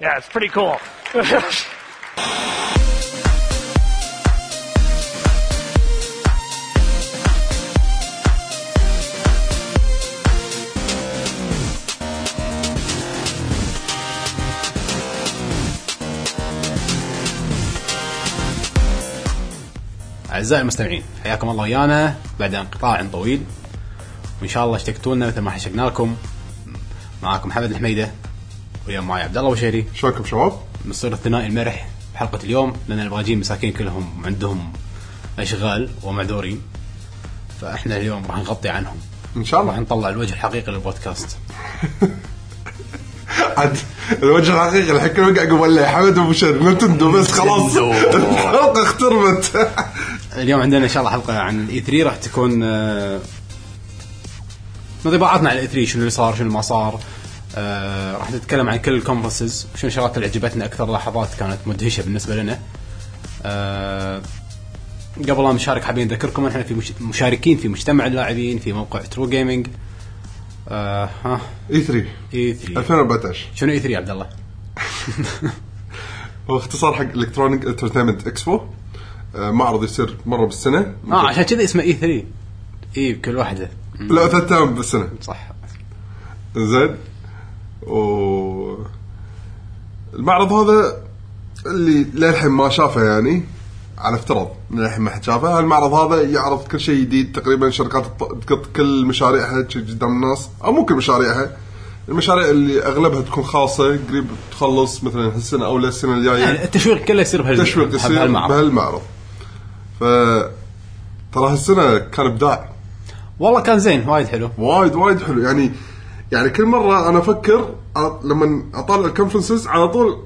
Yeah, it's pretty cool. اعزائي المستمعين حياكم الله ويانا بعد انقطاع طويل وان شاء الله اشتقتونا مثل ما حشقنا لكم معاكم محمد الحميده ويا معي عبد الله وشيري شلونكم شباب؟ بنصير الثنائي المرح بحلقه اليوم لان البراجين مساكين كلهم عندهم اشغال ومعذورين فاحنا اليوم راح نغطي عنهم ان شاء راح الله نطلع الوجه الحقيقي للبودكاست عاد الوجه الحقيقي الحكم يقع قبل يا حمد ابو شر نتندو بس خلاص نتندو. الحلقه اختربت اليوم عندنا ان شاء الله حلقه عن الاي 3 راح تكون آه، انطباعاتنا على الاي 3 شنو اللي صار شنو اللي ما صار آه، راح نتكلم عن كل الكونفرنسز شنو الشغلات اللي عجبتنا اكثر لحظات كانت مدهشه بالنسبه لنا آه، قبل لا نشارك حابين نذكركم احنا في مش- مشاركين في مجتمع اللاعبين في موقع ترو جيمنج ها اي 3 اي 3 2014 شنو اي 3 عبد الله؟ آه، هو اختصار حق الكترونيك انترتينمنت اكسبو آه، معرض يصير مره بالسنه اه عشان كذا اسمه اي 3 اي بكل واحده لا ثلاث ايام بالسنه صح زين و المعرض هذا اللي للحين ما شافه يعني على افتراض للحين ما حد شافه المعرض هذا يعرض كل شيء جديد تقريبا شركات الط- تقط كل مشاريعها شي قدام الناس او مو كل مشاريعها المشاريع اللي اغلبها تكون خاصه قريب تخلص مثلا هالسنه او للسنه يعني الجايه التشويق كله يصير بهال تشويق إيه. يصير بهالمعرض. بهالمعرض ف ترى هالسنه كان ابداع والله كان زين وايد حلو وايد وايد حلو يعني يعني كل مره انا افكر أ- لما اطالع الكونفرنسز على طول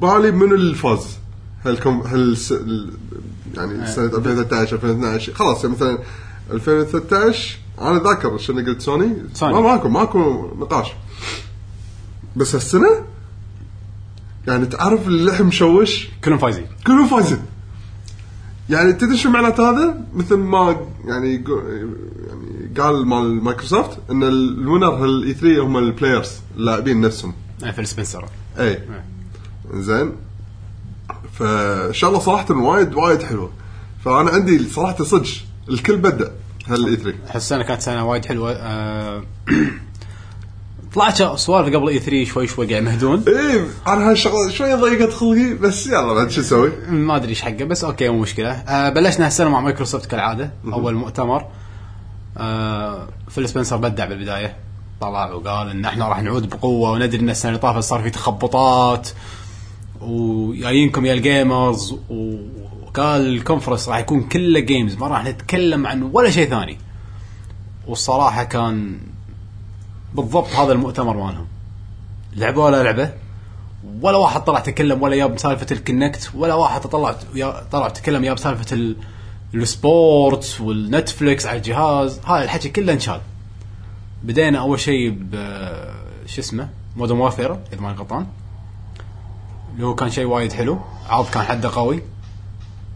بالي من اللي فاز هالكم هال يعني سنه 2013 2012 خلاص يعني مثلا 2013 انا ذاكر شنو قلت سوني سوني. ما ماكو ماكو نقاش بس هالسنه يعني تعرف اللحم مشوش كلهم فايزين كلهم فايزين يعني تدري شو معنات هذا؟ مثل ما يعني جو- يعني قال مال مايكروسوفت ان الونر هالاي 3 E هم البلايرز اللاعبين نفسهم آه، فيل سبنسر اي زين فان شاء الله صراحه وايد وايد حلوه فانا عندي صراحه صدق الكل E بدا هالاي 3 احس انا كانت سنه وايد حلوه آه، طلعت شا- سوالف قبل اي 3 شوي شوي قاعد مهدون اي انا هالشغله شوي ضيقت خلقي بس يلا بعد شو اسوي؟ ما ادري ايش حقه بس اوكي مو مشكله آه، بلشنا هالسنه مع مايكروسوفت كالعاده اول مؤتمر آه، فيل سبنسر بدع بالبدايه طلع وقال ان احنا راح نعود بقوه وندري ان السنه اللي طافت صار في تخبطات وجايينكم يا الجيمرز وقال الكونفرنس راح يكون كله جيمز ما راح نتكلم عن ولا شيء ثاني والصراحه كان بالضبط هذا المؤتمر مالهم لعبوا ولا لعبه ولا واحد طلع تكلم ولا ياب سالفه الكونكت ولا واحد طلع يا- طلع تكلم ياب سالفه ال- السبورت والنتفلكس على الجهاز هذا الحكي كله انشال بدينا اول شيء ب شو اسمه مودرن وافير اذا ماني غلطان اللي هو كان شيء وايد حلو عرض كان حده قوي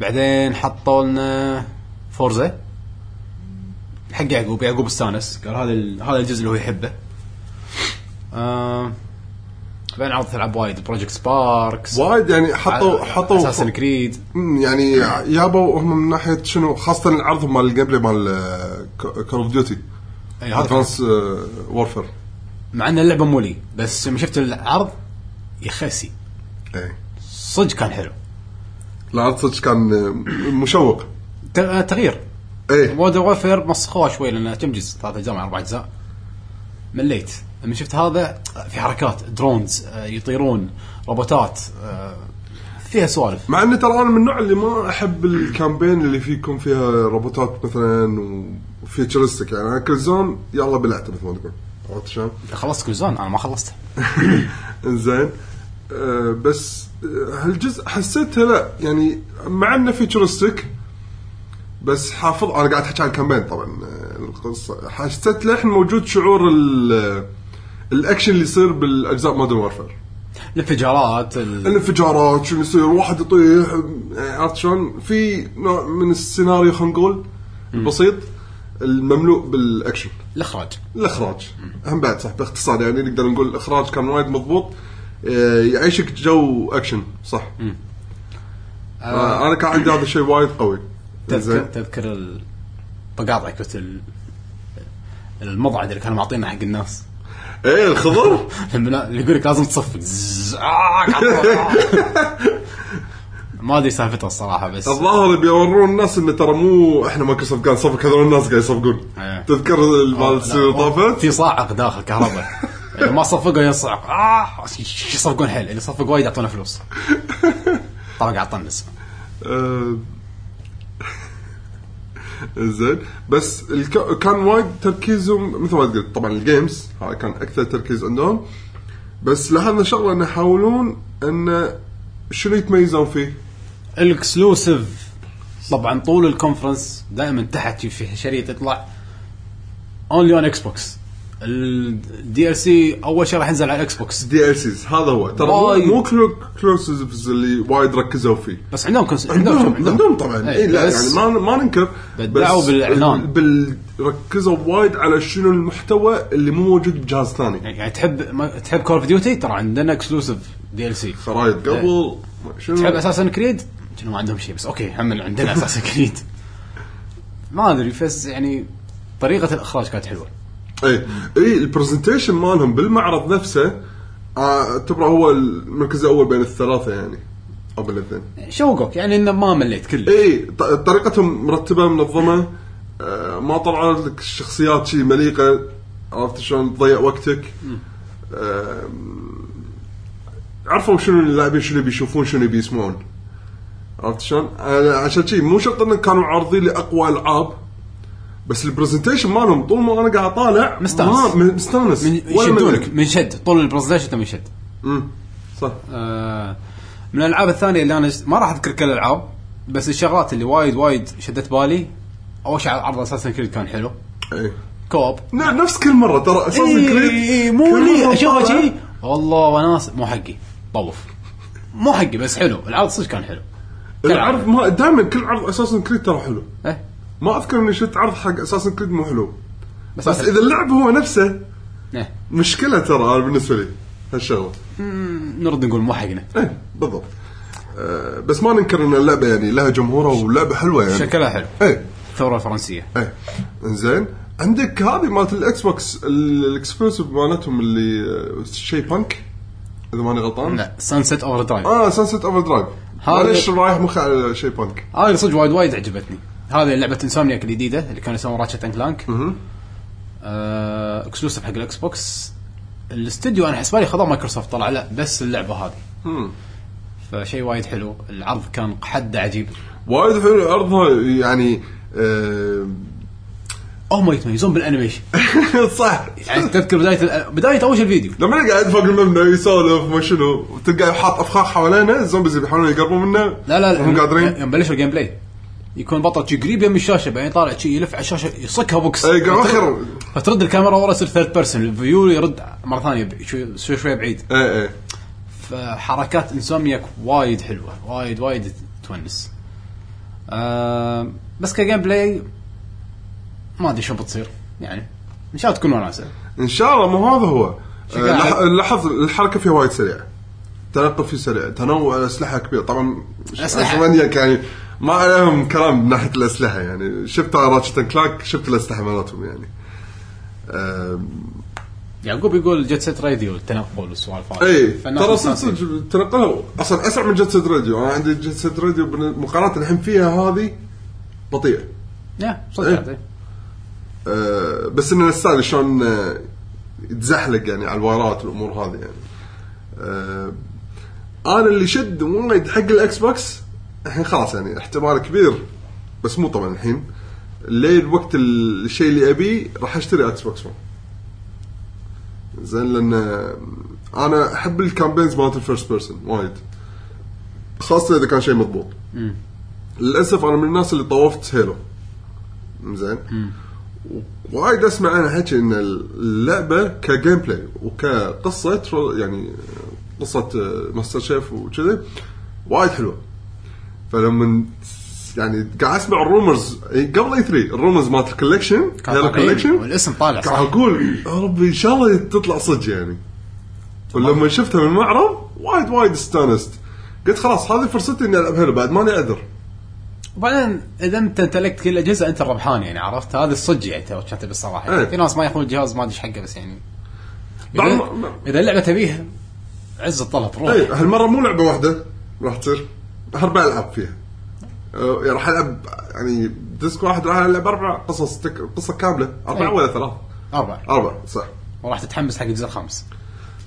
بعدين حطوا لنا فورزا حق يعقوب يعقوب استانس قال هذا ال- هذا الجزء اللي هو يحبه آه بعدين عرض تلعب وايد بروجكت سباركس وايد يعني حطوا حطوا اساسن كريد مم، يعني يابوا هم من ناحيه شنو خاصه العرض مال الجيم بلاي مال آه، كول اوف ديوتي أي هذا كان- ادفانس وورفر مع ان اللعبه مولي بس لما شفت العرض يا خسي اي صدق كان حلو العرض صدق كان آه، مشوق ت- آه، تغيير اي وود وفير مسخوها شوي لان كم جزء ثلاث اجزاء مع اربع اجزاء مليت لما شفت هذا آه، في حركات درونز آه، يطيرون روبوتات آه، فيها سوالف مع انه ترى انا من النوع اللي ما احب الكامبين اللي فيه يكون فيها روبوتات مثلا وفيتشرستك يعني انا كل زون يلا بلعت مثل ما تقول عرفت شلون؟ خلصت كل زون انا ما خلصت انزين آه، بس آه، هالجزء حسيته لا يعني مع انه فيتشرستك بس حافظ انا قاعد احكي عن الكامبين طبعا آه، القصه حسيت للحين موجود شعور ال- الاكشن اللي يصير بالاجزاء مودرن وارفير الانفجارات ال- الانفجارات شنو يصير واحد يطيح يعني عرفت شلون في نوع من السيناريو خلينا نقول البسيط المملوء بالاكشن الاخراج الاخراج هم بعد صح باختصار يعني نقدر نقول الاخراج كان وايد مضبوط آه، يعيشك جو اكشن صح آه، انا كان عندي هذا الشيء وايد قوي تذكر زين. تذكر ال- بقاطعك بس ال- المضعد اللي كانوا معطينا حق الناس ايه الخضر لما اللي يقول لك لازم تصفق زز- آه، قطع. ما ادري سالفته الصراحه بس الظاهر بيورون الناس انه ترى مو احنا مايكروسوفت قاعد نصفق هذول الناس قاعد يصفقون إيه. تذكر مال السنه اللي طافت في صاعق داخل كهرباء اللي ما صفقوا يصعق اه يصفقون حيل اللي صفق وايد يعطونا فلوس طبعا قاعد طنس آه. زين بس الك... كان وايد تركيزهم مثل ما قلت طبعا الجيمز هاي كان اكثر تركيز عندهم بس لاحظنا شغله انه يحاولون انه شنو يتميزون فيه الاكسلوسيف طبعا طول الكونفرنس دائما تحت في شريط يطلع اونلي اون اكس بوكس الدي ال سي اول شيء راح ينزل على الاكس بوكس دي ال سيز هذا هو ترى مو- وايد. مو كلو كلوسز اللي وايد ركزوا فيه بس عندهم كونس عندهم شغل، عندهم طبعا اي لا يعني بس ما ما ننكر بدعوا بس بالإعلان. بال ركزوا وايد على شنو المحتوى اللي مو موجود بجهاز ثاني يعني تحب ما تحب كول اوف ديوتي ترى عندنا اكسلوسيف دي ال سي خرايط إيه. قبل شنو تحب اساسن كريد كانوا ما عندهم شيء بس اوكي هم اللي عندنا اساسن كريد ما ادري بس يعني طريقه الاخراج كانت حلوه اي اي البرزنتيشن إيه. مالهم بالمعرض نفسه آه، اعتبره هو المركز الاول بين الثلاثه يعني او بين الاثنين شوقك يعني انه ما مليت كلش اي ط- طريقتهم مرتبه منظمه آه، ما طلعوا لك الشخصيات شي مليقه عرفت شلون تضيع وقتك آه، عرفوا شنو اللاعبين شنو بيشوفون شنو بيسمعون عرفت شلون؟ أنا عشان شي مو شرط انهم كانوا عارضين لي اقوى العاب بس البرزنتيشن مالهم طول ما انا قاعد اطالع مستانس. ما- مستانس من ولا يشدونك ملل. من شد طول البرزنتيشن تم يشد أمم، صح آه، من الالعاب الثانيه اللي انا ما راح اذكر كل الالعاب بس الشغلات اللي وايد وايد شدت بالي اول شيء عرض اساسن كريد كان حلو اي كوب ن- نفس كل مره ترى اساسا كريد اي كل مو مرة لي اشوفه أطالع. شيء والله وناس مو حقي طوف مو حقي بس حلو العرض صدق كان حلو العرض ما دائما كل عرض اساسا كريد ترى حلو إيه. ما اذكر اني شفت عرض حق اساسا كريد مو حلو بس, بس اذا اللعب هو نفسه إيه. مشكله ترى انا بالنسبه لي هالشغله نرد نقول مو حقنا ايه بالضبط آه، بس ما ننكر ان اللعبه يعني لها جمهورها ولعبه حلوه يعني شكلها حلو ايه الثوره الفرنسيه ايه انزين عندك هذه مالت الاكس بوكس ال- الاكسكلوسيف مالتهم اللي آه، شيء بانك اذا ماني غلطان لا سانسيت اوفر درايف اه سانسيت اوفر درايف هذا- معليش رايح مخي على شيء بانك هذه اللي صدق وايد وايد عجبتني هذه لعبه انسومنياك الجديده اللي كانوا يسوون راتشت اند كلانك آه، اكسلوسيف حق الاكس بوكس الاستوديو انا حسبالي خذوه مايكروسوفت طلع لا بس اللعبه هذه مم. فشيء وايد حلو العرض كان حده عجيب وايد حلو عرضها يعني آه، هم يتميزون بالانيميشن صح يعني تذكر بدايه الأ- بدايه اول شيء الفيديو لما قاعد فوق المبنى يسولف ما شنو تلقى حاط افخاخ حوالينا الزومبيز اللي بيحاولون يقربوا منه لا لا هم لا قادرين يوم بلشوا الجيم بلاي يكون بطل شي قريب يم الشاشه بعدين طالع شي يلف على الشاشه يصكها بوكس إيه، قام آخر. فترد الكاميرا ورا يصير ثيرد بيرسون الفيو يرد مره ثانيه ب- شوي شوي, شوي بعيد ايه ايه فحركات انسومياك وايد حلوه وايد وايد تونس آه بس كجيم بلاي ما ادري شو بتصير يعني ان شاء الله تكون وناسه ان شاء الله مو هذا هو شو قاعد؟ آه، لح- لاحظ الحركه فيها وايد سريعه التنقل فيه سريع تنوع الاسلحه كبير طبعا الأسلحة. ثمانية يعني ما عليهم كلام من ناحيه الاسلحه يعني شفت راتشت أند كلاك شفت الاسلحه مالتهم يعني آه، يعقوب يقول جت سيت راديو التنقل والسوالف هذه. اي فالناس إيه، ترى صدق مستانسين. صدق تنقلها اصلا اسرع من جلسه راديو انا عندي جلسه راديو بن- مقارنه الحين فيها هذه بطيئه يا إيه. صدق إيه. أه بس انه الستايل شلون آه، يتزحلق يعني على الوايرات والامور هذه يعني أه انا اللي شد وايد حق الاكس بوكس الحين خلاص يعني احتمال كبير بس مو طبعا الحين لين وقت ال- الشيء اللي ابيه راح اشتري اكس بوكس 1 زين لان آه، انا احب الكامبينز مالت الفيرست بيرسون وايد خاصه اذا كان شيء مضبوط للاسف انا من الناس اللي طوفت هيلو زين وايد اسمع انا حكي ان اللعبه كجيم بلاي وكقصه ترو- يعني قصه ماستر شيف وكذا وايد حلوه فلما يعني قاعد اسمع الرومرز قبل اي 3 الرومرز مالت الكولكشن كان طالعين والاسم طالع صح قاعد اقول يا ربي ان شاء الله تطلع صدق يعني ولما شفتها بالمعرض وايد وايد استانست قلت خلاص هذه فرصتي اني العب هيلو بعد ماني اعذر وبعدين اذا انت امتلكت كل الاجهزه انت الربحان يعني عرفت هذا الصدق يعني تو كاتب الصراحه يعني إيه. في ناس ما ياخذون الجهاز ما ادري إيش حقه بس يعني بعض اذا, ما- إذا اللعبه تبيها عز الطلب روح اي هالمره إيه، مو لعبه واحده راح تصير اربع العاب فيها أه، يعني راح العب يعني ديسك واحد راح العب اربع قصص تك... قصه كامله اربع أي. ولا ثلاث اربع اربع صح وراح تتحمس حق الجزء الخامس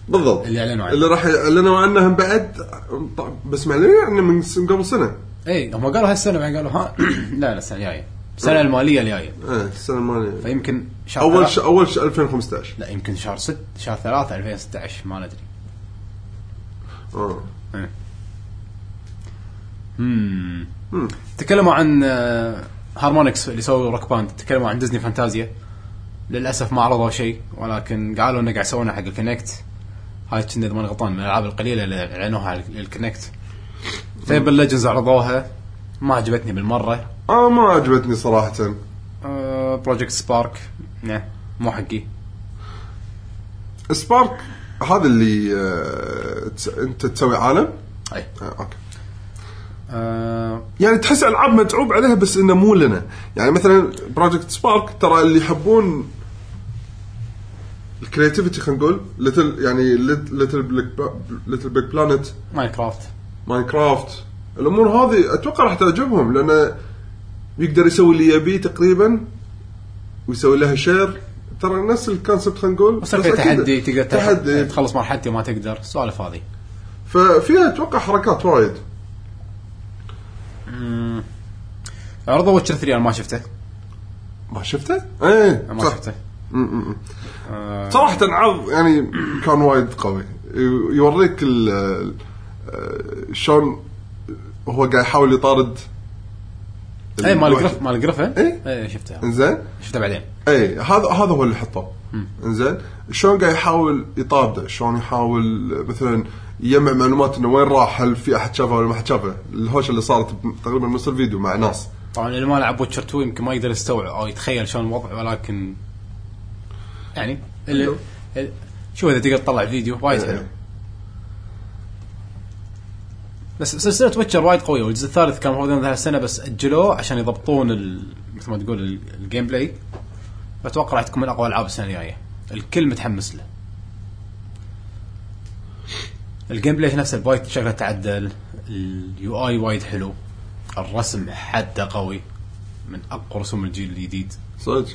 بالضبط اللي أعلنوا عنه. اللي راح اعلنوا عنه هم بعد طب- بس معلنين عنه من س- من قبل سنه اي إيه، هم قالوا هالسنه بعدين قالوا ها لا لا السنه الجايه السنه الماليه الجايه ايه السنه الماليه فيمكن شهر اول ثلاثة- ش... اول ش... 2015 لا يمكن شهر 6 شهر 3 2016 ما ندري اه إيه. امم مم. تكلموا عن آه، هارمونكس اللي سووا روك باند تكلموا عن ديزني فانتازيا للاسف ما عرضوا شيء ولكن قالوا انه قاعد يسوونه حق الكونكت هاي كنا اذا ماني غلطان من الالعاب القليله اللي اعلنوها على الكونكت فيبل ليجندز عرضوها ما عجبتني بالمره اه ما عجبتني صراحه بروجكت سبارك نه نعم، مو حقي سبارك هذا اللي آه... تس... انت تسوي عالم اي آه، اوكي آه، يعني تحس العاب متعوب عليها بس انه مو لنا يعني مثلا بروجكت سبارك ترى اللي يحبون الكرياتيفيتي خلينا نقول ليتل يعني ليتل بيج ليتل بيج بلانت ماينكرافت ماينكرافت الامور هذه اتوقع راح تعجبهم لانه يقدر يسوي اللي يبيه تقريبا ويسوي لها شير ترى نفس الكونسبت خلينا نقول بس في أكيد تحدي تقدر تحدي تحدي. تخلص مرحلتي وما تقدر السوالف هذه ففيها اتوقع حركات وايد عرضوا ويتشر 3 انا ما شفته ما شفته؟ ايه ما صح. شفته م- م- م. صراحة عرض يعني كان وايد قوي ي- يوريك ال- ال- آه، شلون هو قاعد يحاول يطارد اي إيه، مال الوحش. القرف مال القرفه إيه. اي شفته انزين شفته بعدين اي إيه، هذا هذا هو اللي حطه انزين شلون قاعد يحاول يطارده شلون يحاول مثلا يجمع معلومات انه وين راح هل في احد شافه ولا ما حد شافه الهوشه اللي صارت ب- تقريبا نص الفيديو مع ناس طبعا اللي ما لعب ويتشر 2 يمكن ما يقدر يستوعب او يتخيل شلون الوضع ولكن يعني اللي ال- شوف اذا تقدر تطلع فيديو وايد حلو بس سلسله ويتشر وايد قويه والجزء الثالث كان المفروض ينزل هالسنه بس اجلوه عشان يضبطون ال... مثل ما تقول ال- الجيم بلاي فاتوقع راح تكون من اقوى العاب السنه الجايه الكل متحمس له الجيم بلاي نفسه وايد شكله تعدل اليو اي وايد حلو الرسم حده قوي من اقوى رسوم الجيل الجديد صدق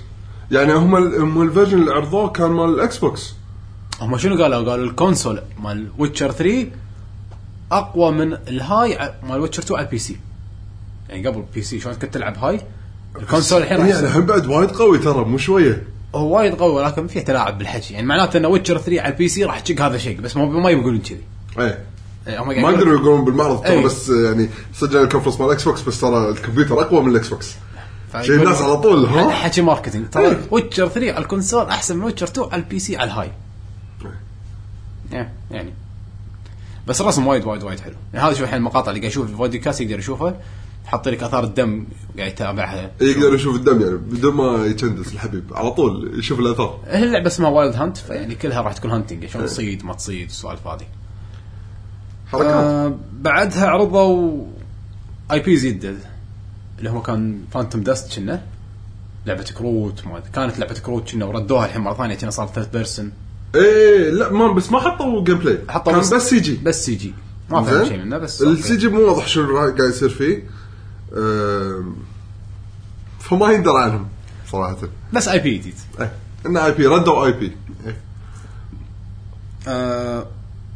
يعني هم ال- هم الفيرجن اللي عرضوه كان مال الاكس بوكس هم شنو قالوا؟ قالوا الكونسول مال ويتشر 3 اقوى من الهاي ع- مال ويتشر 2 على البي سي. يعني قبل البي سي شلون كنت تلعب هاي؟ الكونسول الحين راح يعني يصير- هم بعد وايد قوي ترى مو شويه هو وايد قوي ولكن فيه تلاعب بالحكي، يعني معناته ان ويتشر 3 على البي سي راح تشق هذا الشيء بس ما ما يقولون كذي. ايه يعني هم قاعد ما يقولون- قدروا يقولون بالمعرض ترى إيه. بس يعني سجل الكونفرنس مال الاكس بوكس بس ترى الكمبيوتر اقوى من الاكس بوكس فيقولون- شيء الناس على طول هذا ها حكي ماركتينج ترى إيه. ويتشر 3 على الكونسول احسن من ويتشر 2 على البي سي على الهاي. إيه، يعني بس الرسم وايد وايد وايد حلو يعني هذا شوف الحين المقاطع اللي قاعد يشوف البودكاست يقدر يشوفها حاط لك اثار الدم قاعد يتابعها يقدر يشوف الدم يعني بدون ما يجندس الحبيب على طول يشوف الاثار اللعبه اسمها وايلد هانت فيعني كلها راح تكون هانتنج شلون تصيد ما تصيد السوالف هذه حركات آه بعدها عرضوا اي بي زد اللي هو كان فانتوم داست كنا لعبه كروت ما أدري- كانت لعبه كروت كنا وردوها الحين مره ثانيه كنا صارت ثيرد بيرسون ايه لا ما بس ما حطوا جيم بلاي حطوا كان بس- بس سي جي بس سي جي ما فهمت زين؟ شيء منه بس السي جي مو واضح شنو راح- قاعد يصير فيه آم، فما يندر عنهم صراحه بس اي بي جديد إيه. انه اي بي ردوا اي بي آه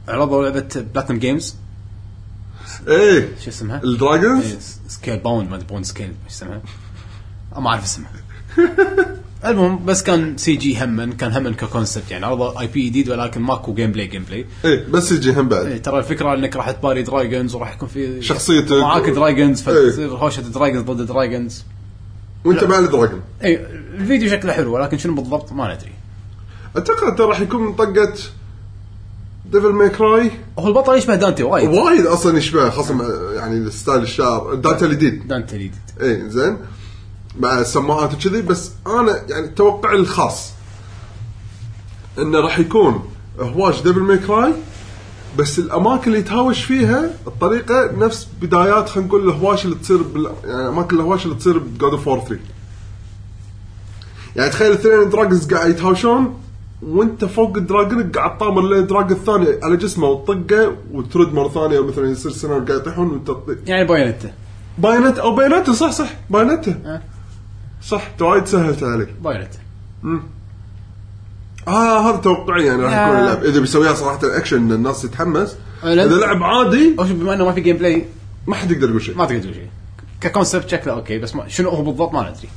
عرضوا لعبه بلاتنم جيمز ايه شو اسمها؟ الدراجونز إيه، س- سكيل باوند ما أدري بوند سكيل ايش اسمها؟ ما اعرف اسمها المهم بس كان سي جي هم كان هم ككونسبت يعني عرضوا اي بي جديد ولكن ماكو جيم بلاي جيم بلاي ايه بس سي جي هم بعد إيه، ترى الفكره انك راح تباري دراجونز وراح يكون في شخصيتك. معاك دراجونز إيه. فتصير هوشه دراجونز ضد دراجونز وانت مع الدراجون اي الفيديو شكله حلو ولكن شنو بالضبط ما ندري اتوقع ترى راح يكون طقه ديفل ماي كراي هو البطل يشبه دانتي وايد وايد اصلا يشبه خاصه مع- يعني ستايل الشعر داتا الجديد دانتي الجديد اي إيه، زين مع السماعات وكذي بس انا يعني توقعي الخاص انه راح يكون هواش دبل ماي كراي بس الاماكن اللي تهاوش فيها الطريقه نفس بدايات خلينا نقول الهواش اللي تصير بال... يعني اماكن الهواش اللي تصير بجود اوف 3 يعني تخيل اثنين دراجونز قاعد يتهاوشون وانت فوق الدراجون قاعد طامر لين الدراجون الثاني على جسمه وتطقه وترد مره ثانيه مثلا يصير سنه قاعد يطيحون وانت تطق يعني بايونتا باينت او باينته صح صح باينته أه. صح انت وايد سهلت علي بايونتا اه هذا توقعي يعني راح آه. يكون اللعب اذا بيسويها صراحه الاكشن ان الناس تتحمس آه، لا. اذا لعب عادي او شوف بما انه ما في جيم بلاي ما حد يقدر يقول شيء ما تقدر تقول شيء ككونسبت شكله اوكي بس ما شنو هو بالضبط ما ندري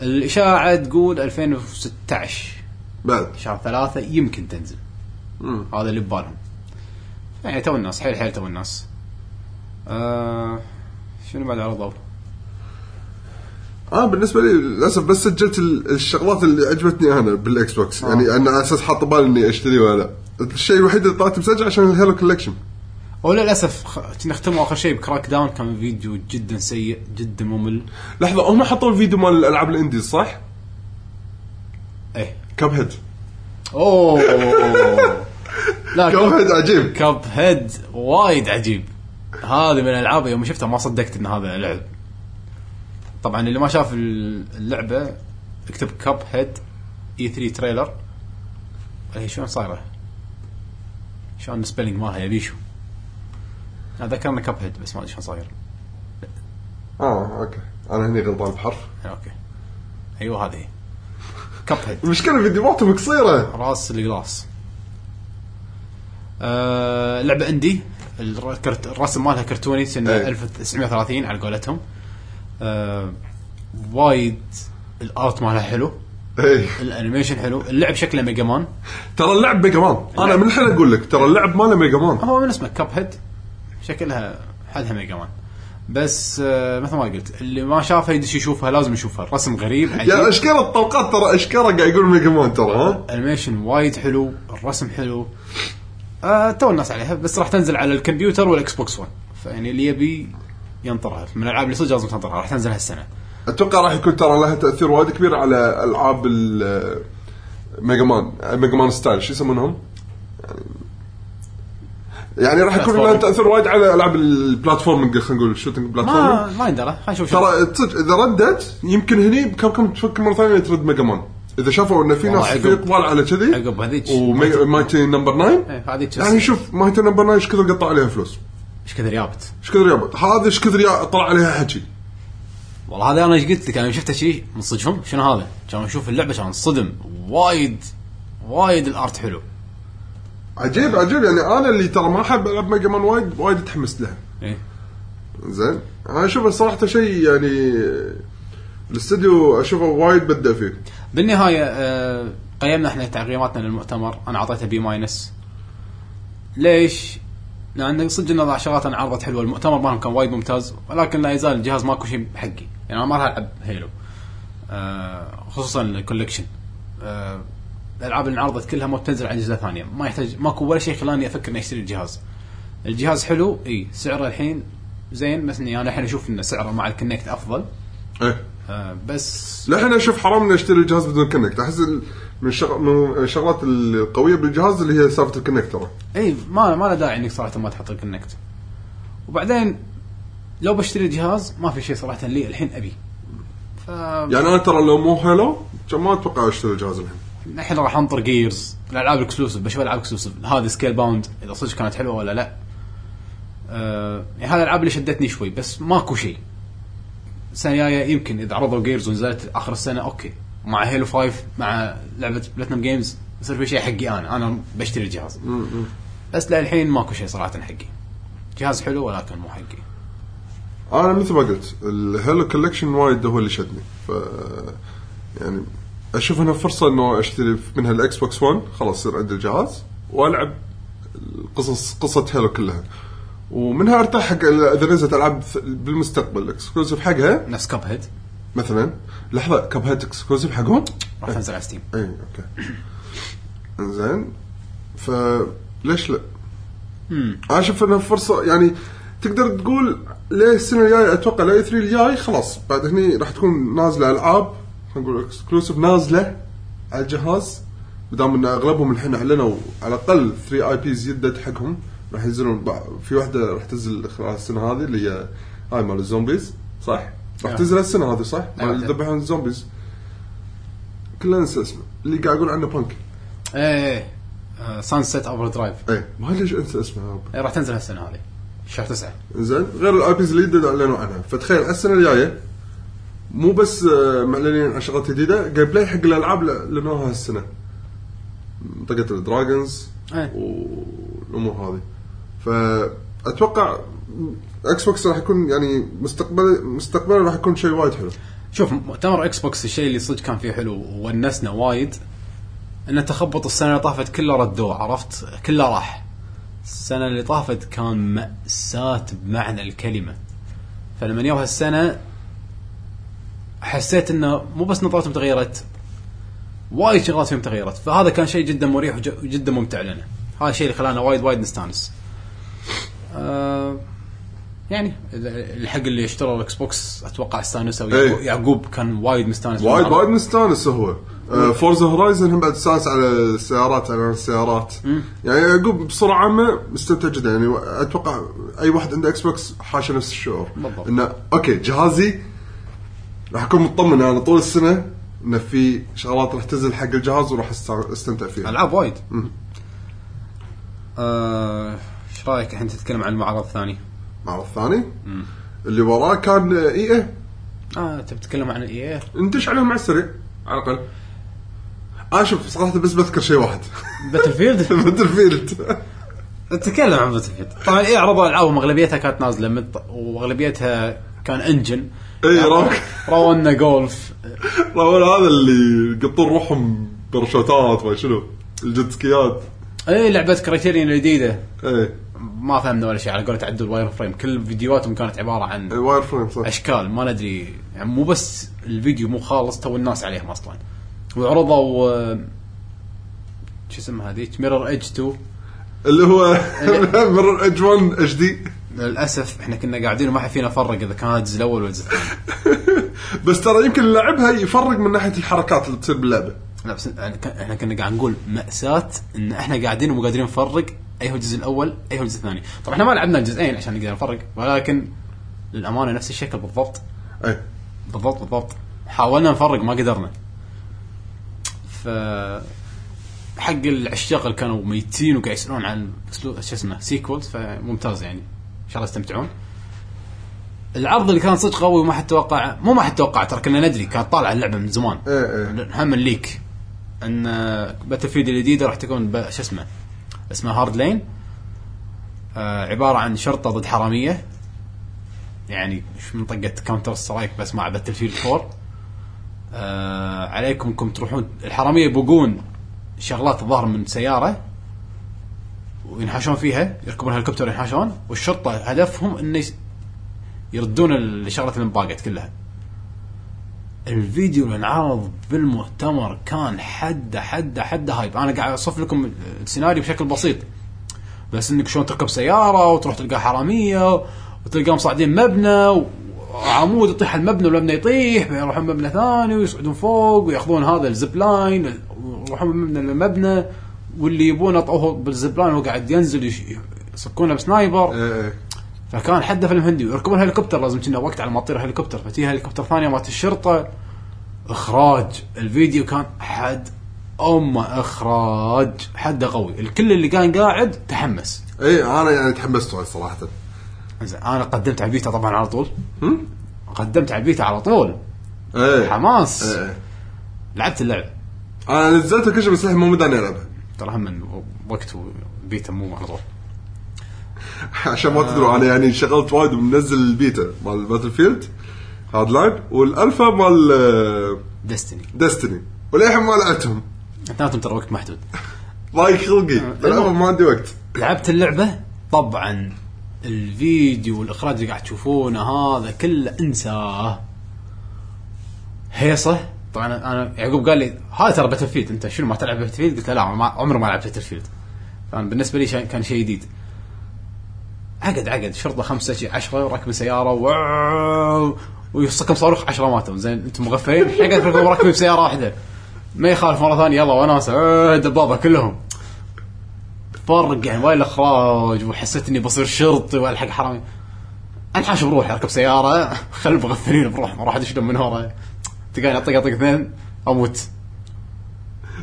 الاشاعه تقول 2016 بعد شهر ثلاثة يمكن تنزل مم. هذا اللي ببالهم يعني تو الناس حيل حيل تو الناس آه شنو بعد عرضوا انا بالنسبه آه، لي للاسف بس سجلت ال- الشغلات اللي عجبتني انا بالاكس بوكس آه. يعني انا على اساس حاط بالي اني اشتري ولا لا الشيء الوحيد اللي طلعت مسجل عشان الهيلو كولكشن وللاسف خ- نختم اخر شيء بكراك داون كان فيديو جدا سيء جدا ممل لحظه هم حطوا الفيديو مال الالعاب الانديز صح؟ ايه كاب هيد اوه لا كاب هيد عجيب كاب هيد وايد عجيب هذه من الالعاب يوم شفتها ما صدقت ان هذا لعب طبعا اللي ما شاف اللعبه اكتب E كاب هيد اي 3 تريلر هي إيه، شلون صايره؟ شلون السبيلنج مالها يا بيشو؟ انا ذكرنا كاب هيد بس ما ادري شلون صاير اه اوكي انا هني غلطان بحرف اوكي ايوه هذه هي كاب هيد المشكله فيديوهاتهم قصيره راس الجلاس آه لعبه اندي الر- كرت- الرسم مالها كرتوني سنه أي. 1930 على قولتهم آه وايد الارت مالها حلو اي الانيميشن حلو اللعب شكله ميجا مان ترى اللعب ميجا مان انا من الحين اقول لك ترى اللعب ماله ميجا مان هو من اسمه كاب هيد شكلها حدها ميجا مان بس آه مثل ما قلت اللي ما شافها يدش يشوفها لازم يشوفها الرسم غريب يعني عجيب اشكال الطلقات ترى اشكاله قاعد يقول ميجا مان ترى ها الانيميشن وايد حلو الرسم حلو آه تو الناس عليها بس راح تنزل على الكمبيوتر والاكس بوكس 1 فيعني اللي يبي ينطرها من الالعاب اللي صدق لازم تنطرها راح تنزل هالسنه اتوقع راح يكون ترى لها تاثير وايد كبير على العاب ال- ميجا مان ميجا مان ستايل شو يسمونهم؟ يعني يعني راح يكون لها بلاتفورم. تاثير وايد على العاب البلاتفورمينج خلينا نقول الشوتنج ما بلاتفورمينج ما يندرى خلينا نشوف شو- ترى صدق اذا ردت يمكن هني بكابكم تفكر مره ثانيه ترد ميجا مان اذا شافوا ان في والله ناس في عقب- اقبال على كذي عقب هذيك ومايتي نمبر 9 إيه، هذيك يعني يعني شوف مايتي نمبر 9 ايش كثر قطع عليها فلوس ايش كثر يابت ايش كثر يابا هذا ايش كثر يا- طلع عليها حكي والله هذا انا ايش قلت لك انا شفت شيء من صدفهم شنو هذا؟ كان اشوف اللعبه كان انصدم وايد وايد الارت حلو عجيب عجيب يعني انا اللي ترى ما احب العب ميجا مان وايد وايد تحمست لها ايه زين انا اشوفه صراحه شيء يعني الاستديو اشوفه وايد بدا فيه بالنهايه آه، قيمنا احنا تقييماتنا للمؤتمر انا اعطيتها بي ماينس ليش؟ لان صدق ان بعض شغلات انعرضت حلوه المؤتمر مالهم كان وايد ممتاز ولكن لا يزال الجهاز ماكو شيء حقي يعني انا ما راح العب هيلو آه، خصوصا الكولكشن آه، الالعاب اللي انعرضت كلها ما بتنزل على اجهزه ثانيه ما يحتاج ماكو ولا شيء خلاني افكر اني اشتري الجهاز الجهاز حلو اي سعره الحين زين بس اني انا الحين اشوف ان سعره مع الكونكت افضل ايه آه، بس للحين اشوف حرام اني اشتري الجهاز بدون كونكت احس ال- من الشغ... من الشغلات القويه بالجهاز اللي هي سالفه الكونكت ترى اي إيه، ما ما له داعي انك صراحه ما تحط الكونكت وبعدين لو بشتري جهاز ما في شيء صراحه لي الحين ابي ف يعني انا ترى لو مو هيلو كان ما اتوقع اشتري الجهاز الحين الحين راح انطر جيرز الالعاب الاكسلوسيف بشوف العاب اكسلوسيف هذه سكيل باوند اذا صدق كانت حلوه ولا لا آه يعني هذه الالعاب اللي شدتني شوي بس ماكو شيء السنه الجايه يمكن اذا عرضوا جيرز ونزلت اخر السنه اوكي مع هيلو 5 مع لعبه بلاتنم جيمز يصير في شيء حقي انا انا بشتري الجهاز بس للحين ماكو شيء صراحه حقي جهاز حلو ولكن مو حقي انا مثل ما قلت الهيلو كولكشن وايد هو اللي شدني ف يعني اشوف انها فرصه انه اشتري منها الاكس بوكس 1 خلاص يصير عندي الجهاز والعب القصص قصه هيلو كلها ومنها ارتاح حق ال- اذا نزلت العاب ث- بالمستقبل اكسكلوسيف حقها نفس كاب هيد مثلا لحظه كاب هيد اكسكلوسيف حقهم إيه، راح تنزل على ستيم اي اوكي زين فليش لا؟ انا اشوف انها فرصه يعني تقدر تقول ليه السنه الجايه اتوقع لا 3 E الجاي خلاص بعد هني راح تكون نازله العاب خلينا نقول اكسكلوسيف نازله على الجهاز بدام ان اغلبهم الحين اعلنوا على الاقل 3 اي بيز جدد حقهم راح ينزلون بع- في واحده راح تنزل خلال السنه هذه اللي هي هاي مال الزومبيز صح راح آه. تنزل السنه هذه صح؟ آه. مال اللي ذبحون الزومبيز كلنا ننسى اسمه اللي قاعد اقول عنه بانك ايه سانسيت اوفر درايف اي إيه. ما أدري ليش انسى اسمه يا رب إيه، راح تنزل هالسنه هذه شهر تسعة زين غير الاي بيز اللي جدد اعلنوا عنها فتخيل السنه الجايه مو بس آه، معلنين عن شغلات جديده جيم بلاي حق الالعاب اللي اعلنوها هالسنه منطقه الدراجونز إيه. والامور هذه فاتوقع اكس بوكس راح يكون يعني مستقبل مستقبله راح يكون شيء وايد حلو شوف مؤتمر اكس بوكس الشيء اللي صدق كان فيه حلو وونسنا وايد ان تخبط السنه اللي طافت كله ردوه عرفت كله راح السنه اللي طافت كان ماساه بمعنى الكلمه فلما يوم هالسنه حسيت انه مو بس نظرتهم تغيرت وايد شغلات فيهم تغيرت فهذا كان شيء جدا مريح وج- وجدا ممتع لنا هذا الشيء اللي خلانا وايد وايد نستانس آه يعني إذا- الحق اللي اشتروا الاكس بوكس اتوقع استانسوا إيه. يعقوب كان وايد مستانس وايد وايد مستانس هو فورزا هورايزن هم بعد استانس على السيارات على السيارات يعني يعقوب بصوره عامه مستمتع جدا يعني اتوقع اي واحد عنده اكس بوكس حاشه نفس الشعور بالضبط. انه اوكي جهازي راح اكون مطمن انا طول السنه انه في شغلات راح تنزل حق الجهاز وراح أستع- استمتع فيها العاب وايد آه، ايش رايك الحين تتكلم عن المعرض الثاني؟ المعرض الثاني اللي وراه كان اي اي اه انت بتتكلم عن الاي ندش عليهم على السريع على الاقل انا شوف صراحه بس بذكر شيء واحد باتل فيلد باتل فيلد تتكلم عن باتل فيلد طبعا اي إيه عرضوا العابهم اغلبيتها كانت نازله من واغلبيتها كان انجن إي، راوك. رونا جولف الاول هذا اللي يقطون روحهم باراشوتات ما شنو الجت سكيات اي لعبه كريتيريون الجديده ايه ما فهمنا ولا شيء على قولة عدل الواير فريم كل فيديوهاتهم كانت عباره عن واير فريم صح اشكال ما ندري يعني مو بس الفيديو مو خالص تو الناس عليهم اصلا وعرضوا آه، شو اسمها هذيك ميرور ايدج 2 اللي هو مرر اج 1 اتش دي للاسف احنا كنا قاعدين وما حد فينا فرق اذا كان هذا الجزء الاول ولا الجزء الثاني بس ترى يمكن اللي لعبها يفرق من ناحيه الحركات اللي تصير باللعبه لا بس يعني ك- احنا كنا قاعد نقول ماساه ان احنا قاعدين ومو قادرين نفرق اي هو الجزء الاول اي هو الجزء الثاني طبعا احنا ما لعبنا الجزئين عشان نقدر نفرق ولكن للامانه نفس الشكل بالضبط ايه بالضبط بالضبط حاولنا نفرق ما قدرنا ف حق العشاق اللي كانوا ميتين وقاعد يسالون عن أسلو- شو اسمه سيكولز فممتاز يعني ان شاء الله يستمتعون العرض اللي كان صدق قوي وما حد توقع مو ما حد توقع ترى كنا ندري كانت طالعه اللعبه من زمان إيه إيه. هم الليك ان باتل فيلد الجديده راح تكون ب- شو اسمه اسمها هارد لين آه، عباره عن شرطه ضد حراميه يعني مش منطقه كاونتر سترايك بس مع باتل فيلد 4 آه عليكم انكم تروحون الحراميه يبقون شغلات الظهر من سياره وينحاشون فيها يركبون هليكوبتر ينحاشون والشرطه هدفهم انه يس- يردون ال- شغله المباقت كلها الفيديو اللي انعرض بالمؤتمر كان حده حده حده هايب انا قاعد اوصف لكم السيناريو بشكل بسيط بس انك شلون تركب سياره وتروح تلقى حراميه وتلقاهم صاعدين مبنى وعمود يطيح المبنى والمبنى يطيح يروحون مبنى ثاني ويصعدون فوق وياخذون هذا الزب لاين ويروحون من مبنى لمبنى واللي يبونه طوه بالزب لاين وهو قاعد ينزل يش- يسكونه بسنايبر ايه ايه فكان حده فيلم هندي ويركبون هليكوبتر لازم كنا وقت على ما تطير هليكوبتر فتي هليكوبتر ثانيه مالت الشرطه اخراج الفيديو كان حد امه اخراج حده قوي الكل اللي كان قاعد تحمس ايه انا يعني تحمست وايد صراحه زين انا قدمت على البيتا طبعا على طول هم؟ قدمت على البيتا على طول ايه حماس إيه إيه. لعبت اللعبه انا نزلتها كل شيء بس الحين مو مداني العبها ترى هم من وقت بيتا مو على طول عشان ما تدروا انا يعني شغلت وايد ومنزل البيتا مال باتل فيلد هارد لاين والالفا مال ديستني ديستني وللحين ما لعبتهم اثنيناتهم ترى وقت محدود ضايق آه، خلقي بلعبهم ما عندي وقت لعبت اللعبه طبعا الفيديو والاخراج اللي قاعد تشوفونه هذا كله انساه هيصه طبعا انا يعقوب قال لي هذا ترى باتل فيلد انت شنو ما تلعب باتل فيلد؟ قلت له لا ما عمري ما لعبت باتل فيلد فانا بالنسبه لي شي- كان شيء جديد عقد عقد شرطه خمسه شي عشرة وراكبين سياره واو ويصكم صاروخ عشرة ماتوا زين انتم مغفلين عقد راكبين بسياره واحده ما يخالف مره ثانيه يلا وناس آه، دبابه كلهم فرق يعني وايد الاخراج وحسيت اني بصير شرطي والحق حرامي انحاش بروحي اركب سياره خل المغفلين بروح ما راح ادش من ورا تلقاني اطق اطق اثنين اموت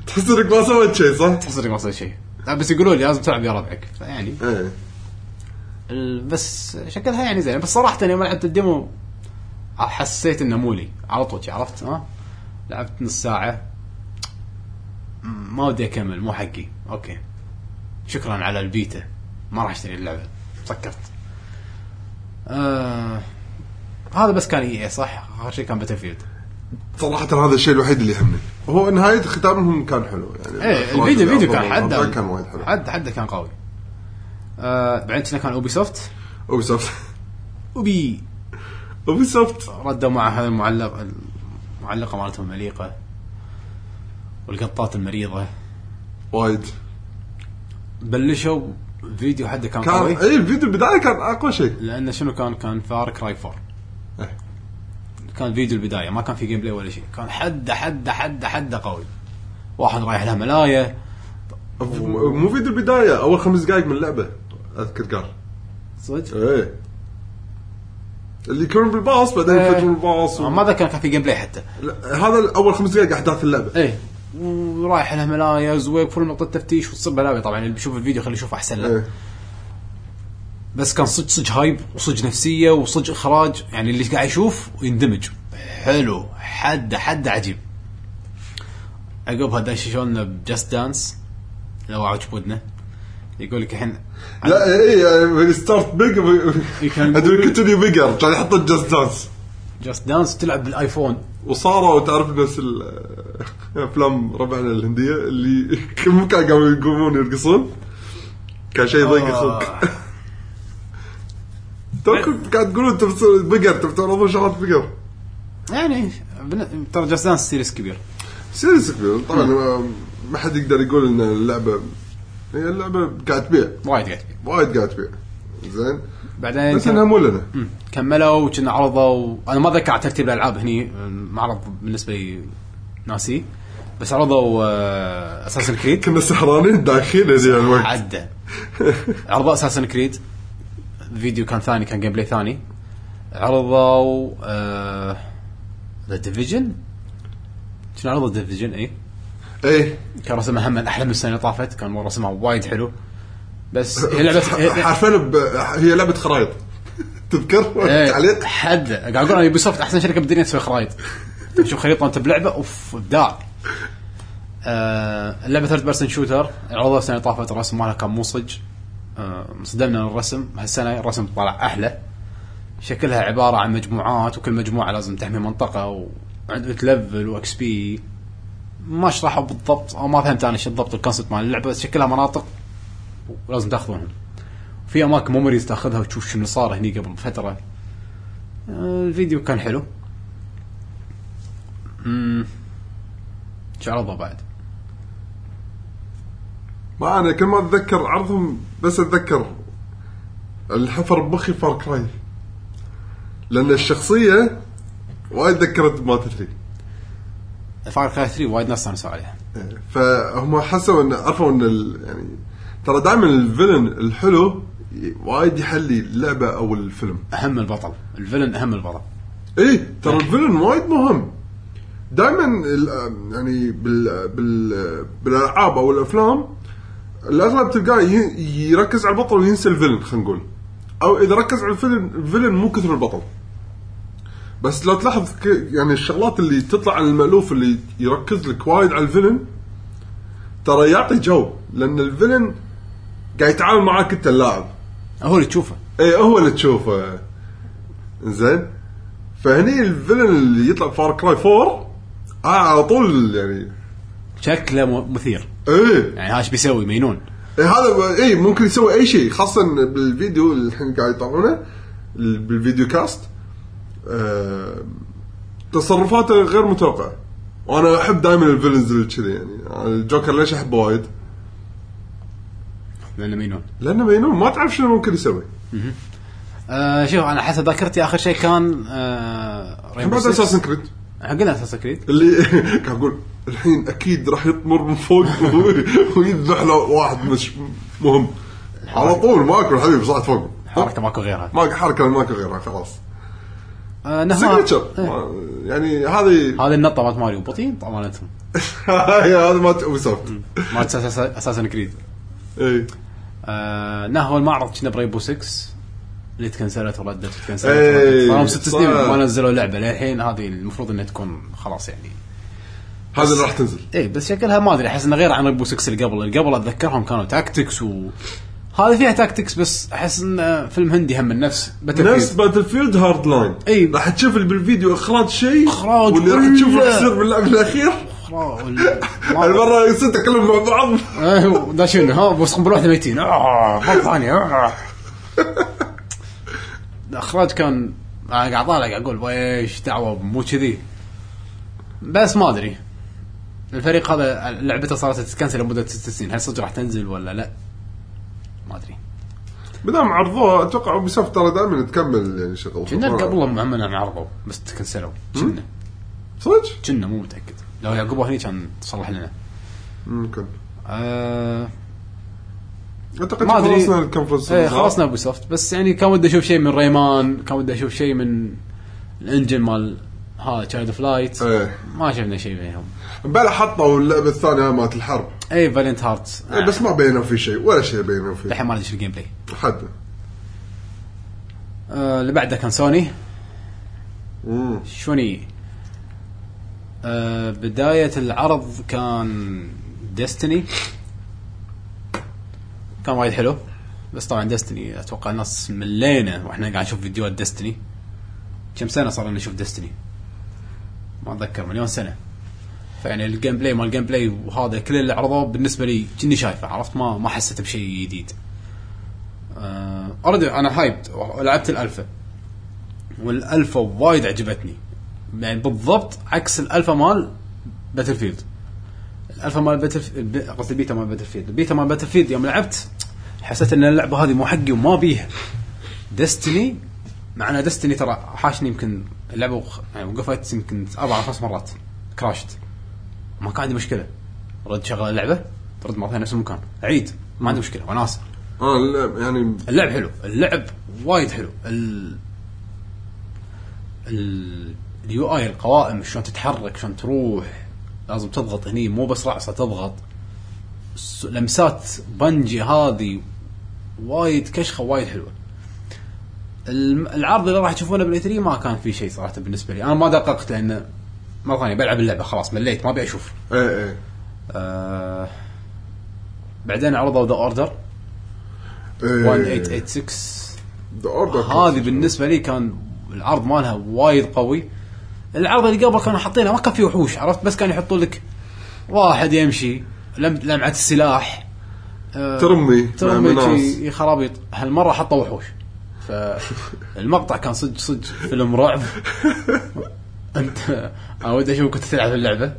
تحس انك ما سويت شيء صح؟ تحس اني ما سويت شيء لا، بس يقولوا لي لازم تلعب يا ربعك فيعني ايه ال- بس شكلها يعني زين بس صراحه يوم لعبت الديمو حسيت انه مو لي على طول شي، عرفت ها لعبت نص ساعه م- ما ودي اكمل مو حقي اوكي شكرا على البيتا ما راح اشتري اللعبه سكرت آه هذا بس كان اي صح اخر شيء كان باتل فيلد صراحة هذا الشيء الوحيد اللي يهمني هو نهاية ختامهم كان حلو يعني ايه الإخراج الفيديو اللي فيديو أعطوه كان حده الإخراج كان وايد حلو حد حده كان قوي آه بعدين كنا كان اوبي سوفت اوبي سوفت اوبي اوبي سوفت ردوا مع هذا المعلق المعلقه مالتهم مليقه والقطات المريضه وايد بلشوا فيديو حده كان, إيه؟ كان قوي اي الفيديو البداية كان اقوى شيء لان شنو كان كان فار كراي 4 إيه. كان فيديو البدايه ما كان في جيم بلاي ولا شيء كان حده حده حده حده قوي واحد رايح له ملايه ف- مو فيديو البداية اول خمس دقائق من اللعبة اذكر كان صدق ايه اللي يكون بالباص بعدين إيه. يفجرون الباص و... ما ذكر كان في جيم بلاي حتى لا، هذا اول خمس دقائق احداث اللعبة ايه ورايح له ملايا ويقفلون نقطه تفتيش وتصير بلاوي طبعا اللي بيشوف الفيديو خليه يشوف احسن له ايه بس كان صدق صدق هايب وصدق نفسيه وصدق اخراج يعني اللي قاعد يشوف ويندمج حلو حد حد عجيب عقبها دششونا بجاست دانس لو عجب ودنا يقول لك الحين لا اي يعني ستارت بيج كان- ادري كنتني بيجر كان يحط الجاست دانس جاست دانس تلعب بالايفون وصاروا تعرف نفس ال- افلام ربعنا الهنديه اللي كل مكان قاموا يقومون يرقصون كان شيء ضيق خلق توكم قاعد تقولون انتم بتصير بقر انتم بتعرضون شغلات بقر يعني بن- ترى جاست دانس سيريس كبير سيريس كبير. طبعا ما حد يقدر يقول ان اللعبه هي اللعبه قاعد تبيع وايد قاعد فيه. وايد قاعد تبيع زين بعدين بس إيه، كان- انها مو لنا مم. كملوا وكنا عرضوا انا ما ذكر ترتيب الالعاب هني معرض بالنسبه لي ناسي بس عرضوا آه، اساسن كريد كنا سهرانين داخلين يعني. زي الوقت عدى عرضوا اساسن كريد فيديو كان ثاني كان جيم بلاي ثاني عرضوا ذا ديفيجن شنو عرضوا ديفيجن اي ايه إيه. كان رسمها هم احلى من السنه اللي طافت كان رسمها وايد حلو بس إيه، هي لعبه هي- حرفيا ب- هي لعبه خرايط تذكر إيه، تعليق حد قاعد اقول انا يوبي سوفت احسن شركه بالدنيا تسوي خرايط تشوف خريطه انت بلعبه اوف ابداع آه، اللعبه ثيرد بيرسن شوتر عرضها السنه اللي طافت الرسم مالها كان منصج آه، انصدمنا من الرسم هالسنه الرسم طلع احلى شكلها عباره عن مجموعات وكل مجموعه لازم تحمي منطقه وتلفل واكس بي ما شرحوا بالضبط او ما فهمت انا شو بالضبط الكونسبت مال اللعبه بس شكلها مناطق ولازم تاخذونهم في اماكن ميموريز تاخذها وتشوف شنو صار هني قبل فتره آه، الفيديو كان حلو امم شو عرضه بعد ما انا كل ما اتذكر عرضهم بس اتذكر الحفر بمخي فار كراي لان الشخصيه وايد ذكرت ما تدري فاير كراي 3 وايد ناس استانسوا عليها إيه. فهم حسوا ان عرفوا ان ال... يعني ترى دائما الفيلن الحلو ي- وايد يحلي اللعبه او الفيلم اهم البطل الفيلن اهم البطل ايه ترى الفيلن وايد مهم دائما يعني بال بال بالالعاب او الافلام الاغلب تلقاه ي- يركز على البطل وينسى الفيلن خلينا نقول او اذا ركز على الفيلن الفيلن مو كثر البطل بس لو تلاحظ ك- يعني الشغلات اللي تطلع عن المالوف اللي يركز لك وايد على الفيلن ترى يعطي جو لان الفيلن قاعد يتعامل معاك انت اللاعب هو اللي تشوفه اي إيه، هو اللي تشوفه زين فهني الفيلن اللي يطلع فار كراي 4 آه على طول يعني شكله م- مثير ايه يعني هاش بيسوي مينون إيه هذا اي ممكن يسوي اي شيء خاصه بالفيديو اللي الحين قاعد يطلعونه ال- بالفيديو كاست آه تصرفاته غير متوقعه وانا احب دائما الفيلنز اللي كذي يعني أنا الجوكر ليش احبه وايد؟ لانه مينون لانه مجنون ما تعرف شنو ممكن يسوي آه شوف انا حسب ذاكرتي اخر شيء كان آه بعد رينبو اساسن كريد احنا قلنا اساس كريد اللي قاعد اقول الحين اكيد راح يطمر من فوق و- ويذبح له واحد مش مهم على طول ماكو حبيبي صعد فوق حركه ماكو غيرها ماكو حركه ماكو غيرها خلاص آه نهار سيجنتشر يعني هذه هذه النطه مالت ماريو بطيء مالتهم هذا مالت اوبي سوفت مالت اساسا كريد اي آه نهوا المعرض كنا بريبو 6 اللي تكنسلت وردت وتكنسلت إيه، وردت. صار لهم ست سنين صار. ما نزلوا لعبه للحين هذه المفروض انها تكون خلاص يعني هذه اللي راح تنزل اي بس شكلها ما ادري احس انه غير عن ريبو 6 اللي قبل اللي قبل اتذكرهم كانوا تاكتكس و هذه فيها تاكتكس بس احس انه فيلم هندي هم من نفس نفس باتل باتل فيلد هارد لاين إي. راح تشوف اللي بالفيديو اخراج شيء إخراج واللي راح تشوفه كله. يصير باللعب الاخير هالمره سته كلهم مع بعض داشين آه، ها بس قنبله واحده ميتين آه، مرة ثانيه آه. الاخراج كان أنا قاعد طالع قاعد اقول ويش دعوه مو كذي بس ما ادري الفريق هذا لعبته صارت تتكنسل لمده ست سنين هل صدق راح تنزل ولا لا؟ ما ادري مدام عرضوها اتوقع اوبي سوفت ترى دائما تكمل يعني شغل كنا قبلهم هم انعرضوا بس تكنسلوا كنا صدق؟ كنا مو متاكد لو يعقوبه هني كان صلح لنا ممكن أه اعتقد ما أدري. خلصنا الكونفرنس ايه خلصنا ابو سوفت بس يعني كان ودي اشوف شيء من ريمان كان ودي اشوف شيء من الانجن مال ها تشايلد فلايت ايه. ما شفنا شيء منهم بلا حطوا اللعبه الثانيه هاي مالت الحرب اي فالنت هارت إيه، بس ما بينوا في شيء ولا شيء بينوا فيه الحين آه، ما ادري شو الجيم بلاي حد آه، اللي بعده كان سوني مم. شوني آه بداية العرض كان ديستني كان وايد حلو بس طبعا ديستني اتوقع الناس ملينا واحنا قاعد نشوف فيديوهات ديستني كم سنة صار لنا نشوف ديستني ما اتذكر مليون سنة فيعني الجيم بلاي مال الجيم بلاي وهذا كل اللي عرضوه بالنسبة لي كني شايفه عرفت ما ما حسيت بشيء جديد آه اوريدي انا هايبد لعبت الالفا والالفا وايد عجبتني يعني بالضبط عكس الالفا مال باتل فيلد الالفا مال باتل ب- قصدي البيتا مال باتل فيلد البيتا مال باتل فيلد يوم لعبت حسيت ان اللعبه هذه مو حقي وما بيها ديستني مع ان ديستني ترى حاشني يمكن اللعبه وخ- يعني وقفت يمكن اربع أو خمس مرات كراشت ما كان عندي مشكله رد شغل اللعبه رد مره ثانيه نفس المكان اعيد ما عندي مشكله وناسه اه لا، يعني اللعب حلو اللعب وايد حلو ال ال- اليو اي القوائم شلون تتحرك شلون تروح لازم تضغط هني مو بس رعصه تضغط س- لمسات بنجي هذه وايد كشخه وايد حلوه الم- العرض اللي راح تشوفونه بالاي 3 ما كان في شيء صراحه بالنسبه لي انا ما دققت لان مره ثانيه بلعب اللعبه خلاص مليت ما ابي اشوف ايه ايه آه بعدين عرضوا ذا اوردر إيه. 1886 The Order هذه Code. بالنسبه لي كان العرض مالها وايد قوي العرض اللي قبل كانوا حاطينه ما كان فيه وحوش عرفت بس كانوا يحطون لك واحد يمشي لم- لمعه السلاح آه، ترمي مع ترمي ناس. شي خرابيط هالمره حطوا وحوش فالمقطع كان صدق صدق فيلم رعب انت انا ودي اشوفك كنت تلعب اللعبه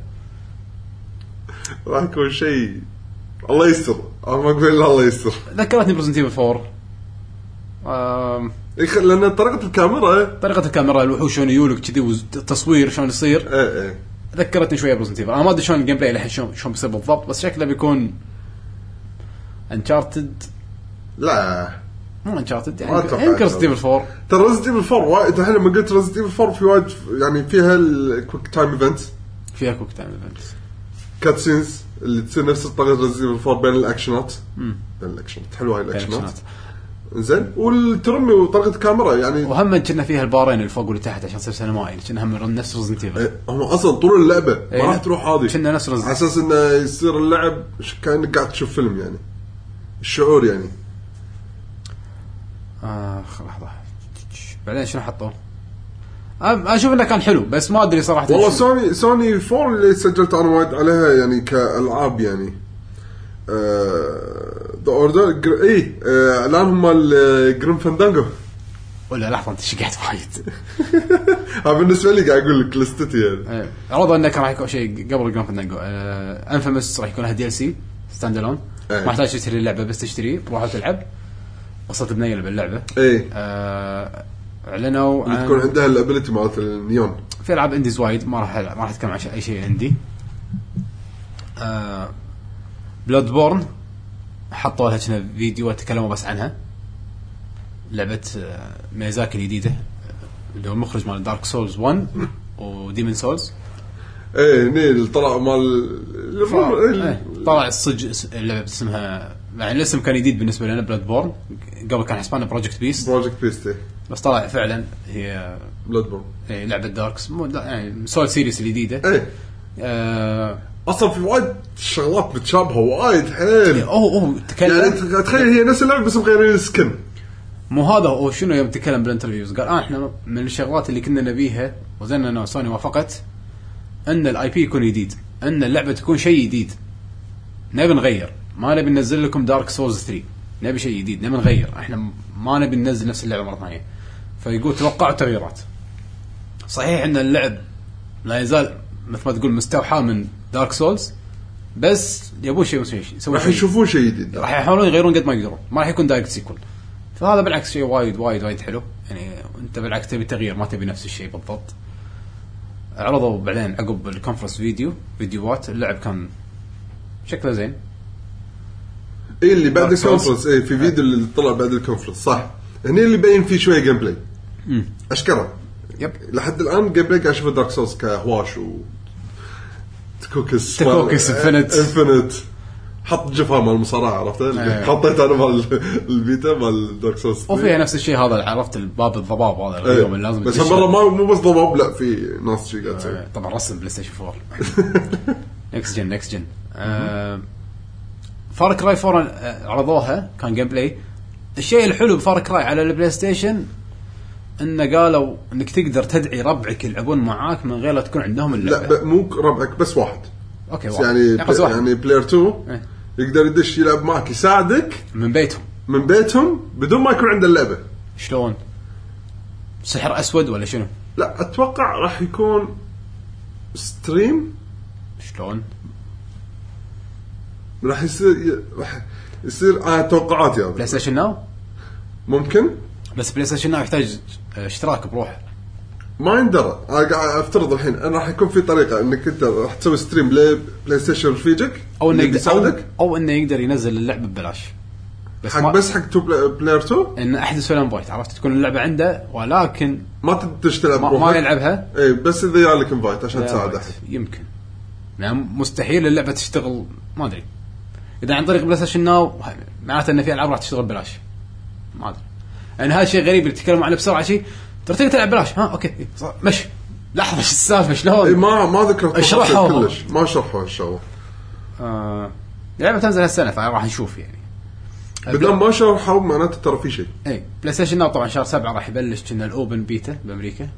راح يكون شيء الله يستر انا ما اقول الا الله يستر ذكرتني برزنت ايفل 4 آم، يخ- لان طريقه الكاميرا إيه، طريقه الكاميرا الوحوش شلون يجولك كذي والتصوير شلون يصير ايه ايه ذكرتني شويه برزنت ايفل انا ما ادري شلون الجيم بلاي الحين شلون شلون بيصير بالضبط بس شكله بيكون انشارتد لا مو انشارتد يعني ما أتوقع يمكن Uncharted. ريزنت ايفل 4 ترى ريزنت ايفل 4 وايد احنا لما قلت ريزنت ايفل 4 في وايد يعني فيها الكويك تايم ايفنت فيها كوك تايم ايفنت كات سينز اللي تصير نفس الطريقه ريزنت ايفل 4 بين الاكشنات بين الاكشنات حلوه هاي الاكشنات زين والترمي وطريقه الكاميرا يعني وهم كنا فيها البارين اللي فوق واللي تحت عشان تصير سينمائي كنا هم نفس ريزنت ايفل إيه، هم اصلا طول اللعبه إيه. ما راح تروح هذه كنا نفس Resident Evil. على اساس انه يصير اللعب ش- كانك قاعد تشوف فيلم يعني الشعور يعني اخ لحظه آه، بعدين شنو حطوا؟ أم- اشوف انه كان حلو بس ما ادري صراحه والله شنو- سوني سوني 4 اللي سجلت انا وايد عليها يعني كالعاب يعني آه، ذا اوردر اي اعلانهم مال جرين فاندانجو ولا لحظه انت شقعت وايد ها بالنسبه لي قاعد اقول لك لستتي يعني إيه. عرضوا انه كان راح يكون شيء قبل جراند فاندانجو انفيمس راح يكون لها دي ال سي ستاند الون إيه. ما يحتاج إيه. تشتري اللعبه بس تشتريه تروح تلعب قصه البنيه اللي باللعبه اي آه، اعلنوا إيه. اللي تكون عن عندها الابيلتي مالت النيون في العاب انديز وايد ما راح ما راح اتكلم عن شيء- اي شيء عندي آه بلود بورن حطوا لها كنا فيديو تكلموا بس عنها لعبه آه، ميازاكي الجديده اللي هو المخرج مال دارك سولز 1 وديمن سولز ايه هني اللي طلع مال إيه، اللي- طلع- اللي- إيه. طلع الصج اللعبه اسمها يعني الاسم كان جديد بالنسبه لنا بلاد بورن قبل كان حسبانه بروجكت بيست بروجكت بيستي بس طلع فعلا هي بلاد بورن إيه، لعبه داركس مو دا- يعني سول سيريس الجديده ايه آه، اصلا في وايد شغلات متشابهه وايد حيل اوه اوه يعني انت تكلم تخيل هي نفس اللعبه بس مغيرين السكن مو هذا هو شنو يوم تكلم بالانترفيوز قال آه احنا من الشغلات اللي كنا نبيها وزين انه سوني وافقت ان الاي بي يكون جديد ان اللعبه تكون شيء جديد نبي نغير ما نبي ننزل لكم دارك سولز 3 نبي شيء جديد نبي نغير احنا ما نبي ننزل نفس اللعبه مره ثانيه فيقول توقعوا تغييرات صحيح ان اللعب لا يزال مثل ما تقول مستوحى من دارك سولز بس يبون شيء يسوون شيء يسوون راح شيء. يشوفون شيء جديد راح يحاولون يغيرون قد ما يقدرون ما راح يكون دايركت سيكول فهذا بالعكس شيء وايد وايد وايد حلو يعني انت بالعكس تبي تغيير ما تبي نفس الشيء بالضبط عرضوا بعدين عقب الكونفرنس فيديو فيديوهات اللعب كان شكله زين اي إيه، اللي بعد Dark Souls. إيه. الكونفرنس اي في فيديو اللي طلع بعد الكونفرنس صح هني اللي باين فيه شويه جيم بلاي اشكره يب لحد الان جيم بلاي قاعد اشوف دارك سولز كهواش و تكوكس تكوكس Infinite. انفنت حط جفها مال المصارعه عرفت إيه. حطيت انا مال البيتا مال دارك سولز وفيها نفس الشيء هذا اللي عرفت الباب الضباب هذا إيه. اليوم اللي لازم بس تدش. هالمره ما مو بس ضباب لا في ناس شي قاعد تسوي آه، طبعا رسم بلاي ستيشن 4 نكست جن نكست جن آه، فار كراي 4 آه، عرضوها كان جيم بلاي الشيء الحلو بفار كراي على البلاي ستيشن انه قالوا انك تقدر تدعي ربعك يلعبون معاك من غير لا تكون عندهم لا اللعبه ب- مو ربعك بس واحد اوكي بس واحد. يعني يقصد واحد. يعني بلاير 2 إيه. يقدر يدش يلعب معك يساعدك من بيتهم من بيتهم بدون ما يكون عنده اللعبه شلون؟ سحر اسود ولا شنو؟ لا اتوقع راح يكون ستريم شلون؟ راح يصير راح يصير آه توقعات يعني بلاي ستيشن ناو ممكن بس بلاي ستيشن ناو يحتاج آه، اشتراك بروحه ما يندرى انا قاعد افترض الحين انا راح يكون في طريقه انك انت راح تسوي ستريم لبلاي ستيشن رفيجك او انه اللي يقدر او, بيساعدك أو انه يقدر ينزل اللعبه ببلاش حق ما- بس حق تو بلا- بلاير 2 ان احدث ولا انفايت عرفت تكون اللعبه عنده ولكن ما تدش تلعب ما, ما بروحك. يلعبها اي بس اذا جالك انفايت عشان تساعد احد يمكن يعني مستحيل اللعبه تشتغل ما ادري اذا عن طريق بلاي ستيشن ناو معناته ان في العاب راح تشتغل ببلاش ما ادري لان هذا شيء غريب اللي تتكلم عنه بسرعه شيء ترى تقدر تلعب ببلاش ها اوكي إيه، صح. مشي لحظه ايش السالفه اي شلون؟ إيه، ما ما ذكرت اشرحوا. كلش ما شرحوا هالشغله آه، اللعبه تنزل هالسنه فراح نشوف يعني بدل ما شرحوا معناته ترى في شيء اي بلاي ستيشن ناو طبعا شهر سبعه راح يبلش كنا الاوبن بيتا بامريكا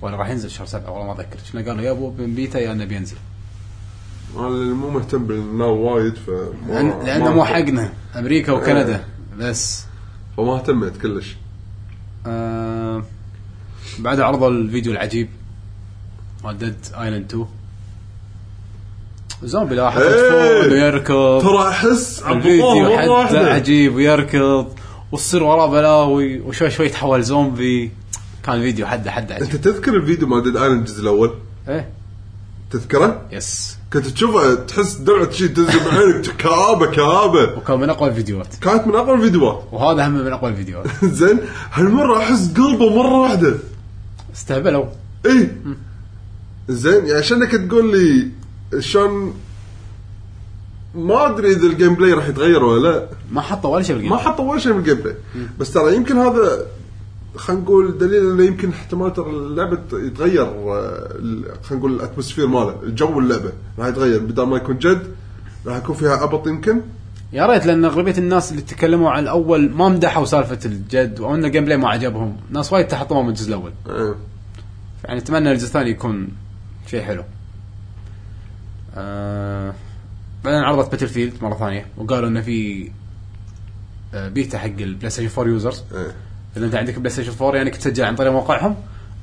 ولا راح ينزل شهر سبعه والله ما اذكر كنا قالوا يا ابو اوبن بيتا يا انه بينزل انا اللي مو مهتم بالناو وايد ف لأن- لانه مو حقنا امريكا إيه. وكندا بس فما اهتمت كلش آه بعد عرضوا الفيديو العجيب مال ديد ايلاند 2 زومبي لاحظ إيه. يطفون ويركض ترى احس عبد الله الفيديو مره حتى واحده عجيب ويركض وتصير وراه بلاوي وشوي شوي يتحول زومبي كان فيديو حده حده عجيب انت تذكر الفيديو مال ديد ايلاند الجزء الاول؟ ايه تذكره؟ يس كنت تشوفه تحس دمعة شي تنزل من عينك كابه كابه وكان من اقوى الفيديوهات كانت من اقوى الفيديوهات وهذا هم من اقوى الفيديوهات زين هالمره احس قلبه مره واحده استهبلوا اي زين يعني عشانك تقول لي شلون ما ادري اذا الجيم بلاي راح يتغير ولا لا ما حطوا ولا شيء بالجيم ما حطوا ولا شيء من الجيم بلاي بس ترى يمكن هذا خلينا نقول دليل انه يمكن احتمال ترى اللعبه ت- يتغير آه، ال- خلينا نقول الاتموسفير ماله الجو اللعبه راح يتغير بدل ما يكون جد راح يكون فيها عبط يمكن يا ريت لان اغلبيه الناس اللي تكلموا عن الاول ما مدحوا سالفه الجد او ان الجيم بلاي ما عجبهم، ناس وايد تحطموا من الجزء الاول، آه. يعني اتمنى الجزء الثاني يكون شيء حلو. آه بعدين عرضت باتل فيلد مره ثانيه وقالوا انه في آه، بيتا حق البلاي ستيشن 4 يوزرز إيه. اذا انت عندك بلاي ستيشن 4 يعني تسجل عن طريق موقعهم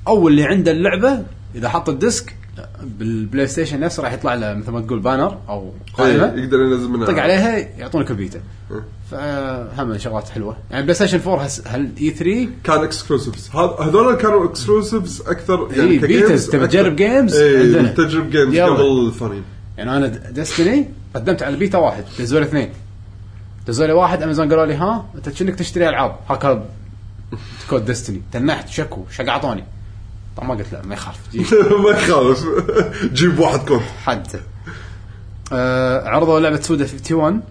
او اللي عنده اللعبه اذا حط الديسك بالبلاي ستيشن نفسه راح يطلع له مثل ما تقول بانر او إيه، قائمه يقدر ينزل منها طق عليها يعطونك البيتا فهم شغلات حلوه يعني بلاي ستيشن 4 هس- هل E اي 3 كان اكسكلوسيفز هذول كانوا اكسكلوسيفز اكثر يعني إيه، كgames بيتاز، تبي أكثر. تجرب games؟ عندنا. اي تجرب جيمز يلا. قبل الثانيين يعني انا ديستني قدمت على البيتا واحد دزوا لي اثنين دزوا لي واحد امازون قالوا لي ها انت كأنك تشتري العاب هاك كود ديستني تنحت شكو شق اعطوني طبعا ما قلت لا ما يخالف جيب ما يخالف جيب واحد كود حد آه عرضوا لعبه سودا 51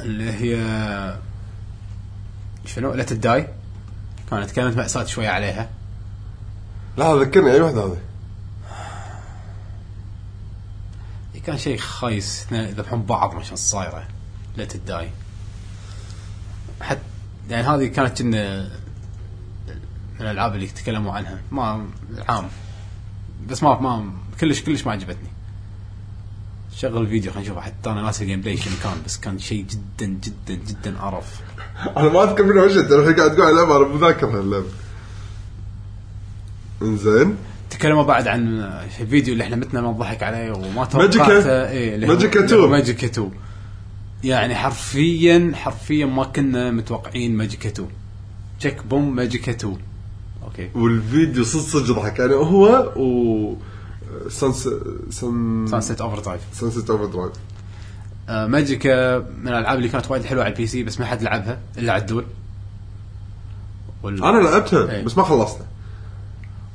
اللي هي شنو لا تداي كانت كانت مأساة شوية عليها لا ذكرني اي واحد هذا إيه، كان شيء خايس اثنين يذبحون بعض ما شلون صايره لا تداي حتى يعني هذه كانت كنا من الالعاب اللي تكلموا عنها ما عام بس ما ما كلش كلش ما عجبتني شغل الفيديو خلينا نشوف حتى انا ناسي الجيم بلاي شنو كان بس كان شيء جدا جدا جدا قرف انا ما اذكر منها وجهه الحين قاعد تقول على اللعبه انا مو ذاكر هاللعبه انزين تكلموا بعد عن الفيديو اللي احنا متنا من الضحك عليه وما ماجيكا. توقعته إيه اللي هو- ماجيكا اللي هو 2. ماجيكا 2 يعني حرفيا حرفيا ما كنا متوقعين ماجيكا 2 تشيك بوم ماجيكا 2 اوكي والفيديو صدق صدق ضحك يعني هو و سانس سان سانست اوفر درايف سانسيت اوفر درايف آه، ماجيكا من الالعاب اللي كانت وايد حلوه على البي سي بس ما حد لعبها الا عدول وال- انا لعبتها إيه. بس ما خلصتها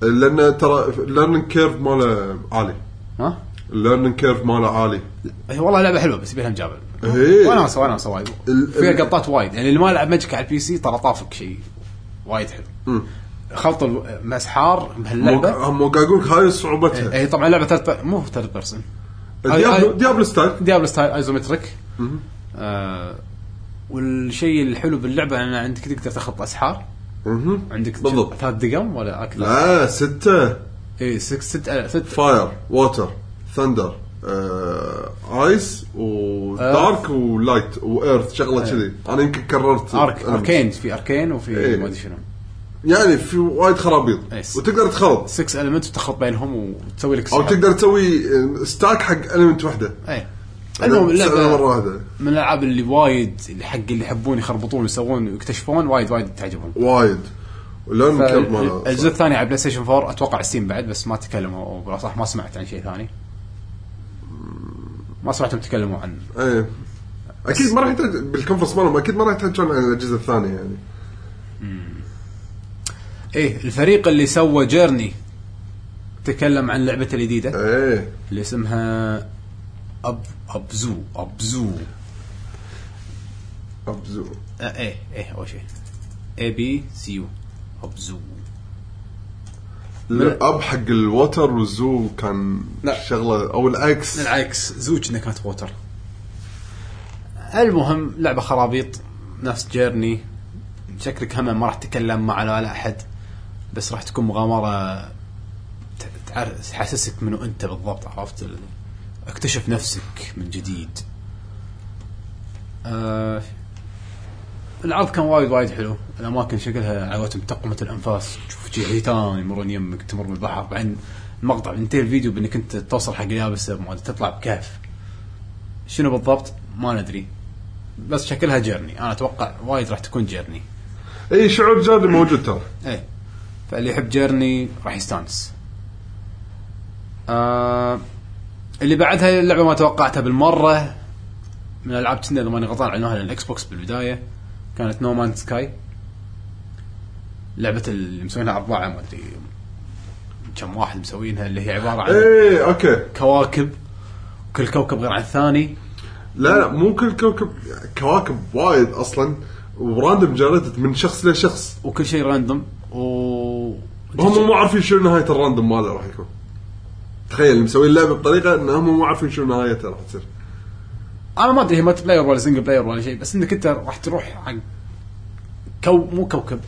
لان ترى الليرنينج كيرف ماله عالي ها الليرنينج كيرف ماله عالي هي إيه، والله لعبه حلوه بس يبيلها مجابل إيه. وناسه وناسه وايد ال- ال- فيها قطات وايد يعني اللي ما لعب ماجيك على البي سي ترى طافك شيء وايد حلو مم. خلط المسحار بهاللعبه هم قاعد اقول لك هاي صعوبتها هي طبعا لعبه ثالث مو ثيرد بيرسون ديابلو إيه. أي- ديابلو ستايل ديابلو ستايل ايزومتريك آه والشيء الحلو باللعبه ان عندك تقدر تخلط اسحار مهم. عندك بالضبط. ثلاث دقم ولا اكثر لا ستة اي ست ست آه، ست فاير ووتر ثندر ايس ودارك ولايت وايرث شغله كذي انا يمكن كررت ارك أنا- اركين في اركين وفي إيه. ما ادري شنو يعني في وايد خرابيط إيس. وتقدر تخلط 6 المنت وتخلط بينهم وتسوي لك او سحر. تقدر تسوي آه، ستاك حق المنت وحده اي المهم تسويها مره اللعبه واحده من الالعاب اللي وايد اللي حق اللي يحبون يخربطون ويسوون ويكتشفون وايد وايد تعجبهم وايد ولون كلب فال- ماله الجزء الثاني على بلاي ستيشن 4 اتوقع ستيم بعد بس ما تكلموا او بلا صح ما سمعت عن شيء ثاني ما سمعتهم تكلموا عن ايه اكيد ما راح يحتاج بالكونفرنس مالهم اكيد ما راح يحتاجون عن الاجهزه الثانيه يعني ايه الفريق اللي سوى جيرني تكلم عن لعبته الجديده ايه اللي اسمها اب ابزو ابزو ابزو آه ايه ايه اول شيء اي بي سي يو ابزو الاب حق الوتر والزو كان لا. شغله او الاكس العكس زوج انها كانت ووتر المهم لعبه خرابيط نفس جيرني شكلك هم ما راح تتكلم مع لا لا احد بس راح تكون مغامره ت- تعر- تحسسك منو انت بالضبط عرفت ال- اكتشف نفسك من جديد آه العرض كان وايد وايد حلو الاماكن شكلها عواتم تقمة الانفاس تشوف جهيتان يمرون يمك تمر بالبحر بعدين المقطع انتهى الفيديو بانك انت توصل حق اليابسه ما أدري، تطلع بكهف شنو بالضبط ما ندري بس شكلها جيرني انا اتوقع وايد راح تكون جيرني اي إيه، شعور جاري موجود ترى ايه فاللي يحب جيرني راح يستانس آه اللي بعدها اللعبه ما توقعتها بالمره من العاب كنا اذا ماني غلطان اعلنوها للاكس بوكس بالبدايه كانت نو مان سكاي لعبه اللي مسوينها اربعه ما ادري كم واحد مسوينها اللي هي عباره عن ايه اوكي كواكب كل كوكب غير عن الثاني لا لا مو كل كوكب كواكب وايد اصلا وراندم جارتت من شخص لشخص وكل شيء راندوم و هم ما عارفين شنو نهايه الراندم ماله راح يكون تخيل مسوين اللعبه بطريقه ان هم ما عارفين شنو نهايتها راح تصير انا ما ادري هي مالتي بلاير ولا سنجل بلاير ولا شيء بس انك انت راح تروح حق كو مو كوكب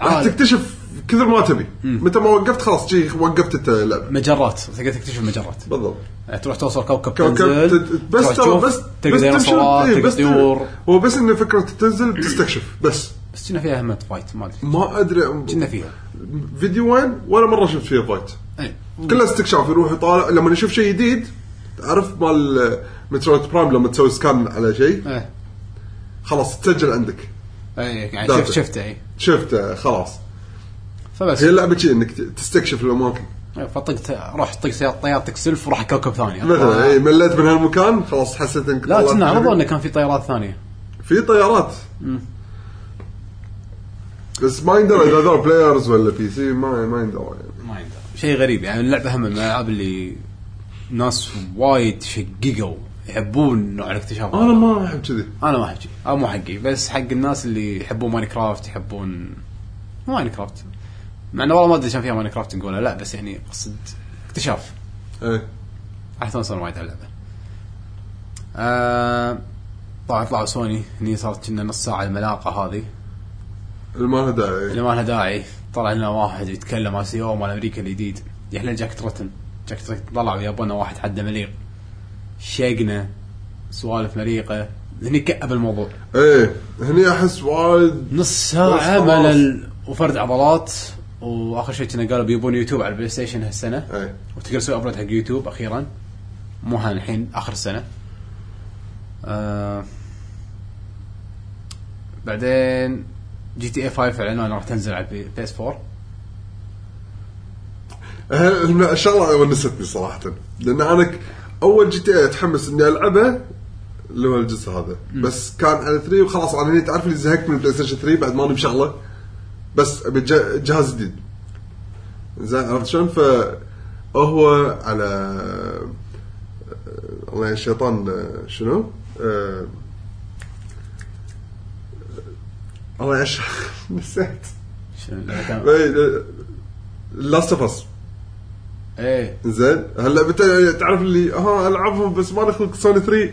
راح عالم. تكتشف كثر ما تبي متى ما وقفت خلاص جي وقفت انت اللعبه مجرات تقدر تكتشف مجرات بالضبط يعني تروح توصل كوكب كوكب تنزل تت- بس تروح ترى تشوف، بس بس تقدر تمشي صوت إيه، تقدر بس تدور هو بس ان فكره تنزل تستكشف بس بس كنا فيها همة فايت ما ادري ما ادري كنا فيها فيديوين ولا مره شفت فيه فايت اي كله استكشاف يروح يطالع لما يشوف شيء جديد تعرف مال مترويد برايم لما تسوي سكان على شيء ايه خلاص تسجل عندك اي يعني دافع. شفت شفته اي شفته خلاص فبس هي اللعبه شي انك تستكشف الاماكن إيه، فطقت روح طق طيارتك سلف وروح كوكب ثاني مثلا اي إيه، مليت من هالمكان خلاص حسيت انك آه. لا طلعت كنا عرضوا جديد. انه كان في طيارات ثانيه في طيارات بس ما يندرى اذا ذول بلايرز ولا بي سي ما ما يندرى يعني ما يندرى شيء غريب يعني اللعبه هم من الالعاب اللي ناس وايد شققوا يحبون نوع الاكتشاف انا هذا. ما احب كذي انا ما احكي أنا مو حقي بس حق الناس اللي يحبون ماينكرافت يحبون ماينكرافت مع انه والله ما ادري كان فيها ماينكرافت ولا لا بس يعني اقصد اكتشاف ايه راح تنصر وايد على اللعبه. آه طبعا طلعوا سوني هني صارت كنا نص ساعه الملاقه هذه اللي ما له داعي إيه. اللي ما لها داعي طلع لنا واحد يتكلم على سي او مال امريكا الجديد يحلى جاك ترتن جاك ترتن طلع ويابونا واحد حده مليق شقنا سوالف مليقه هني كأب الموضوع ايه هني احس وايد نص بس ساعه خلاص. ملل وفرد عضلات واخر شيء كنا قالوا بيبون يوتيوب على البلاي ستيشن هالسنه ايه وتقدر تسوي ابلود حق يوتيوب اخيرا مو هان الحين اخر السنه آه بعدين جي تي اي 5 اعلنوا انها راح تنزل على البي اس 4 أه، الشغله ونستني صراحه لان انا ك- اول جي تي إيه اتحمس اني العبه اللي هو الجزء هذا بس كان على 3 وخلاص انا هني تعرف اللي زهقت من بلاي ستيشن 3 بعد ما انا بشغله بس ابي ج- جهاز جديد زين عرفت شلون فهو على أه، الله يا شيطان أه، شنو؟ أه، الله يا ش- نسيت شنو اللعبة كان- لاست اوف اس ايه زين هلا بتا- تعرف اللي ها العبهم بس ما نخلق سوني 3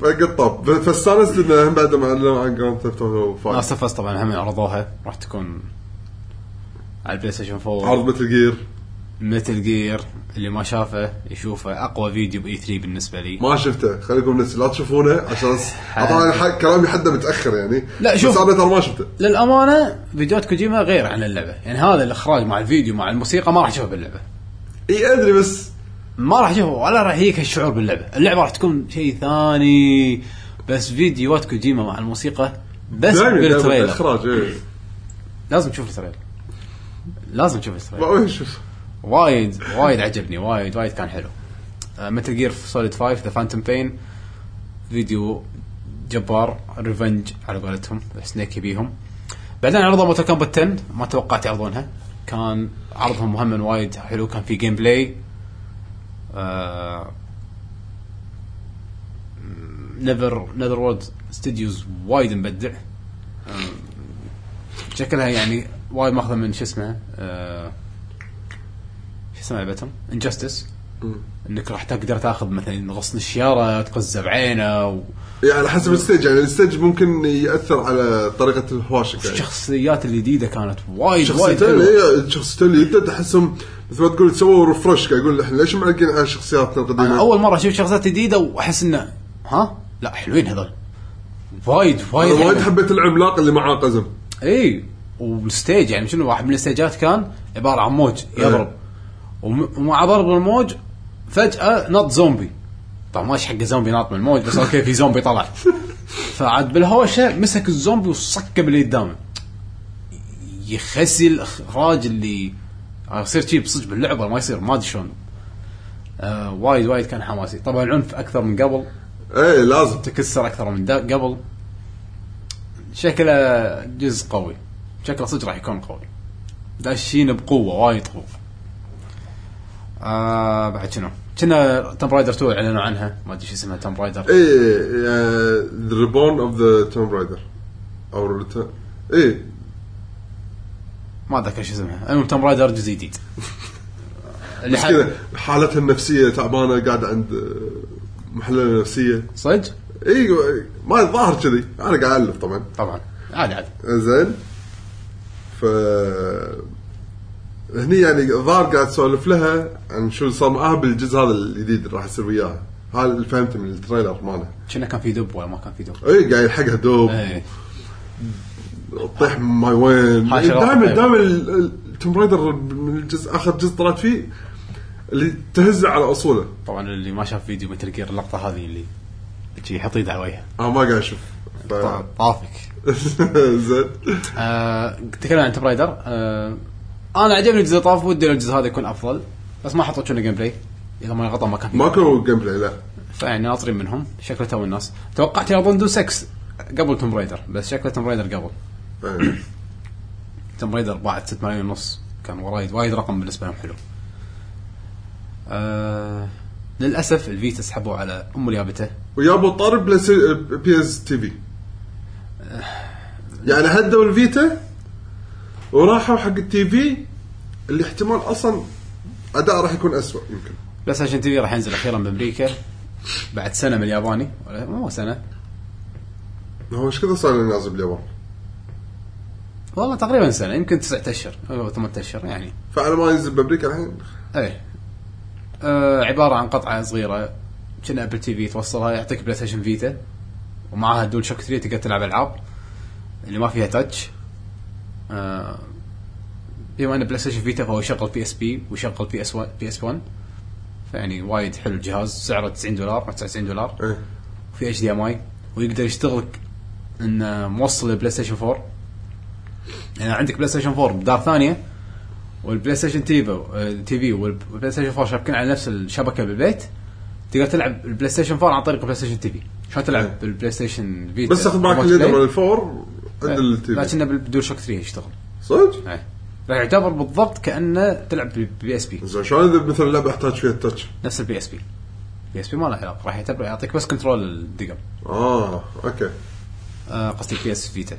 فقطب فاستانست لانه هم بعد ما اعلنوا عن جراند ثيفت اوتو 5 لاست اوف طبعا هم عرضوها راح تكون على البلاي ستيشن 4 عرض مثل جير متل جير اللي ما شافه يشوفه اقوى فيديو باي 3 بالنسبه لي ما شفته خليكم نسي لا تشوفونه عشان أس- طبعا الح- كلامي حده متاخر يعني لا، شوف. بس انا ترى ما شفته للامانه فيديوهات كوجيما غير عن اللعبه يعني هذا الاخراج مع الفيديو مع الموسيقى ما راح تشوفه باللعبه اي ادري بس ما راح تشوفه ولا راح يجيك الشعور باللعبه، اللعبه راح تكون شيء ثاني بس فيديوهات كوجيما مع الموسيقى بس دايماً- دايماً بالتريلر اخراج اي لازم تشوف التريلر لازم تشوف التريلر ما وين شوف وايد وايد عجبني وايد وايد كان حلو آه، متل جير سوليد 5 ذا فانتوم بين فيديو جبار ريفنج على قولتهم سنيك يبيهم بعدين عرضوا موتور كومبات 10 ما توقعت يعرضونها كان عرضهم مهم وايد حلو كان في جيم بلاي آه، م- نذر نذر وورد ستوديوز وايد مبدع آم، شكلها يعني وايد ماخذه من شو اسمه آه، شو اسمه لعبتهم انجستس انك راح تقدر تاخذ مثلا غصن الشياره تقزه بعينه و... يعني على حسب الستيج يعني الستيج ممكن ياثر على طريقه الهواشك يعني الشخصيات الجديده كانت وايد وايد شخصيتين إيه، حلوه اي شخصيتين اللي انت تحسهم مثل ما تقول سووا ريفرش قاعد يقول احنا ليش معلقين على شخصياتنا انا القديمه؟ اول مره اشوف شخصيات جديده واحس انه ها لا حلوين هذول وايد وايد انا وايد حلوين. حبيت العملاق اللي معاه قزم اي إيه، والستيج يعني شنو واحد من الستيجات كان عباره عن موج يضرب وم- ومع ضرب الموج فجاه نط زومبي طبعا ما ايش حق زومبي ناط من الموج بس اوكي في زومبي طلع فعاد بالهوشه مسك الزومبي وصكه باللي قدامه يخسي الاخراج اللي يصير شيء بصدق باللعبه ما يصير ما ادري شلون آه وايد وايد كان حماسي طبعا العنف اكثر من قبل اي إيه، لازم تكسر اكثر من دا قبل شكله جزء قوي شكله صدق راح يكون قوي داشين بقوه وايد قوه آه بعد شنو؟ كنا تم رايدر 2 اعلنوا عنها ما ادري شو اسمها تم رايدر اي ذا ريبورن اوف ذا توم رايدر او اي ما اتذكر شو اسمها المهم تم رايدر جزء جديد اللي بس حد- كذا حالتها النفسيه تعبانه قاعده عند آه، محلله نفسيه صدق؟ اي ما الظاهر كذي انا قاعد الف طبعا طبعا عادي عادي زين ف هني يعني الظاهر قاعد تسولف لها عن شو اللي صار معاها بالجزء هذا الجديد اللي راح يصير وياها هذا اللي فهمته من التريلر ماله كنا كان في دب ولا ما كان في دب؟ اي قاعد يلحقها دوب ايه تطيح ماي وين هاي شغلة دائما طيبة. دائما توم رايدر من الجزء اخر جزء طلعت فيه اللي تهزه على اصوله طبعا اللي ما شاف فيديو متل جير اللقطه هذه اللي شي يحط ايده على وجهه طيب، انا ما قاعد اشوف ف- طافك زين آه، تكلمنا عن توب رايدر آه، انا عجبني الجزء طاف ودي إنه الجزء هذا يكون افضل بس ما حطوا شنو جيم بلاي اذا ما غطى ما كان فيه. ماكو جيم بلاي لا فيعني ناطرين منهم شكله تو الناس توقعت يعرضون دو 6 قبل توم رايدر بس شكله توم رايدر قبل إيه. توم رايدر باعت 6 ملايين ونص كان وايد وايد رقم بالنسبه لهم حلو. آه للاسف الفيتا سحبوا على ام اليابته ويابو طارب بي اس تي في يعني هدوا الفيتا وراحوا حق التي في اللي احتمال اصلا اداء راح يكون اسوء يمكن بلاي ستيشن تي في راح ينزل اخيرا بامريكا بعد سنه من الياباني ولا مو سنه هو ايش كذا صار لنا نازل باليابان والله تقريبا سنه يمكن تسعة اشهر او ثمانية اشهر يعني فعلى ما ينزل بامريكا الحين ايه آه عباره عن قطعه صغيره كنا ابل تي في توصلها يعطيك بلاي ستيشن فيتا ومعها دول شوك 3 تقدر تلعب العاب اللي ما فيها تاتش آه بما ان بلاي ستيشن فيتا فهو يشغل بي اس بي ويشغل بي اس 1 بي اس 1 فيعني وايد حلو الجهاز سعره 90 دولار 99 دولار إيه. في اتش دي ام اي ويقدر يشتغل ك- انه موصل البلاي ستيشن 4 يعني عندك بلاي ستيشن 4 بدار ثانيه والبلاي ستيشن تيفو آه، تي في والبلاي ستيشن 4 شابكين على نفس الشبكه بالبيت تقدر تلعب البلاي ستيشن 4 عن طريق البلاي ستيشن تي في شلون إيه. تلعب بالبلاي ستيشن فيتا بس تاخذ معك ريموت اليد بلاي؟ مال الفور عند لا التي في كنا بالدول شوك 3 يشتغل صدق؟ إيه. راح يعتبر بالضبط كانه تلعب بالبي اس بي زين شلون اذا مثلا لعبه احتاج فيها التاتش؟ نفس البي اس بي بي اس بي ما له علاقه راح يعتبر يعطيك بس كنترول الدقم اه اوكي آه، قصدي بي اس فيتا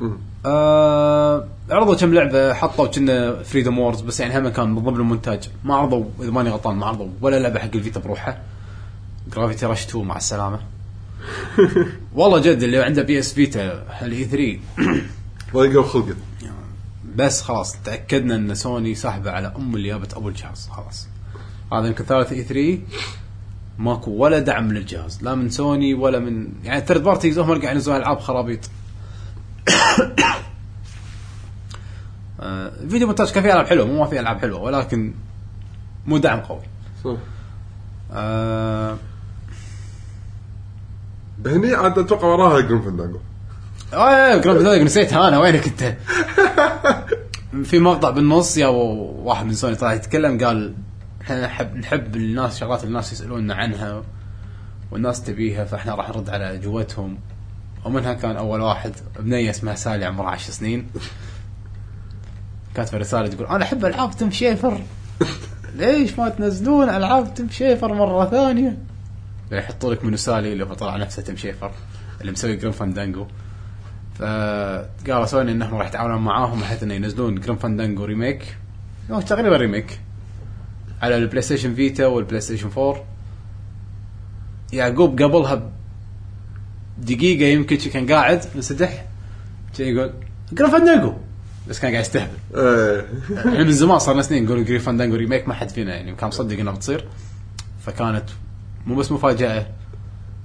مم. آه عرضوا كم لعبه حطوا كنا فريدوم وورز بس يعني هم كان من ضمن المونتاج ما عرضوا اذا ماني غلطان ما عرضوا ولا لعبه حق الفيتا بروحها جرافيتي رش 2 مع السلامه والله جد اللي عنده بي اس فيتا الاي 3 ضيقه وخلقه بس خلاص تاكدنا ان سوني ساحبه على ام اليابه ابو الجهاز خلاص هذا يمكن ثالث اي 3 ماكو ولا دعم للجهاز لا من سوني ولا من يعني الثيرد بارتيز هم اللي قاعد ينزلون العاب خرابيط آه، الفيديو مونتاج كان فيه العاب حلوه مو ما فيه العاب حلوه ولكن مو دعم قوي صح آه، هني عاد اتوقع وراها جرين فاندانجو اه جراند فيديو نسيتها انا وينك انت؟ في مقطع بالنص يا واحد من سوني طلع يتكلم قال احنا نحب نحب الناس شغلات الناس يسالوننا عنها والناس تبيها فاحنا راح نرد على جوتهم ومنها كان اول واحد بنيه اسمها سالي عمرها 10 سنين كاتبه رساله تقول انا احب العاب تم شيفر ليش ما تنزلون العاب تم شيفر مره ثانيه؟ يحطوا لك منو سالي اللي هو طلع نفسه تم شيفر اللي مسوي جرين فاندانجو فقالوا آه، سوني انهم راح يتعاونون معاهم بحيث انه ينزلون جرين فاندانجو ريميك هو تقريبا ريميك على البلاي ستيشن فيتا والبلاي ستيشن 4 يعقوب قبلها دقيقة يمكن شي كان قاعد منسدح شي يقول جرين فاندانجو بس كان قاعد يستهبل ايه احنا من زمان صار لنا سنين نقول جرين فاندانجو ريميك ما حد فينا يعني كان مصدق انها بتصير فكانت مو بس مفاجأة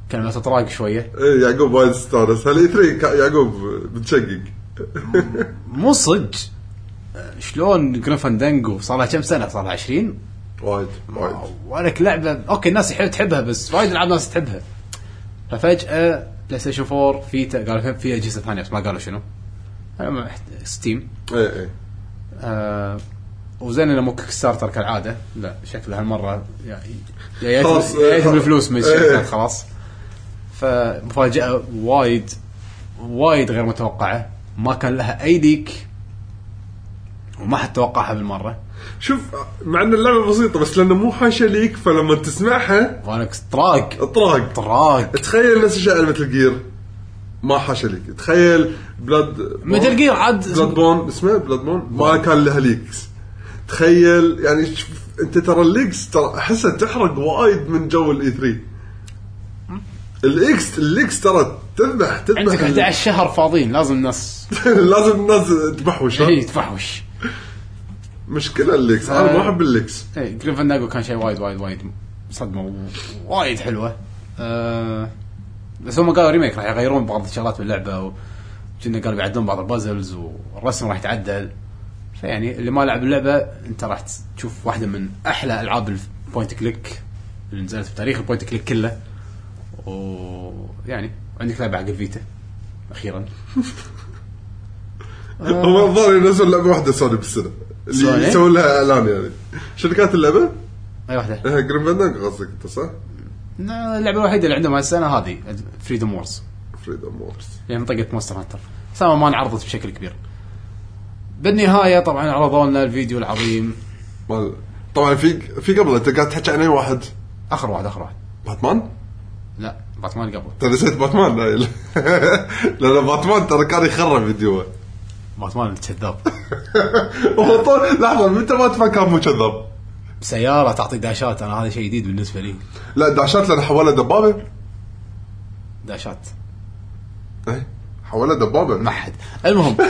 كان متطراق شوية ايه يعقوب وايد استانس هالاي 3 كا- يعقوب بتشقق مو صدق آه، شلون جريفن دانجو صار لها كم سنه صار لها 20 وايد وايد ولك لعبه اوكي الناس يحب تحبها بس وايد العاب ناس تحبها ففجاه بلاي ستيشن 4 في قالوا في- في اجهزه ثانيه بس ما قالوا شنو أنا ما- ستيم ايه ايه آه وزين انه مو كيك ستارتر كالعاده لا شكله هالمره يا يا يا خلاص، يا يتم الفلوس من الشركات إيه. خلاص فمفاجاه وايد وايد غير متوقعه ما كان لها اي ليك وما حد توقعها بالمره شوف مع ان اللعبه بسيطه بس لانه مو حاشه ليك فلما تسمعها وانا طراق اطراق طراق تخيل نفس الشيء على مثل جير ما حاشه ليك تخيل بلاد مثل جير عاد بلاد بون اسمه بلاد بون ما كان لها ليكس تخيل يعني شوف انت ترى الليكس ترى احسها تحرق وايد من جو الاي 3 الاكس الاكس ترى تذبح تذبح عندك 11 شهر فاضيين لازم الناس لازم الناس تبحوش ها؟ هي تفحوش مشكله الليكس انا ما احب الليكس ايه جريفن داجو كان شيء وايد وايد وايد صدمه و- وايد آه، حلوه أه بس هم قالوا ريميك راح يغيرون بعض الشغلات باللعبه و... كنا قالوا بيعدلون بعض البازلز والرسم راح يتعدل فيعني اللي ما لعب اللعبه انت راح تشوف واحده من احلى العاب البوينت كليك اللي نزلت في تاريخ البوينت كليك كله ويعني عندك لعبه حق الفيتا اخيرا هم الظاهر ينزل لعبه واحده سوني بالسنه سوني؟ اللي يسوون لها اعلان يعني شنو كانت اللعبه؟ اي واحده لها جرين فاندنج قصدك انت صح؟ نا- اللعبه الوحيده اللي عندهم هالسنه هذه فريدوم وورز فريدم وورز يعني منطقه مونستر هانتر سما ما انعرضت بشكل كبير بالنهايه طبعا عرضوا لنا الفيديو العظيم مال طبعا في في قبل انت قاعد تحكي عن اي واحد؟ اخر واحد اخر واحد باتمان؟ لا باتمان قبله انت نسيت باتمان لا لان باتمان ترى كان يخرب فيديوه باتمان الكذاب هو طول- لحظه متى باتمان كان مو كذاب؟ سياره تعطي داشات انا هذا شيء جديد بالنسبه لي لا داشات لان حولها دبابه داشات إيه، حولها دبابه ما حد المهم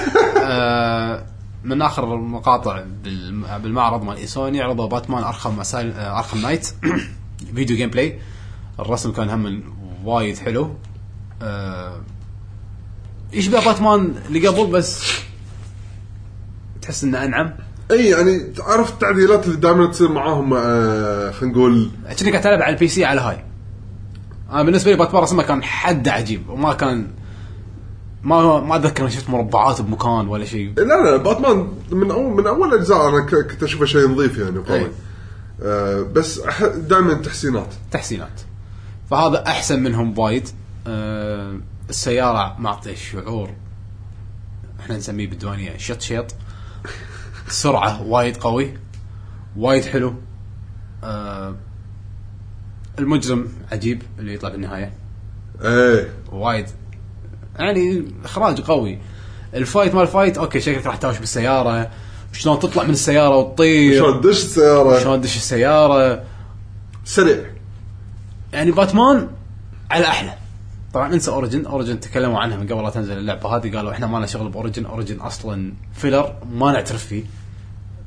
آه من اخر المقاطع بالم- بالمعرض مال سوني عرضوا باتمان ارخم مسايل آه، ارخم نايت فيديو جيم بلاي الرسم كان هم وايد حلو آه يشبه باتمان اللي قبل بس تحس انه انعم اي يعني تعرف التعديلات اللي دائما تصير معاهم مع آه، خلينا نقول كأنك قاعد تلعب على البي سي على هاي انا بالنسبه لي باتمان رسمه كان حد عجيب وما كان ما ما اتذكر اني شفت مربعات بمكان ولا شيء لا لا باتمان من اول من اول اجزاء انا ك- كنت اشوفه شيء نظيف يعني إيه. وقوي آه بس أح- دائما تحسينات تحسينات فهذا احسن منهم وايد أه السياره معطي شعور احنا نسميه بالديوانيه شط شيط سرعه وايد قوي وايد حلو أه المجرم عجيب اللي يطلع بالنهايه ايه وايد يعني اخراج قوي الفايت مال فايت اوكي شكلك راح تهاوش بالسياره شلون تطلع من السياره وتطير شلون دش السياره شلون تدش السياره سريع يعني باتمان على احلى طبعا انسى اوريجن اوريجن تكلموا عنها من قبل لا تنزل اللعبه هذه قالوا احنا ما لنا شغل باوريجن اوريجن اصلا فيلر ما نعترف فيه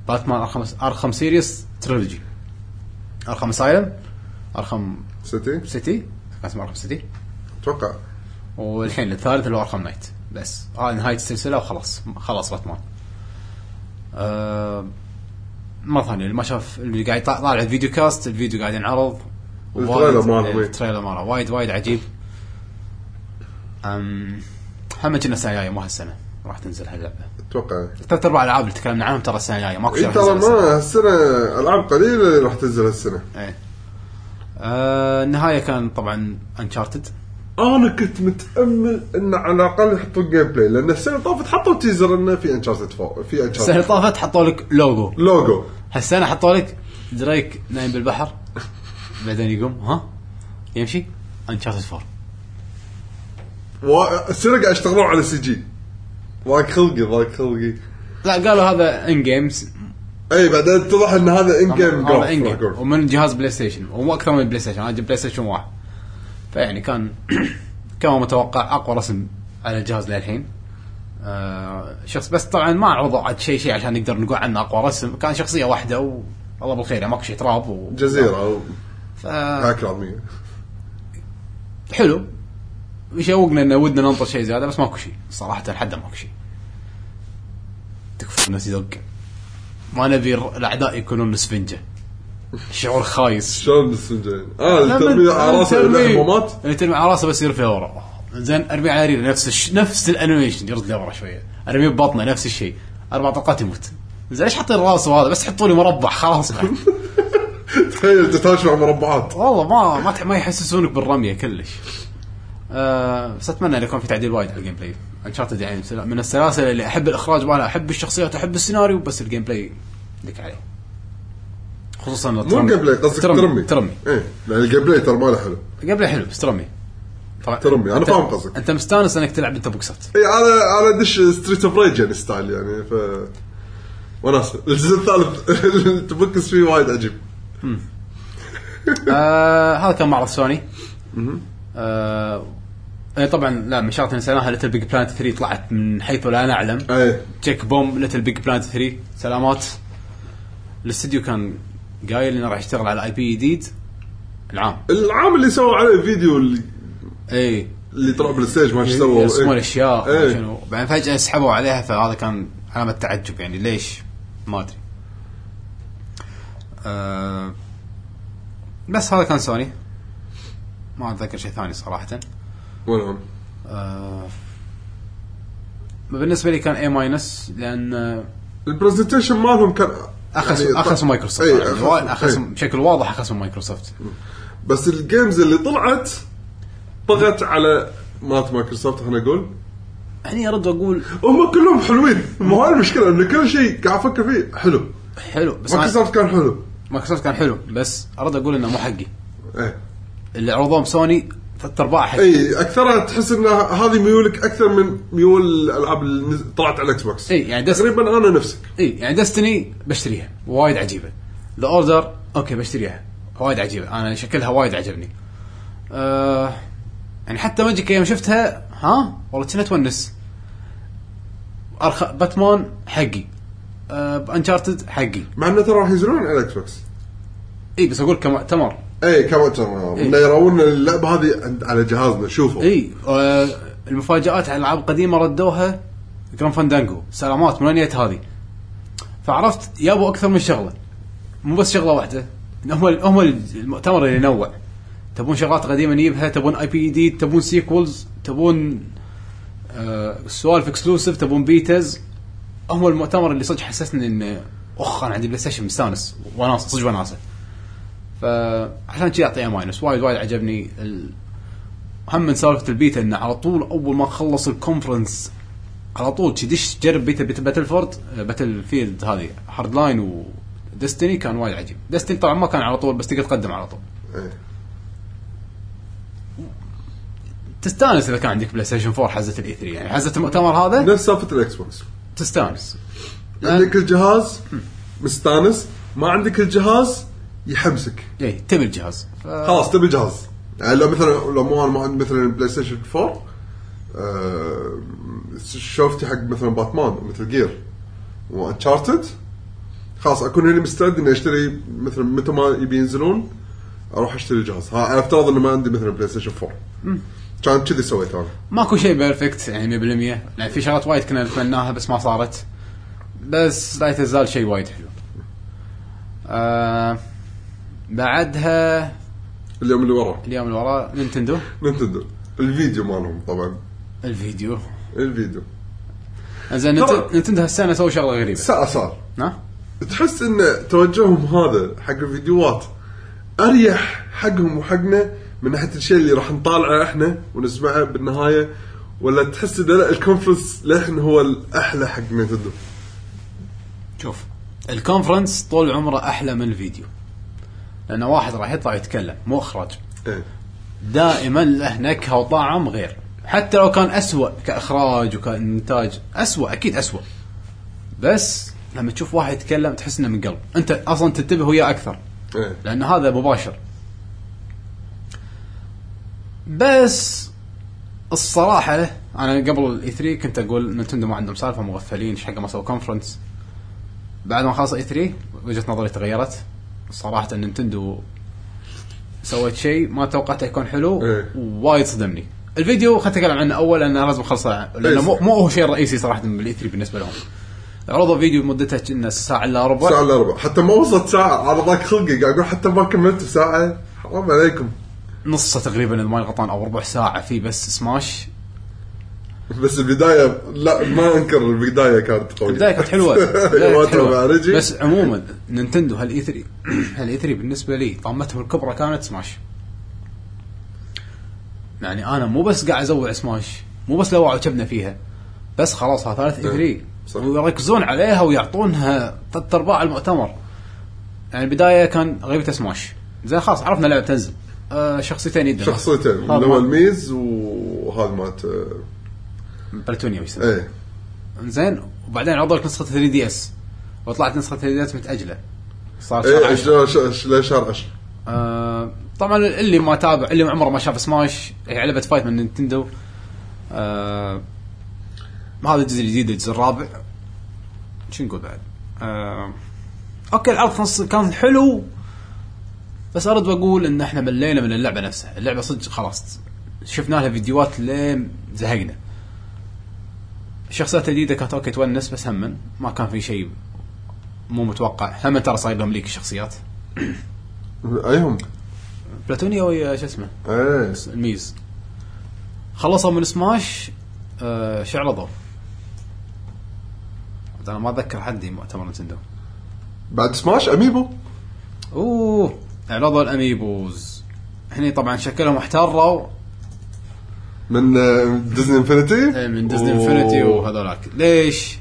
باتمان ارخم ارخم سيريس تريلوجي ارخم اسايلم ارخم ستي سيتي كان اسمه ارخم سيتي اتوقع والحين الثالث اللي هو ارخم نايت بس هاي نهايه السلسله وخلاص خلاص باتمان أه ما ثاني اللي ما شاف اللي قاعد يطا- طالع الفيديو كاست الفيديو قاعد ينعرض التريلر وايد- مالهم، إيه. التريلر ماله وايد وايد عجيب أم هم كنا السنه الجايه مو هالسنه راح تنزل هاللعبه اتوقع ثلاث ارباع العاب اللي تكلمنا عنهم ترى السنه الجايه ماكو شيء اي راح ترى ينزل هالسنة. ما هالسنه العاب قليله اللي راح تنزل هالسنه إيه. أه النهايه كان طبعا انشارتد انا كنت متامل ان على الاقل يحطوا جيم بلاي لان السنه اللي طافت حطوا تيزر انه في انشارتد فوق في السنه انشارتد اللي طافت حطوا لك لوجو لوجو هالسنه حطوا لك دريك نايم بالبحر بعدين يقوم ها يمشي انشارتد 4 وا- السنه قاعد يشتغلون على سي جي ضاق خلقي ضاق خلقي لا قالوا هذا ان جيمز اي بعدين اتضح ان هذا ان جيم هذا ان جيم ومن جهاز بلاي ستيشن ومو اكثر من بلاي ستيشن انا جبت بلاي ستيشن واحد فيعني كان كما متوقع اقوى رسم على الجهاز للحين آه شخص بس طبعا ما عرضوا عاد شيء شيء عشان نقدر نقول عنه اقوى رسم كان شخصيه واحده و الله بالخير يعني ماكو شيء تراب و... جزيره او ف... هاك العالميه حلو يشوقنا انه ودنا ننطر شيء زياده بس ماكو شيء صراحه لحد ماكو شيء تكفى نفسي دق ما نبي الر- الاعداء يكونون سفنجه شعور خايس شلون السنجين اه الترميم على راسه الهمومات اللي ترمي على راسه بس يصير فيها ورا زين ارمي على ريله نفس الش... نفس الانيميشن يرد لي ورا شويه ارمي ببطنه نفس الشيء اربع طلقات يموت زين ليش حاطين راسه هذا بس حطوا لي مربع خلاص بعد. تخيل تتهاوش مع مربعات والله ما ما تح- ما يحسسونك بالرميه كلش. أه بس اتمنى ان يكون في تعديل وايد على الجيم بلاي. انشارتد يعني سلا- من السلاسل اللي احب الاخراج مالها احب الشخصيات احب السيناريو بس الجيم بلاي لك عليه. خصوصا إنه مو ترمي. جيم بلاي قصدك ترمي ترمي ايه لان الجيم بلاي ترى ماله حلو الجيم بلاي حلو بس ترمي. طبعا ترمي، أنا أنت- فاهم قصدك. انت مستانس انك تلعب انت بوكسات. اي إيه، على على دش ستريت اوف ريج يعني ستايل يعني ف وناس الجزء الثالث اللي تبكس فيه وايد عجيب آه هذا كان معرض سوني. آه إيه طبعا لا من شغله نسيناها ليتل بيج بلانت 3 طلعت من حيث لا نعلم. ايه تشيك بوم ليتل بيج بلانت 3 سلامات الاستديو كان قايل انه راح يشتغل على اي بي جديد العام العام اللي سووا عليه فيديو اللي اي اللي طلعوا بالستيج ما ايش سووا يرسمون إيه. اشياء إيه. شنو بعدين فجاه سحبوا عليها فهذا كان علامه تعجب يعني ليش؟ ما ادري. أه بس هذا كان سوني ما اتذكر شيء ثاني صراحه. ولا هم. أه بالنسبه لي كان اي ماينس لان آه، البرزنتيشن مالهم كان اخس يعني- اخس مايكروسوفت إيه، يعني أخس- وايد اخس إيه. بشكل واضح اخس من مايكروسوفت بس الجيمز اللي طلعت طغت على مالت مايكروسوفت خلينا نقول هني ارد واقول هم كلهم حلوين مو هاي المشكله ان كل شيء قاعد افكر فيه حلو حلو بس أنا- مايكروسوفت كان حلو مايكروسوفت كان حلو بس ارد اقول انه مو حقي ايه اللي عرضوهم سوني ثلاث ارباع حقي اي اكثرها تحس ان هذه ميولك اكثر من ميول الالعاب اللي نز- طلعت على الاكس بوكس اي يعني دست... تقريبا انا نفسك اي يعني دستني بشتريها وايد عجيبه ذا اوردر اوكي بشتريها وايد عجيبه انا شكلها وايد عجبني أه... يعني حتى ماجيك يوم شفتها ها والله كنا تونس أرخ... باتمان حقي أه... انشارتد حقي مع انه ترى راح ينزلون على الاكس بوكس اي بس اقول كمؤتمر اي كمان ترى انه يراونا اللعبه هذه عند- على جهازنا شوفوا اي آه المفاجات على العاب قديمه ردوها جراند فاندانجو سلامات من وين هذه فعرفت يابوا اكثر من شغله مو بس شغله واحده إن هم هم المؤتمر اللي ينوع تبون شغلات قديمه نجيبها تبون اي بي جديد تبون سيكولز تبون آه سوالف اكسلوسيف تبون بيتز هم المؤتمر اللي صدق حسسني ان اخ انا عندي بلاي ستيشن مستانس وناسه صدق وناسه فعشان كذا اعطيها ماينس وايد وايد عجبني ال- هم من سالفه البيتا انه على طول اول ما خلص الكونفرنس على طول تدش تجرب بيتا بيتا باتل فورد باتل فيلد هذه هارد لاين ودستني كان وايد عجيب دستني طبعا ما كان على طول بس تقدر تقدم على طول إيه. تستانس اذا كان عندك بلاي ستيشن 4 حزه الاي 3 يعني حزه المؤتمر هذا نفس سالفه الاكس بوكس تستانس عندك الجهاز مستانس ما عندك الجهاز يحمسك اي تبي إيه، الجهاز ف- خلاص تبي جهاز يعني لو مثلا لو مو انا ما عندي مثلا بلاي ستيشن 4 آه شوفتي حق مثلا باتمان مثل جير وانشارتد خلاص اكون هنا مستعد اني اشتري مثلا متى ما يبي ينزلون اروح اشتري جهاز ها افترض انه ما عندي مثلا بلاي ستيشن 4 كان كذي سويت انا ماكو شيء بيرفكت يعني 100% يعني في شغلات وايد كنا نتمناها بس ما صارت بس لا تزال شيء وايد حلو آه بعدها اليوم اللي وراه اليوم اللي وراه نينتندو نتندو الفيديو مالهم طبعا الفيديو الفيديو زين ترى- نينت- نينتندو هالسنه سووا شغله غريبه ساعة صار ها تحس ان توجههم هذا حق الفيديوهات اريح حقهم وحقنا من ناحيه الشيء اللي راح نطالعه احنا ونسمعه بالنهايه ولا تحس ان لا الكونفرنس لحن هو الاحلى حق نتندو شوف الكونفرنس طول عمره احلى من الفيديو لانه واحد راح يطلع يتكلم مو اخراج ايه دائما له نكهه وطعم غير حتى لو كان اسوء كاخراج وكانتاج اسوء اكيد اسوء بس لما تشوف واحد يتكلم تحس انه من قلب انت اصلا تنتبه وياه اكثر ايه لان هذا مباشر بس الصراحه انا قبل الاي 3 كنت اقول نتندو ما عندهم سالفه مغفلين ايش حق ما سووا كونفرنس بعد ما خلص اي 3 وجهه نظري تغيرت صراحه نينتندو سويت شيء ما توقعته يكون حلو إيه. ووايد صدمني الفيديو خلت اتكلم عنه اول لانه لازم اخلصه لانه مو مو هو شيء رئيسي صراحه بالاي 3 بالنسبه لهم عرضوا فيديو مدته كنا ساعه الا ربع ساعه الا ربع حتى ما وصلت ساعه انا ضاق خلقي قاعد اقول حتى ما كملت ساعه حرام عليكم نصه تقريبا اذا ماني غلطان او ربع ساعه في بس سماش بس البدايه لا ما انكر البدايه كانت قويه البدايه كانت حلوه البداية ما كانت حلوة. تبارجي. بس عموما نينتندو E هالاي 3 هالاي 3 بالنسبه لي طامتهم الكبرى كانت سماش يعني انا مو بس قاعد ازوع سماش مو بس لوع كبنا فيها بس خلاص ها ثالث اي إيه، صح. 3 ويركزون عليها ويعطونها ثلاث ارباع المؤتمر يعني البدايه كان غيبه سماش زين خلاص عرفنا لعبه تنزل آه شخصيتين يدنا شخصيتين اللي هذا هو مال الميز وهذا مالت آه، بلاتونيا وش ايه زين وبعدين عرضوا لك نسخه 3 دي اس وطلعت نسخه 3 دي اس متاجله صار شهر ايه عشرة. شهر- شهر- شهر- شهر 10 آه طبعا اللي ما تابع اللي عمره ما شاف سماش هي علبه فايت من نينتندو آه هذا الجزء الجديد الجزء الرابع شو نقول بعد؟ آه اوكي العرض في نص كان حلو بس ارد واقول ان احنا ملينا من اللعبه نفسها، اللعبه صدق خلاص شفنا لها فيديوهات لين زهقنا الشخصيات الجديده كانت اوكي تونس بس هم ما كان في شيء مو متوقع هم ترى صاير لهم ليك الشخصيات ايهم بلاتونيا ويا شو اسمه ايه الميز خلصوا من سماش آه شو عرضوا؟ عاد انا ما اتذكر حد مؤتمر نتندو بعد سماش اميبو اوه عرضوا الاميبوز هني طبعا شكلهم احتروا من آه، ديزني انفينيتي إيه، من ديزني انفينيتي وهذولاك ليش؟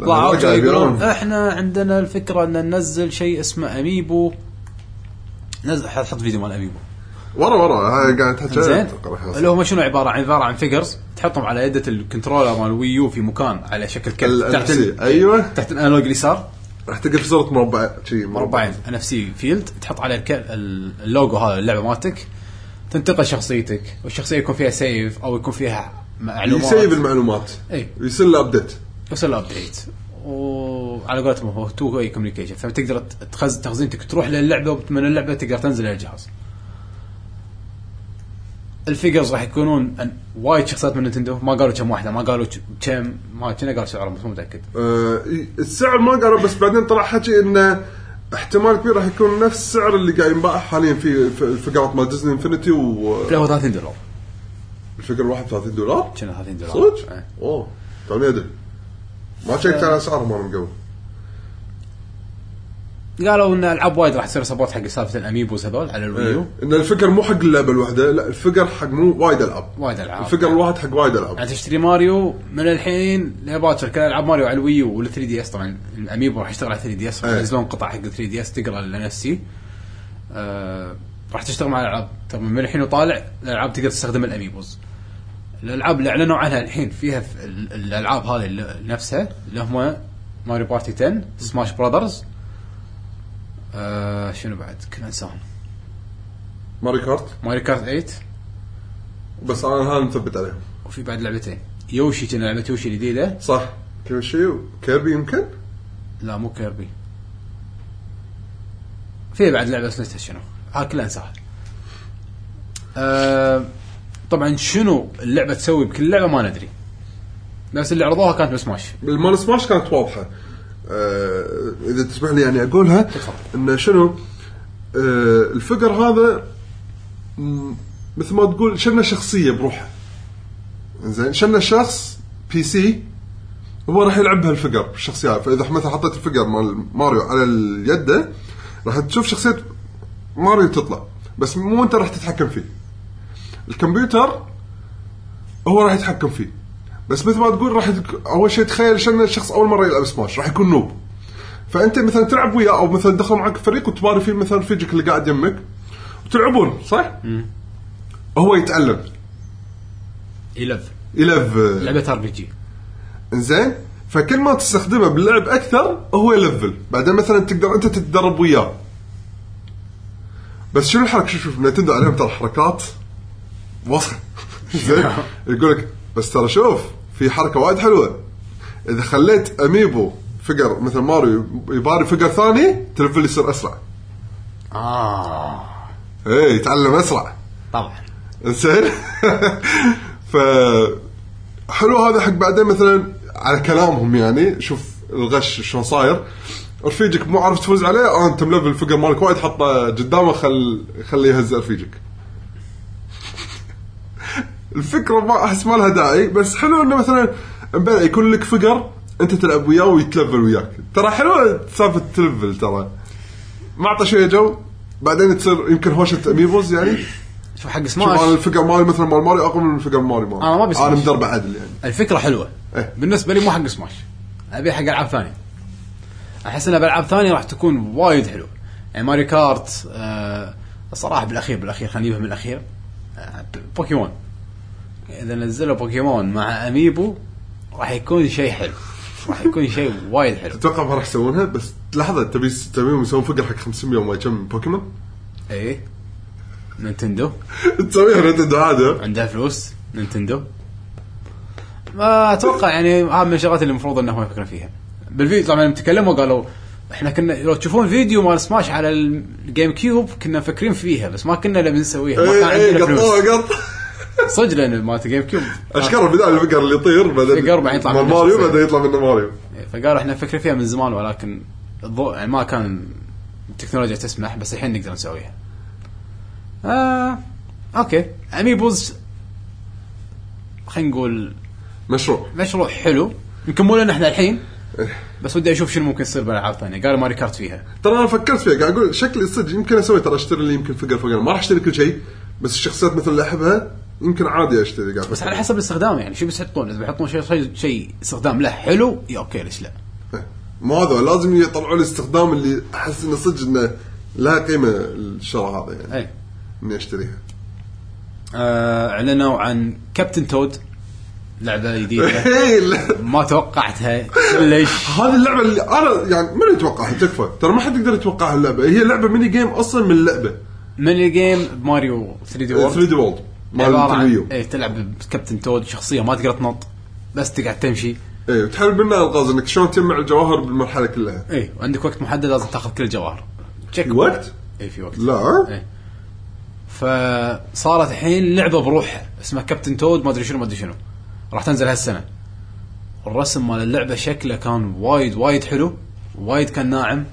طلعوا رجعوا جاي يقولون يبيعون. احنا عندنا الفكره ان ننزل شيء اسمه اميبو نزل حط حط فيديو مال اميبو ورا ورا هاي قاعد تحكي زين أتوقع راح يوصل. اللي هم شنو عباره عن عباره عن فيجرز تحطهم على يده الكنترولر مال وي يو في مكان على شكل كف ال- تحت NFC. ال- ايوه تحت الانالوج اليسار راح تقف صوره مربع شي مربعين ان اف سي فيلد تحط عليه الك- ال- اللوجو هذا اللعبه مالتك تنتقل شخصيتك والشخصيه يكون فيها سيف او يكون فيها معلومات إيه. يسيب المعلومات اي ويصير له ابديت يوصل له ابديت وعلى قولتهم هو تو واي كوميونيكيشن فتقدر تخزن تخزينتك تروح للعبه ومن اللعبه تقدر تنزل للجهاز. الفيجرز راح يكونون أن- وايد شخصيات من نتندو ما قالوا كم واحده ما قالوا كم ما كنا قالوا سعرهم بس مو متاكد. آه، السعر ما قرب بس بعدين طلع حكي انه احتمال كبير راح يكون نفس السعر اللي قاعد ينباع حاليا في في الفقرات مال ديزني انفنتي والفقر لا هو 30 دولار الواحد 30 دولار كنا 30 دولار. صدق؟ إيه. آه. اوه كان يدري ما شيكت على اسعارهم انا من قبل قالوا ان العاب وايد راح تصير سبورت حق سالفه الاميبوز هذول على الويو إيه. ان الفكر مو حق اللعبه الواحده لا الفكر حق مو وايد العاب وايد العاب الفكر الواحد حق وايد العاب يعني تشتري ماريو من الحين لباكر كل العاب ماريو على الويو وال 3 دي اس طبعا الاميبو راح يشتغل على 3 دي اس راح أي. ينزلون قطع حق 3 دي اس تقرا للان اف سي آه، راح تشتغل مع الالعاب طبعا من الحين وطالع الالعاب تقدر تستخدم الاميبوز الالعاب اللي اعلنوا عنها الحين فيها ف- ال- الالعاب هذه اللي- نفسها اللي هم ماريو بارتي 10 سماش براذرز آه شنو بعد كنا انساهم ماري كارت ماريو كارت 8 بس انا هذا مثبت عليهم وفي بعد لعبتين يوشي كنا لعبه يوشي الجديده صح كيوشي وكيربي يمكن لا مو كيربي في بعد لعبه بس نسيت شنو ها كلها انساها أه طبعا شنو اللعبه تسوي بكل لعبه ما ندري نفس اللي عرضوها كانت بسماش المال سماش كانت واضحه آه اذا تسمح لي يعني اقولها انه شنو آه الفقر هذا م، مثل ما تقول شنه شخصيه بروحه زين شنه شخص بي سي هو راح يلعب بهالفقر الشخصيه هاي. فاذا مثلا حطيت الفقر مال ماريو على اليده راح تشوف شخصيه ماريو تطلع بس مو انت راح تتحكم فيه الكمبيوتر هو راح يتحكم فيه بس مثل ما تقول راح تك... اول شيء تخيل شان الشخص اول مره يلعب سماش راح يكون نوب فانت مثلا تلعب وياه او مثلا دخل معك فريق وتباري فيه مثلا فيجك اللي قاعد يمك وتلعبون صح؟ هو يتالم يلف يلفل لعبه ار بي جي زين فكل ما تستخدمه باللعب اكثر هو يلفل بعدين مثلا تقدر انت تتدرب وياه بس شنو الحركه شوف شوف نتندو عليهم ترى حركات وصل زين يقول لك بس ترى شوف في حركه وايد حلوه اذا خليت اميبو فقر مثل ماريو يباري فقر ثاني تلفل يصير اسرع اه ايه يتعلم اسرع طبعا زين ف حلو هذا حق بعدين مثلا على كلامهم يعني شوف الغش شلون صاير رفيجك مو عارف تفوز عليه آه انت ملفل الفقر مالك وايد حطه قدامه خل خليه يهز رفيجك الفكره ما احس ما لها داعي بس حلو انه مثلا مبلع يكون لك فقر انت تلعب وياه ويتلفل وياك ترى حلوه سالفه تلفل ترى معطى شويه جو بعدين تصير يمكن هوشه اميبوز يعني شوف حق شوف انا سماش الفقر مالي مثلا مال ماري اقوى من الفقر مالي ماري أنا ما أبي انا سماش. مدرب عدل يعني الفكره حلوه إيه. بالنسبه لي مو حق سماش ابي حق العاب ثانيه احس ان بالعاب ثانيه راح تكون وايد حلوه يعني ماري كارت آه الصراحه بالاخير بالاخير خلينا نجيبها من الاخير آه ب- بوكيمون اذا نزلوا بوكيمون مع اميبو راح يكون شيء حلو راح يكون شيء وايد حلو اتوقع ما راح يسوونها بس لحظه تبي تبيهم يسوون فقر حق 500 وما كم بوكيمون ايه نينتندو تسويها نتندو عاده عندها فلوس نينتندو ما اتوقع يعني هذا من الشغلات اللي المفروض انهم يفكرون فيها بالفيديو طبعا لما تكلموا قالوا احنا كنا لو تشوفون فيديو مال سماش على إيه، الجيم كيوب كنا مفكرين فيها بس ما كنا نبي نسويها ما كان اي اي عندنا فلوس قطوها قط صدق لان مالت جيم كيوب اشكره بدال الفقر اللي يطير بعدين فقر بعدين يطلع مال منه ماريو شخصية. بعدين يطلع منه ماريو إيه، فقالوا احنا نفكر فيها من زمان ولكن الضوء يعني ما كان التكنولوجيا تسمح بس الحين نقدر نسويها. آه اوكي اميبوز خلينا نقول مشروع مشروع حلو يمكن مو لنا احنا الحين بس ودي اشوف شنو ممكن يصير بالالعاب ثانيه قالوا ماري كارت فيها ترى انا فكرت فيها قاعد اقول شكلي صدق يمكن اسوي ترى اشتري اللي يمكن فقر فقر ما راح اشتري كل شيء بس الشخصيات مثل اللي احبها يمكن عادي اشتري قاعد بس على حسب الاستخدام يعني شو بيحطون اذا بيحطون شيء شيء شيء استخدام له حلو يا اوكي ليش لا ما إيه. هذا لازم يطلعوا لي استخدام اللي احس انه صدق انه لها قيمه الشراء هذا يعني اي اني اشتريها آه، اعلنوا عن كابتن تود لعبه جديده إيه، لا. ما توقعتها ليش هذه اللعبه اللي انا يعني من يتوقعها تكفى ترى ما حد يقدر يتوقعها اللعبه هي لعبه ميني جيم اصلا من اللعبه ميني جيم ماريو 3 دي 3 وورد إيه، دي وولد مال عبارة عن- إيه. الويو اي تلعب بكابتن تود شخصيه ما تقدر تنط بس تقعد تمشي اي وتحل إيه، منها الغاز انك شلون تجمع الجواهر بالمرحله كلها اي وعندك وقت محدد لازم تاخذ كل الجواهر تشيك إيه. في وقت؟ اي في وقت لا إيه. فصارت الحين لعبه بروحها اسمها كابتن تود ما ادري شنو ما ادري شنو راح تنزل هالسنه الرسم مال اللعبه شكله كان وايد وايد حلو وايد كان ناعم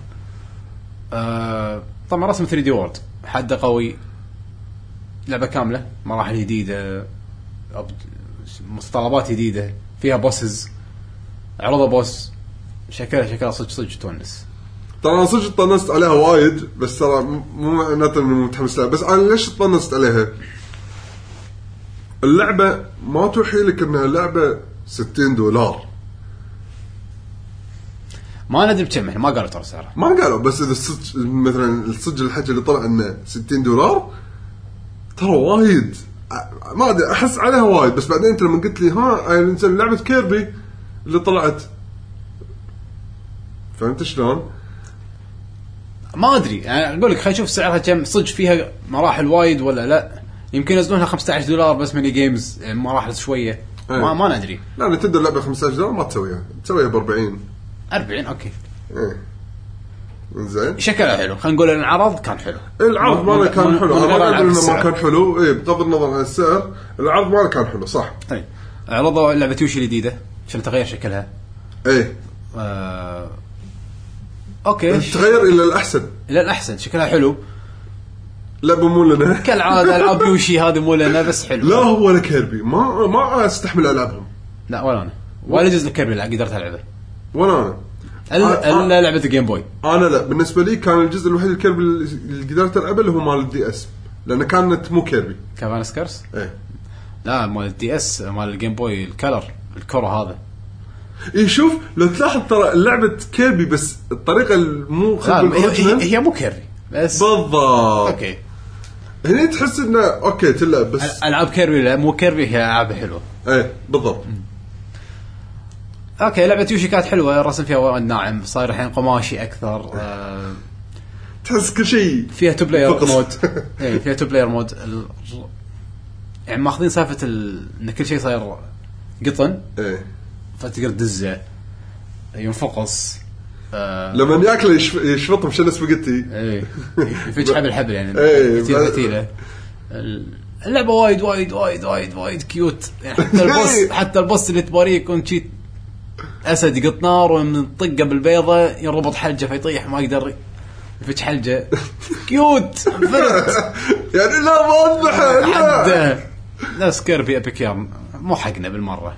آه طبعا رسم 3 دي وورد حده قوي لعبه كامله مراحل جديده أب- متطلبات جديده فيها بوسز عرضه بوس شكلها شكلها صدق صدق تونس ترى انا صدق طنست عليها وايد بس ترى م- مو معناته اني متحمس لها بس انا ليش طنست عليها؟ اللعبه ما توحي لك انها لعبه 60 دولار ما ندري بكم يعني ما قالوا ترى سعرها ما قالوا بس اذا الصج مثلا الصج الحكي اللي طلع انه 60 دولار ترى وايد أ- ما ادري احس عليها وايد بس بعدين انت لما قلت لي ها نزل لعبه كيربي اللي طلعت فهمت شلون؟ ما ادري يعني اقول لك خلينا نشوف سعرها كم صدق فيها مراحل وايد ولا لا يمكن ينزلونها 15 دولار بس ميني جيمز يعني مراحل شويه ما, إيه. ما ندري لا نتندو اللعبه 15 دولار ما تسويها تسويها ب 40 40 اوكي ايه زين شكلها حلو خلينا نقول ان العرض كان حلو العرض ماله كان حلو انا ما اقول انه ما كان كان حلو اي بغض النظر عن السعر العرض ماله كان حلو صح طيب. عرضوا لعبه يوشي الجديده عشان تغير شكلها ايه آه... اوكي تغير الى الاحسن الى الاحسن شكلها حلو لعبه مو لنا كالعاده العاب يوشي هذه مو لنا بس حلو لا هو ولا كيربي ما ما استحمل العابهم لا ولا انا ولا جزء كيربي لا قدرت العبه ولا انا الا آه، آه. الا لعبه الجيم بوي انا لا بالنسبه لي كان الجزء الوحيد الكيربي اللي قدرت العبه اللي هو مال الدي اس لانه كانت مو كيربي كافانا سكارس ايه لا مال الدي اس مال الجيم بوي الكلر الكره هذا إيه شوف لو تلاحظ ترى لعبه كيربي بس الطريقه المو لا خرب هي, الأوريجينال. هي, هي مو كيربي بس بالضبط اوكي هنا تحس انه اوكي تلعب بس أل- العاب كيربي لا مو كيربي هي العاب حلوه ايه بالضبط اوكي لعبه يوشي كانت حلوه الرسم فيها وايد ناعم صاير الحين قماشي اكثر آه، تحس كل شيء فيها تو بلاير فقط. مود اي إيه، فيها تو بلاير مود ال- يعني ماخذين سالفه ال- ان كل شيء صاير قطن ايه فتقدر تدزه ينفقص آه، لما ياكله يشف- يشفطهم شنو سباجيتي ايه يفتش حبل حبل يعني إيه، فتيله بعد- فتيله ال- اللعبه وايد وايد وايد وايد وايد كيوت يعني حتى البوس إيه. حتى البوس اللي تباريه يكون شي اسد يقط نار ومن طقه بالبيضه ينربط حلجه فيطيح ما يقدر يفتش حلجه كيوت فرد يعني لا ما اذبحه لا حد ناس كيربي ابيك يارن مو حقنا بالمره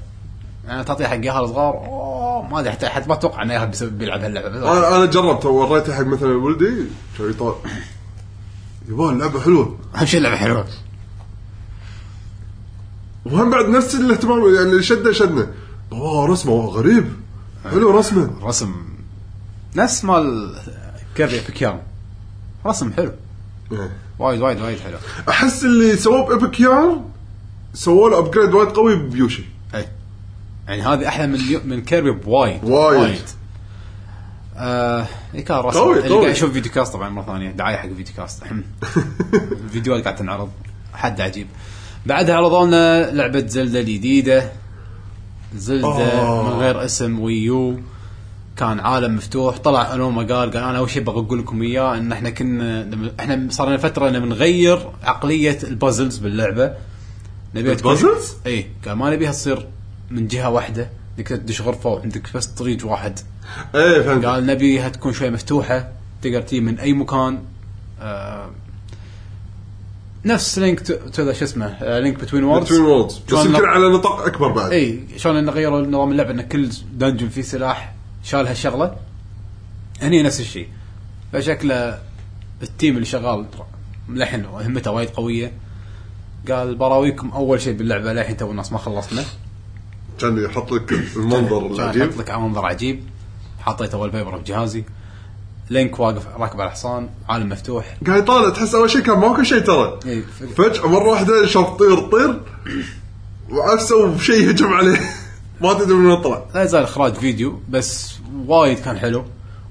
يعني تعطيه حق ياهل صغار أوه، ما ادري حتى حتى ما اتوقع ان ياهل بيسوي- بيلعب هاللعبه بس انا انا جربته وريته حق مثلا ولدي كان يطالع يبا اللعبه حلوه اهم شيء اللعبه حلوه وهم بعد نفس الاهتمام يعني اللي شده شدنا اوه رسمه أوه، غريب حلو رسمه رسم نفس مال كيربي بيكيان رسم حلو إيه. وايد وايد وايد حلو احس اللي سووه بابيك يارن سووا له ابجريد وايد قوي بيوشي اي يعني هذه احلى من اليو- من كيربي بوايد وايد. آه إيه كان رسم قوي، اللي قوي. قاعد يشوف فيديو كاست طبعا مره ثانيه دعايه حق فيديو كاست الفيديوهات قاعد تنعرض حد عجيب بعدها عرضوا لنا لعبه زلدة الجديده زلدة آه. من غير اسم ويو كان عالم مفتوح طلع انوما قال قال انا اول شيء بقول اقول لكم اياه ان احنا كنا لما- احنا صار لنا فتره ان بنغير عقليه البازلز باللعبه نبيها البازلز؟ اي قال ما نبيها تصير من جهه واحده انك تدش غرفه وعندك بس طريق واحد ايه فهمت قال نبيها تكون شوي مفتوحه تقدر تجي من اي مكان آه نفس لينك تو ذا شو اسمه آه، لينك بتوين ووردز بتوين ووردز بس يمكن على نطاق اكبر بعد اي إيه، شلون انه غيروا نظام اللعبه ان كل دنجن فيه سلاح شال هالشغله هني نفس الشيء فشكله التيم اللي شغال للحين همته وايد قويه قال براويكم اول شيء باللعبه للحين تو الناس ما خلصنا كان يحط لك كان المنظر العجيب احط لك منظر عجيب حطيت اول بيبر بجهازي لينك واقف راكب على الحصان عالم مفتوح قاعد يطالع تحس اول شيء كان ماكو شيء ترى إيه. فجاه مره واحده شاف طير طير وعفسه وشيء هجم عليه ما تدري من وين طلع لا يزال اخراج فيديو بس وايد كان حلو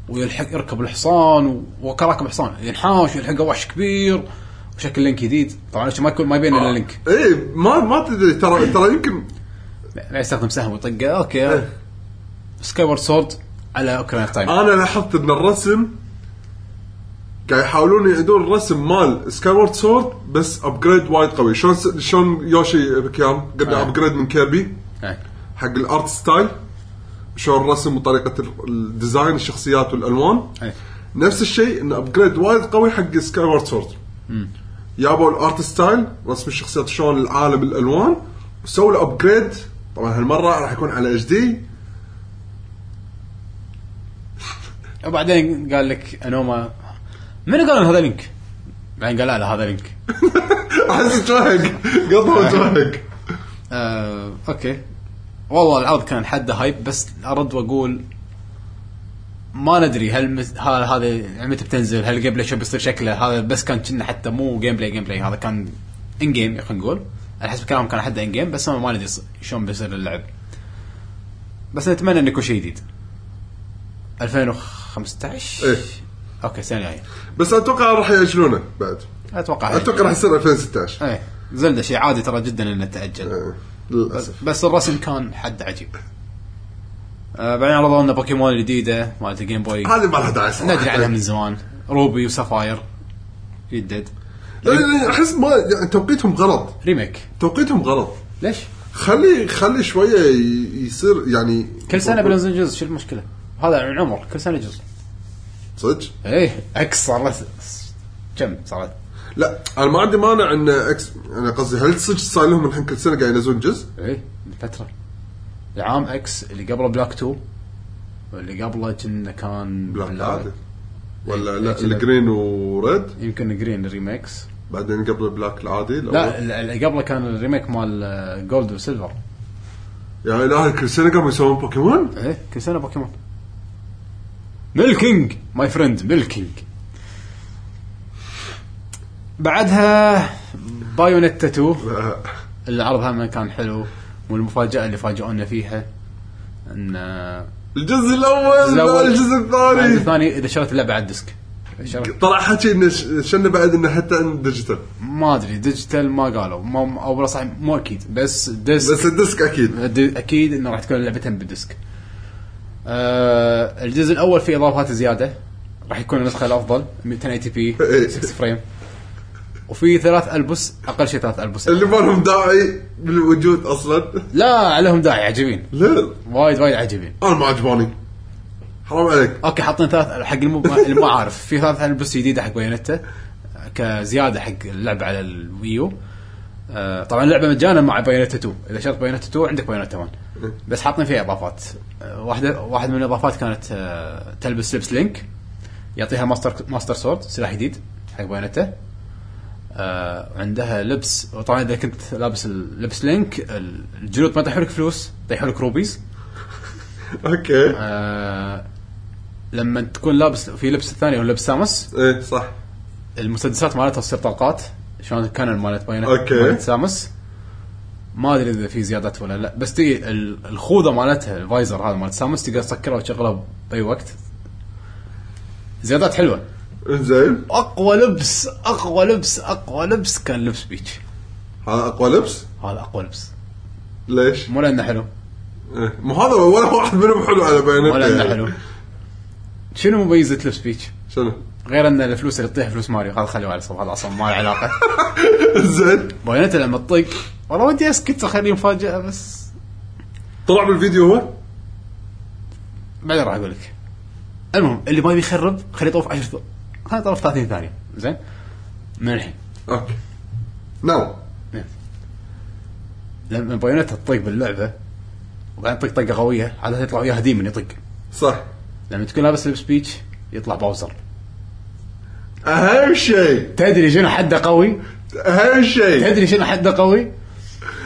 ويلحق يركب الحصان وكراكب حصان ينحاش ويلحقه وحش كبير وشكل لينك جديد طبعا ما يكون ما يبين الا لينك ايه ما ما تدري ترى ترى يمكن لا لا يستخدم سهم ويطقه اوكي سكايورد سورد على اوكرين تايم انا لاحظت ان الرسم قاعد يحاولون يعيدون الرسم مال سكاي وورد سورد بس ابجريد وايد قوي شلون س- شلون يوشي بكيام قد آه. ابجريد من كيربي إيه. حق الارت ستايل شلون الرسم وطريقه ال- الديزاين الشخصيات والالوان إيه. نفس الشيء ان ابجريد وايد قوي حق سكاي وورد سورد جابوا الارت ستايل رسم الشخصيات شلون العالم الالوان وسووا له ابجريد طبعا هالمره راح يكون على اتش دي وبعدين قال لك انوما من قال إن هذا لينك؟ بعدين قال لا لا هذا لينك احس توهق قطعه توهق آه، اوكي والله العرض كان حده هايب بس ارد واقول ما ندري هل مس... هل هذا متى بتنزل هل الجيم بلاي شو بيصير شكله هذا بس كان كنا حتى مو جيم بلاي جيم بلاي هذا كان ان جيم خلينا نقول على حسب كلامهم كان حده ان جيم بس أنا ما ندري ص- شلون بيصير اللعب بس نتمنى انه يكون شيء جديد 2015 إيه. اوكي السنه الجايه بس اتوقع راح ياجلونه بعد اتوقع اتوقع راح يصير 2016 ايه زلده شيء عادي ترى جدا انه تاجل آه، للاسف بس الرسم كان حد عجيب آه بعدين عرضوا لنا بوكيمون الجديده مالت الجيم بوي هذه ما لها داعي صراحة. ندري عنها من زمان روبي وسفاير جدد لا، لا، لا، احس ما يعني توقيتهم غلط ريميك توقيتهم غلط ليش؟ خلي خلي شويه ي- يصير يعني كل سنه بينزل جزء شو المشكله؟ هذا عن عمر كل سنه جزء صدق ايه اكس صار له س- كم صارت؟ لا انا ما عندي مانع ان اكس انا قصدي هل صدق صار لهم الحين كل سنه قاعد ينزلون جزء؟ ايه من فتره العام اكس اللي قبله بلاك 2 واللي قبله كنا كان بلاك بلا- عادي ولا إيه، لا إيه، كذا. الجرين وريد يمكن جرين ريميكس بعدين قبل بلاك لا العادي الأول. ال- اللي قبله كان الريميك مال آه، جولد وسيلفر يا الهي يعني كل سنه قاموا يسوون بوكيمون ايه كل سنه بوكيمون ميلكينج ماي فريند ميلكينج بعدها بايونيتا 2 آه، اللي عرضها ما كان حلو والمفاجاه اللي فاجئونا فيها ان الجزء الاول لا، الأول- الجزء الجزء الثاني الثاني اذا شريت اللعبه على الديسك شريت- طلع حكي انه ش- شنو بعد انه حتى ان ديجيتال ما ادري ديجيتال ما قالوا ما او بلا صح مو اكيد بس ديسك بس الديسك اكيد د- اكيد انه راح تكون لعبتين بالديسك. آه الجزء الاول فيه اضافات زياده راح يكون النسخه الافضل 280 بي 60 فريم وفي ثلاث البس اقل شيء ثلاث البس اللي ما لهم داعي بالوجود اصلا لا عليهم داعي عجيبين لا وايد وايد عجيبين انا ما عجباني حرام عليك اوكي حاطين ثلاث حق المو- اللي ما عارف في ثلاث البس جديده حق بايونيتا كزياده حق اللعبه على الويو آه طبعا اللعبه مجانا مع بايونيتا 2 اذا شريت بايونيتا 2 عندك بايونيتا 1 بس حاطين فيها اضافات آه واحده واحد من الاضافات كانت آه تلبس لبس لينك يعطيها ماستر ماستر سورد سلاح جديد حق بايونيتا آه عندها لبس وطبعا اذا كنت لابس اللبس لينك الجنود ما تحولك فلوس تحولك روبيز اوكي آه، لما تكون لابس في لبس الثاني هو لبس سامس ايه صح المسدسات مالتها تصير طلقات شلون الكانون مالت باينة أوكي. مالت سامس ما ادري اذا في زيادات ولا لا بس تي ال- الخوذه مالتها الفايزر هذا مالت سامس تقدر تسكرها وتشغلها باي وقت زيادات حلوه زين اقوى لبس اقوى لبس اقوى لبس كان لبس بيتش هذا اقوى لبس هذا اقوى لبس ليش؟ مو لانه حلو إيه. مو هذا ولا واحد منهم حلو على بيانات مو لانه حلو شنو مميزه لبس بيتش؟ شنو؟ غير ان الفلوس اللي تطيح فلوس ماريو هذا خلوه على الصوب هذا اصلا ما له علاقه زين بايونيتا لما تطق والله ودي اسكت اخليه مفاجاه بس طلع بالفيديو هو بعدين راح اقول لك المهم اللي ما يبي يخرب خليه يطوف 10 ثواني خليه يطوف 30 ثانيه زين من الحين اوكي نو لما بايونيتا تطيق باللعبه وبعدين تطق طقه قويه عاده يطلع وياها ديمن يطق صح لما تكون لابس لبس بيتش يطلع باوزر اهم شيء تدري شنو حده قوي اهم شيء تدري شنو حده قوي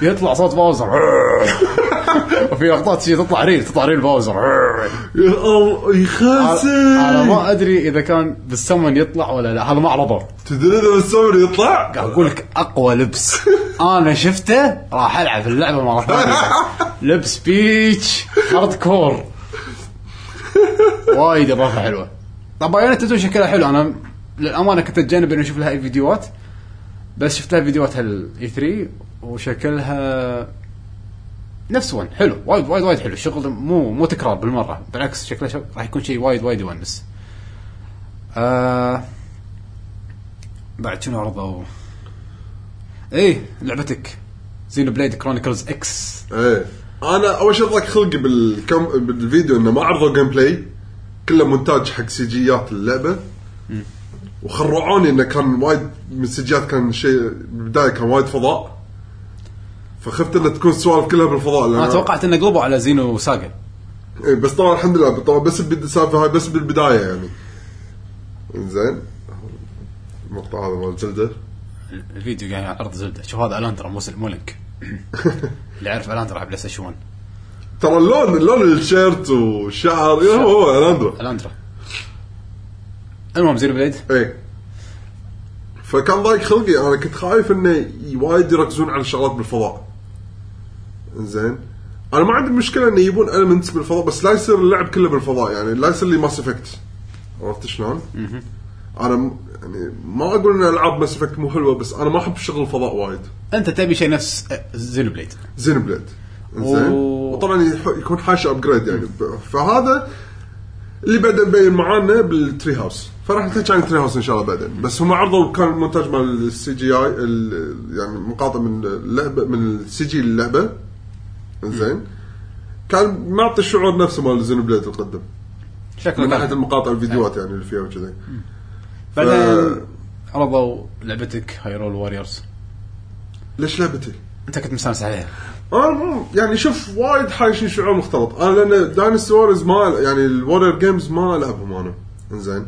يطلع صوت باوزر وفي لقطات شي تطلع ريل تطلع ريل باوزر يا الله انا يخسر ما ادري اذا كان بالسمن يطلع ولا لا هذا ما عرضه تدري اذا السمر يطلع قاعد اقول لك اقوى لبس انا شفته راح العب اللعبه مره ثانيه لبس بيتش هارد كور وايد اضافه حلوه طب بايونيتا تو شكلها حلو انا للامانه كنت اتجنب اني اشوف لها اي فيديوهات بس شفت لها فيديوهات الاي 3 وشكلها نفس ون حلو وايد وايد وايد حلو الشغل مو مو تكرار بالمره بالعكس شكله شغل راح يكون شيء وايد وايد يونس آه بعد شنو عرضوا؟ ايه لعبتك زينو بليد كرونيكلز اكس ايه انا اول شيء ضاق خلقي بالكم بالفيديو انه ما عرضوا جيم بلاي كله مونتاج حق سيجيات اللعبه وخرعوني انه كان وايد من السيجيات كان شيء بالبدايه كان وايد فضاء فخفت انه تكون السوالف كلها بالفضاء لأن انا توقعت انه قلبوا على زينو ساجا إيه بس طبعا الحمد لله طبعا بس بد- السالفه هاي بس بالبدايه يعني زين المقطع هذا مال زلده الفيديو قاعد عرض زبده شوف هذا الاندرا مو مو لينك اللي يعرف الاندرا على بلاي ستيشن 1 ترى اللون اللون الشيرت والشعر إيه هو هو الاندرو الاندرا المهم زينو بليد ايه فكان ضايق خلقي انا كنت خايف انه وايد يركزون على الشغلات بالفضاء زين انا ما عندي مشكله انه يجيبون المنتس بالفضاء بس لا يصير اللعب كله بالفضاء يعني لا يصير لي ماس افكت عرفت شلون؟ انا م- يعني ما اقول ان العاب ماس افكت مو حلوه بس انا ما احب شغل الفضاء وايد انت تبي شيء نفس آه، زينو بليد زين بليد زين أوه. وطبعا يح- يكون حاشي ابجريد يعني ب- فهذا اللي بدا مبين معانا بالتري هاوس فراح نحكي عن التري هاوس ان شاء الله بعدين بس هم عرضوا كان المونتاج مال السي جي اي يعني مقاطع من اللعبه من السي جي اللعبه زين كان معطي الشعور نفسه مال زين بليد القدم من شكله ناحيه كان. المقاطع الفيديوهات يعني اللي فيها وكذا بعدين عرضوا لعبتك هايرول واريورز ليش لعبتي؟ انت كنت مستانس عليها انا مو- يعني شوف وايد حايشني شعور مختلط انا لان داينستورز ما يعني الورير جيمز ما العبهم انا انزين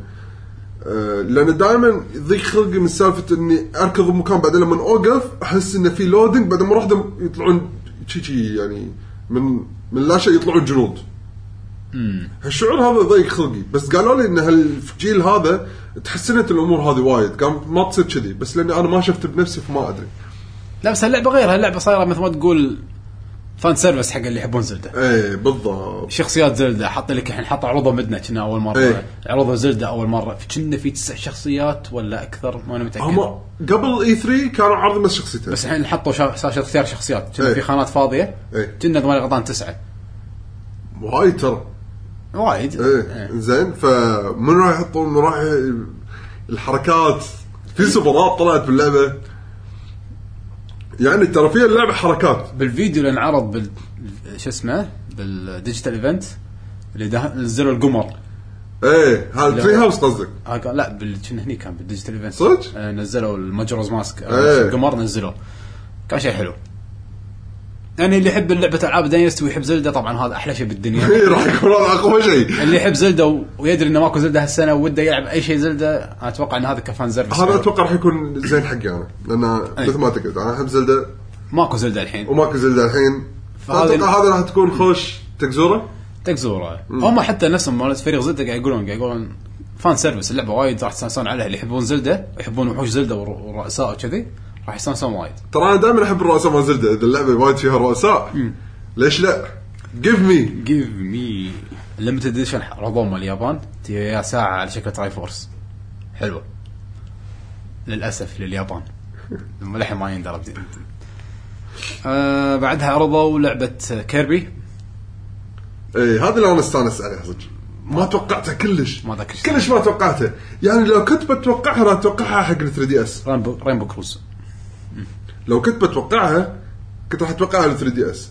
أه، لان دائما يضيق خلقي من سالفه اني اركض بمكان بعدين لما اوقف احس انه في لودنج بعدين مره واحده يطلعون شي شي يعني من من لا شيء يطلعون جنود هالشعور هذا ضيق خلقي بس قالوا لي ان هالجيل هذا تحسنت الامور هذه وايد قام ما تصير كذي بس لاني انا ما شفت بنفسي فما ادري لا بس هاللعبه غير هاللعبه صايره مثل ما تقول فان سيرفيس حق اللي يحبون زلده ايه بالضبط شخصيات زلدة حط لك الحين حط عروضه مدنة كنا اول مره إيه. عروضه زلدة اول مره كنا في تسع شخصيات ولا اكثر ما انا متاكد هم قبل اي 3 كانوا عرض بس شخصيتين بس الحين حطوا شا- شاشه اختيار شخصيات كنا إيه. في خانات فاضيه إيه. كنا اذا ماني غلطان تسعه وايد ترى وايد إيه. ايه زين فمن راح يحطون من راح ي- الحركات في سوبرات طلعت باللعبه يعني ترى فيها اللعبه حركات بالفيديو اللي انعرض بال شو اسمه بالديجيتال ايفنت اللي ده- نزلوا القمر ايه لا. هالتري هاوس قصدك آه، قال- لا بال كنا هني كان بالديجيتال ايفنت صدق؟ آه، نزلوا الماجرز ماسك إيه. آه، القمر نزلوه كان شيء حلو يعني اللي يحب لعبه العاب داينستي ويحب زلده طبعا هذا احلى شيء بالدنيا إيه، راح يكون هذا اقوى شيء اللي يحب زلدة و- ويدري انه ماكو زلدة هالسنه وده يلعب اي شيء زلدة انا اتوقع ان هذا كفان سيرفيس هذا اتوقع راح يكون زين حقي انا لان إيه. مثل ما تقلت انا احب زلده ماكو زلدة الحين وماكو زلده الحين فهذه- اتوقع هذا راح تكون خوش تكزوره تكزورة هم حتى نفسهم مالت فريق زلدة قاعد يقولون قاعد يقولون فان سيرفيس اللعبه وايد راح تستانسون عليها اللي يحبون زلدة ويحبون وحوش زلدة والر- والرؤساء وكذي راح يستانسون وايد ترى انا دائما احب الرؤساء مال زلده اذا اللعبه وايد فيها رؤساء ليش لا؟ جيف مي جيف مي ليمتد اديشن عرضوه مال اليابان تي ساعه على شكل تراي فورس حلوه للاسف لليابان للحين ما يندرب زين. آه بعدها عرضوا لعبه كيربي اي إيه، هذا اللي انا استانس عليه صدق ما توقعتها كلش ما ذاك الشيء. كلش ما توقعتها يعني لو كنت بتوقعها راح اتوقعها حق ال 3 دي اس رينبو رينبو كروز لو كنت بتوقعها كنت راح اتوقعها على 3 دي اس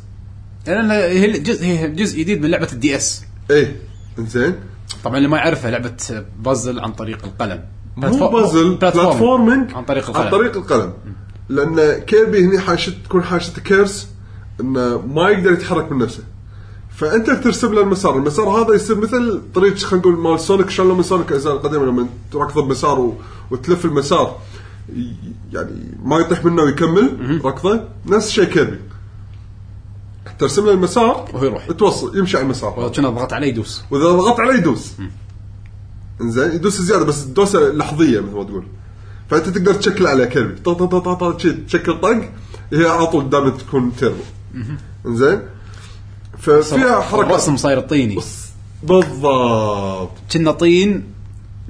لان هي الجزء هي جزء جديد من لعبه الدي اس ايه انزين طبعا اللي ما يعرفها لعبه بازل عن طريق القلم مو بازل بلاتفورمينج عن طريق القلم عن طريق القلم لان كيربي هني حاشت تكون حاشته كيرس انه ما يقدر يتحرك من نفسه فانت ترسم له المسار، المسار هذا يصير مثل طريق خلينا نقول مال سونيك شلون من سونيك الاجزاء القديمه لما تركض بمسار و... وتلف المسار ي- يعني ما يطيح منه ويكمل ركضه نفس الشيء كيربي ترسم له المسار وهو يروح. توصل يمشي على المسار والله كنا ضغط عليه يدوس واذا ضغطت عليه يدوس انزين يدوس زياده بس دوسه لحظيه مثل ما تقول فانت تقدر تشكل على كيربي طا طا طا طا طا شي تشكل طق هي على طول دائما تكون تيربو انزين ففيها حركه الرسم صاير طيني بالضبط كنا طين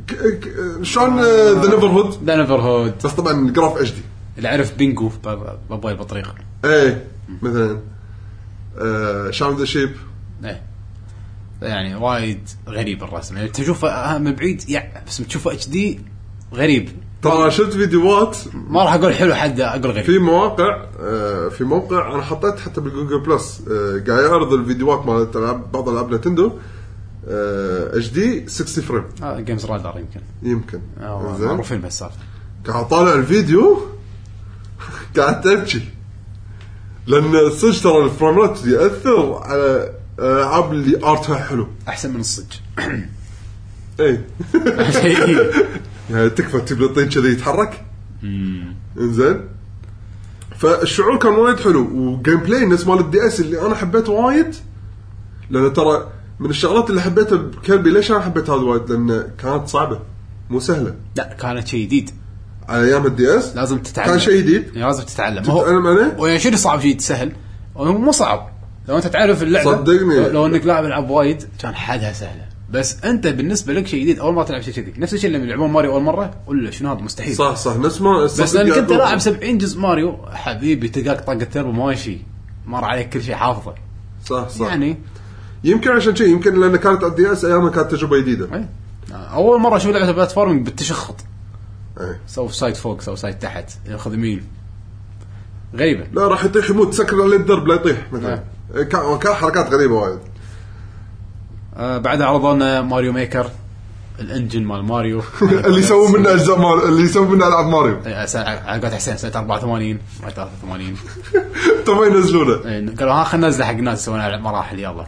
ك- ك- شلون ذا نيفر هود ذا نيفر هود بس طبعا جراف اتش دي اللي عرف بينجو ب- بابوي البطريق ايه مثلا شاون آه، ذا شيب ايه يعني وايد غريب الرسم يعني تشوفه آه، من بعيد يع بس تشوفه اتش دي غريب ترى شفت فيديوهات ما راح اقول حلو حد اقول غريب في مواقع آه، في موقع انا حطيت حتى بالجوجل بلس آه، قاعد يعرض الفيديوهات مال ألعاب- بعض العاب نتندو آه، اتش دي 60 فريم آه جيمز رادار يمكن يمكن آه، زين. معروفين بهالسالفه قاعد طالع الفيديو قاعد ابكي لان صدق ترى الفريم ريت ياثر على العاب اللي ارتها حلو إيه. احسن من الصج اي إيه. يعني تكفى تجيب لي الطين كذي يتحرك انزين فالشعور كان وايد حلو وجيم بلاي نفس مال الدي اس اللي انا حبيته وايد لان ترى من الشغلات اللي حبيتها بكلبي ليش انا حبيت هذا وايد لان كانت صعبه مو سهله لا كانت شيء جديد على ايام الدي اس لازم تتعلم كان شيء جديد يعني لازم تتعلم تتعلم عليه؟ ويا شنو صعب شيء سهل هو مو صعب لو انت تعرف اللعبه صدقني. لو- لو انك لاعب العاب وايد كان حدها سهله بس انت بالنسبه لك شيء جديد اول ما تلعب شيء كذي نفس الشيء لما يلعبون ماريو اول مره ولا شنو هذا مستحيل صح صح نفس ما بس صدق لانك يعني انت لاعب 70 جزء ماريو حبيبي تلقاك طاق التربو ماشي مر عليك كل شيء حافظه صح صح يعني يعني يمكن عشان شيء يمكن لان كانت الدي اس ايامها كانت تجربه جديده إيه. اول مره اشوف لعبه بلاتفورمينج بالتشخط أي. سو سايد فوق سو سايد تحت خذ يمين غريبه لا راح يطيح يموت سكر عليه الدرب لا يطيح مثلا كان كان حركات غريبه وايد آه بعدها عرضوا لنا ماريو ميكر الانجن مال ماريو اللي يسوون منه اجزاء ماريو اللي يسوون منه العاب ماريو إيه، س- على قولت حسين سنه 84 ما 83 انت ما ينزلونه إيه، قالوا ها خلينا ننزله حق ناس سوينا مراحل يلا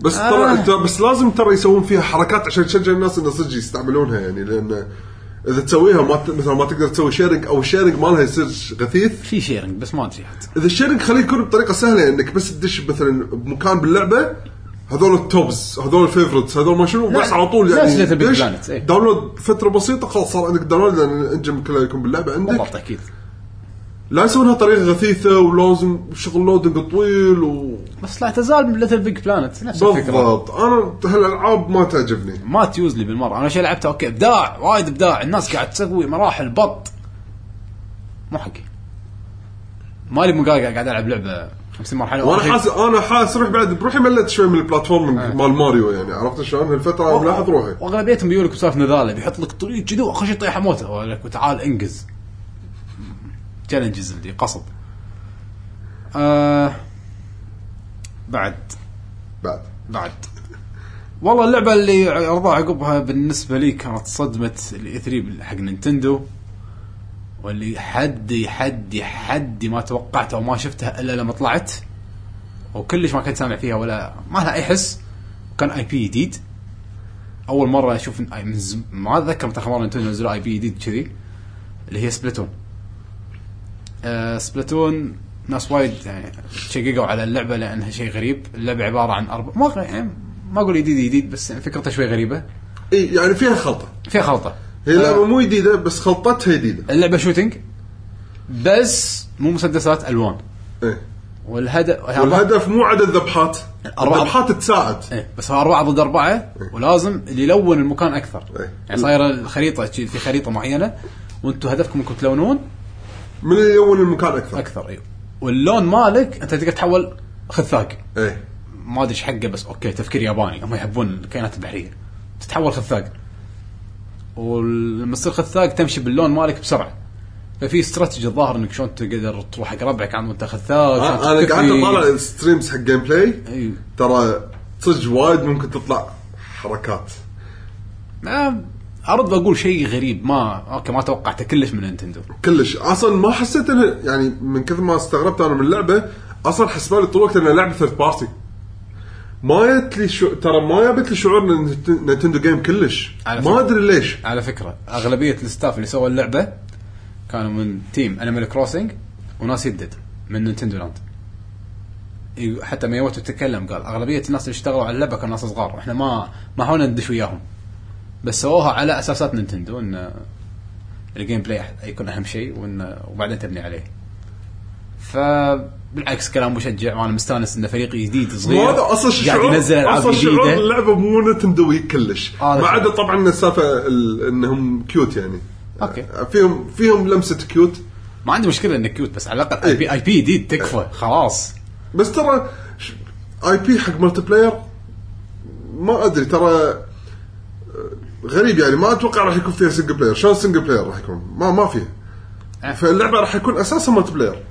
بس ترى آه. انت بس لازم ترى يسوون فيها حركات عشان تشجع الناس انه صدق يستعملونها يعني لان اذا تسويها ما ت- مثلا ما تقدر تسوي شيرنج او الشيرنج مالها يصير غثيث في شيرنج بس ما ادري حد اذا الشيرنج خليه يكون بطريقه سهله انك بس تدش مثلا بمكان باللعبه هذول التوبز هذول الفيفورتس هذول ما شنو لا، بس على طول نفس يعني Little Big دش، Planet، ايه. داونلود فتره بسيطه خلاص صار عندك داونلود لان الانجن كله يكون باللعبه عندك بالضبط اكيد لا يسوونها طريقه غثيثه ولازم شغل لودنج طويل و بس لا تزال ليتل بيج بلانت نفس الفكره بالضبط انا هالالعاب ما تعجبني ما تيوز لي بالمره انا شي لعبتها اوكي ابداع وايد ابداع الناس قاعد تسوي مراحل بط مو حقي مالي مقاقع قاعد العب لعبه 50 مرحله وانا وأول شي- حاسس انا حاسس روحي بعد بروحي ملت شوي من البلاتفورم مال ماريو يعني عرفت شلون هالفتره أنا ملاحظ روحي واغلبيتهم بيقول لك بسالفه نذاله بيحط لك طريق كذي واخش يطيح موته اقول لك تعال انجز تشالنجز اللي قصد آه بعد بعد بعد والله اللعبه اللي عرضوها عقبها بالنسبه لي كانت صدمه الاي 3 حق نينتندو واللي حدي حدي حدي ما توقعتها وما شفتها الا لما طلعت وكلش ما كنت سامع فيها ولا ما لها اي حس كان اي بي جديد اول مره اشوف إن- من زم- ما اتذكر متى اخر مره نينتندو نزلوا اي بي جديد كذي اللي هي سبلاتون آه، سبلاتون ناس وايد يعني شققوا على اللعبه لانها شيء غريب، اللعبه عباره عن اربع ما أقول- يعني ما اقول جديد جديد بس يعني فكرتها شوي غريبه، اي يعني فيها خلطه فيها خلطه. هي لعبه مو جديده بس خلطتها جديده اللعبه شوتينج بس مو مسدسات الوان إيه. والهدف يعني والهدف مو عدد ذبحات أربعة. الذبحات تساعد إيه، بس هو أربعة ضد أربعة ولازم اللي يلون المكان أكثر إيه. يعني صايرة الخريطة شي في خريطة معينة وأنتم هدفكم أنكم تلونون من اللي يلون المكان اكثر أكثر أيوه واللون مالك أنت تقدر تحول خثاق ايه ما ادري إيش حقه بس اوكي تفكير ياباني هم يحبون الكائنات البحريه تتحول خثاق ولما تصير خثاق تمشي باللون مالك بسرعه ففي استراتيجي الظاهر انك شلون تقدر تروح حق ربعك عن وانت خثال شلون انا تكتفي. قعدت اطالع ستريمز حق جيم بلاي أيوه. ترى صدق وايد ممكن تطلع حركات ما- ارد اقول آه، شيء غريب ما اوكي ما توقعته كلش من نينتندو كلش اصلا ما حسيت انها يعني من كثر ما استغربت انا من اللعبه اصلا حسبالي طول الوقت انها لعبه ثيرد بارتي ما جت لي شو... ترى ما جابت لي شعور إن نت- نتندو جيم كلش على ما فكرة. ادري ليش على فكره اغلبيه الستاف اللي سووا اللعبه كانوا من تيم انيمال كروسنج وناس يدد من نينتندو لاند يق- حتى ميوتو تتكلم قال اغلبيه الناس اللي اشتغلوا على اللعبه كانوا ناس صغار واحنا ما ما حاولنا ندش وياهم بس سووها على اساسات نينتندو ان الجيم بلاي أح- يكون اهم شيء وان وبعدين تبني عليه فبالعكس كلام مشجع وانا مستانس ان فريق جديد صغير ما هذا اصلا قاعد شعور ينزل العاب اصلا شعور جديده اللعبه مو نتندوي كلش آه، ما نعم. عدا طبعا السالفه ال- انهم كيوت يعني أوكي. آه، فيهم فيهم لمسه كيوت ما عندي مشكله انك كيوت بس على الاقل اي بي اي بي جديد تكفى خلاص بس ترى اي بي حق ملتي بلاير ما ادري ترى آه، غريب يعني ما اتوقع راح يكون فيها سنجل بلاير شلون سنجل بلاير راح يكون ما ما فيه آه. فاللعبه راح يكون اساسا ملتي بلاير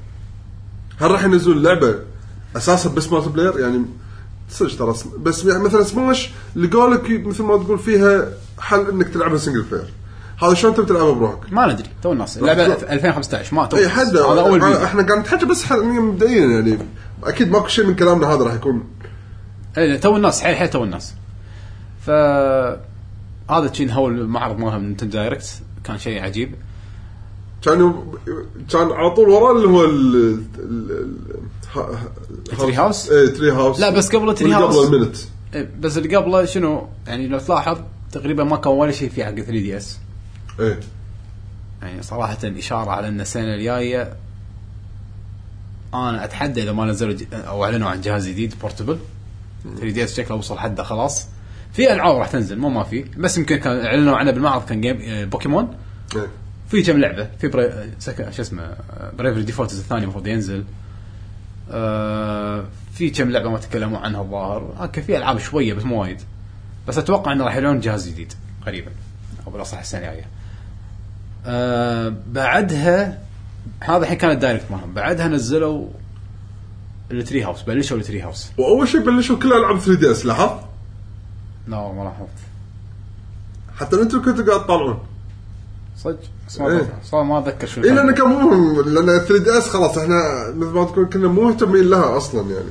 هل راح ينزلون لعبه اساسا بس ملتي بلاير يعني صدق ترى سم- بس يعني مثلا سماش لقوا لك مثل ما تقول فيها حل انك تلعبها سنجل بلاير هذا شلون انت بتلعبها بروحك؟ ما ندري تو الناس اللعبه شلون؟ 2015 ما تو اي حد آه، هذا اول إحنا- فيديو احنا قاعد نتحكي بس حل- مبدئيا يعني اكيد ماكو شيء من كلامنا هذا راح يكون إي، إيه، تو الناس حيل حيل تو الناس ف هذا تشين هول المعرض مالها من نينتندو دايركت كان شيء عجيب كان كان على طول وراه اللي هو ال Tree House؟ اي تري هاوس لا، بس قبل Tree House. قبل المينت إي، إيه، بس اللي قبله شنو يعني لو تلاحظ تقريبا ما كان ولا شيء فيه حق 3 دي اس اي يعني صراحه اشاره على ان السنه الجايه انا اتحدى اذا ما نزلوا ج- او اعلنوا عن جهاز جديد بورتبل 3 دي اس شكله وصل حده خلاص في العاب راح تنزل مو ما في بس يمكن كان اعلنوا عنها بالمعرض كان جيم آه، بوكيمون إي. في كم لعبه في بري... آه، سك... شو اسمه آه، بريفري ديفولت الثاني المفروض ينزل آه... في كم لعبه ما تكلموا عنها الظاهر اوكي في العاب شويه بس مو وايد بس اتوقع انه راح يعلنون جهاز جديد قريبا او بالاصح السنه الجايه آه... بعدها هذا الحين كان الدايركت مالهم بعدها نزلوا التري هاوس بلشوا التري هاوس واول شيء بلشوا كل العاب 3 دي اس لاحظ لا والله ما لاحظت حتى انتم كنتوا قاعد تطالعون صدق بس ما إيه. أتذكر. صراحه ما اتذكر شو اي كان. لان كان مو مهم، لان 3 دي اس خلاص احنا مثل ما تقول كنا مو مهتمين لها اصلا يعني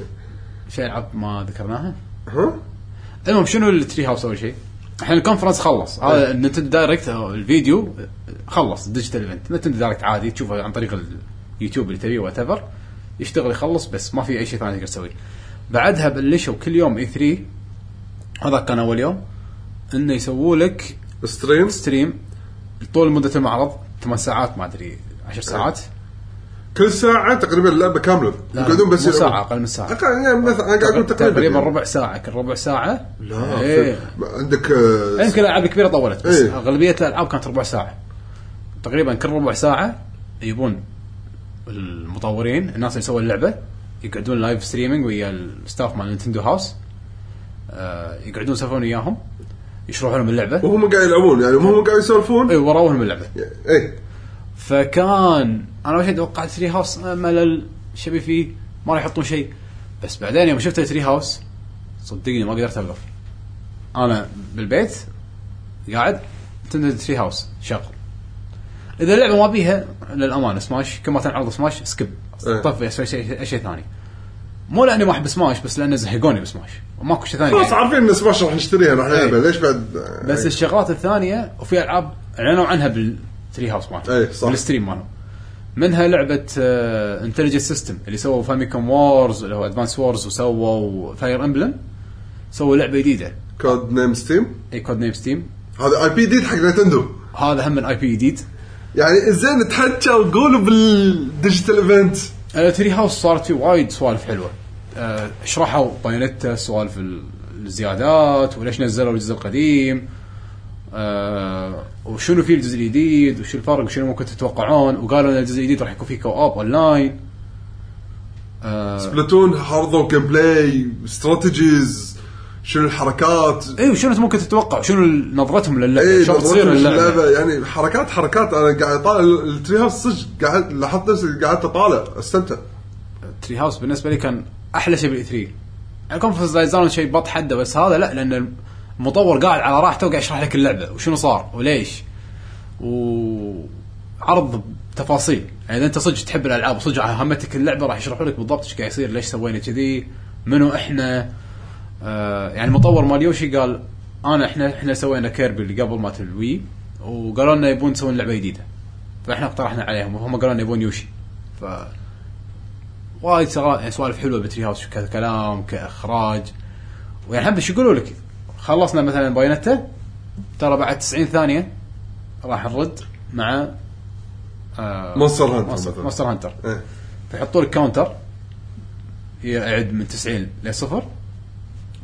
شيء لعبت ما ذكرناها ها المهم شنو التري هاوس اول شيء؟ الحين الكونفرنس خلص هذا النتندو دايركت أو الفيديو خلص ديجيتال ايفنت نتندو دايركت عادي تشوفه عن طريق اليوتيوب اللي تبيه وات ايفر يشتغل يخلص بس ما في اي شيء ثاني تقدر تسويه بعدها بلشوا كل يوم اي 3 هذا كان اول يوم انه يسووا لك ستريمز ستريم طول مده المعرض 8 ساعات ما ادري 10 ساعات كل ساعه تقريبا اللعبه كامله لا، يقعدون بس مو يلعبون. ساعه اقل من ساعه اقل يعني مثلا انا قاعد اقول تقريبا تقريبا يعني. ربع ساعه كل ربع ساعه لا إيه. في- عندك آه، يمكن الالعاب الكبيره طولت بس إيه. اغلبيه الالعاب كانت ربع ساعه تقريبا كل ربع ساعه يبون المطورين الناس اللي سووا اللعبه يقعدون لايف ستريمينج ويا الستاف مال نينتندو هاوس آه، يقعدون يسولفون وياهم يشرحون لهم إيه، اللعبه وهم قاعد يلعبون يعني وهم قاعد يسولفون اي إيه. وراوهم اللعبه اي فكان انا اول شيء توقعت تري هاوس آه، ملل شبي فيه ما راح يحطون شيء بس بعدين يوم شفت تري هاوس صدقني ما قدرت اوقف انا بالبيت قاعد تنزل تري هاوس شغل اذا اللعبه ما بيها للامانه سماش كل ما تنعرض سماش سكيب إيه. طفي اسوي شيء شيء ثاني مو لاني ما احب سماش بس لانه زهقوني بسماش ماكو شيء ثاني خلاص يعني. عارفين ان سماش راح نشتريها راح نلعبها إيه. ليش بعد بس إيه. الشغلات الثانيه وفي العاب اعلنوا عنها بالتري هاوس مالهم إيه، صح. بالستريم مالهم منها لعبه انتليجنت سيستم اللي سووا فاميكوم وورز اللي هو ادفانس وورز وسووا فاير امبلم سووا لعبه جديده كود نيم ستيم اي كود نيم ستيم هذا اي بي جديد حق نتندو هذا هم من اي بي جديد يعني زين تحكى وقولوا بالديجيتال ايفنت تري هاوس صارت فيه وايد سوالف حلوه آه، شرحوا بايونيتا سوالف ال- الزيادات وليش نزلوا الجزء القديم آه، وشنو فيه الجزء الجديد وشو الفرق وشنو ممكن تتوقعون وقالوا ان الجزء الجديد راح يكون فيه كو اب اون لاين سبلاتون عرضوا جيم بلاي استراتيجيز شنو الحركات اي إيه، وشنو أنت ممكن تتوقع شنو نظرتهم للعبه اي شلون تصير اللعبه اللعبه يعني حركات حركات انا قاعد اطالع التري هاوس صدق قاعد لاحظت نفسي قاعد اطالع استمتع تري هاوس بالنسبه لي كان احلى شيء بالاي 3 يعني كونفرنس دايزان شيء بط حده بس هذا لا لان المطور قاعد على راحته وقاعد يشرح لك اللعبه وشنو صار وليش وعرض تفاصيل يعني اذا انت صدق تحب الالعاب وصدق همتك اللعبه راح يشرحوا لك بالضبط ايش قاعد يصير ليش سوينا كذي منو احنا آه يعني مطور مال يوشي قال انا احنا احنا سوينا كيربي اللي قبل مات الوي وقالوا لنا يبون تسوون لعبه جديده فاحنا اقترحنا عليهم وهم قالوا لنا يبون يوشي ف وايد سوا- يعني سوالف حلوه بتري هاوس ككلام كاخراج ويعني هم شو يقولوا لك خلصنا مثلا بايونتا ترى بعد 90 ثانيه راح نرد مع آه مونستر هانتر مونستر- مثلاً. مونستر هانتر إيه. فيحطوا لك كاونتر يعد من 90 لصفر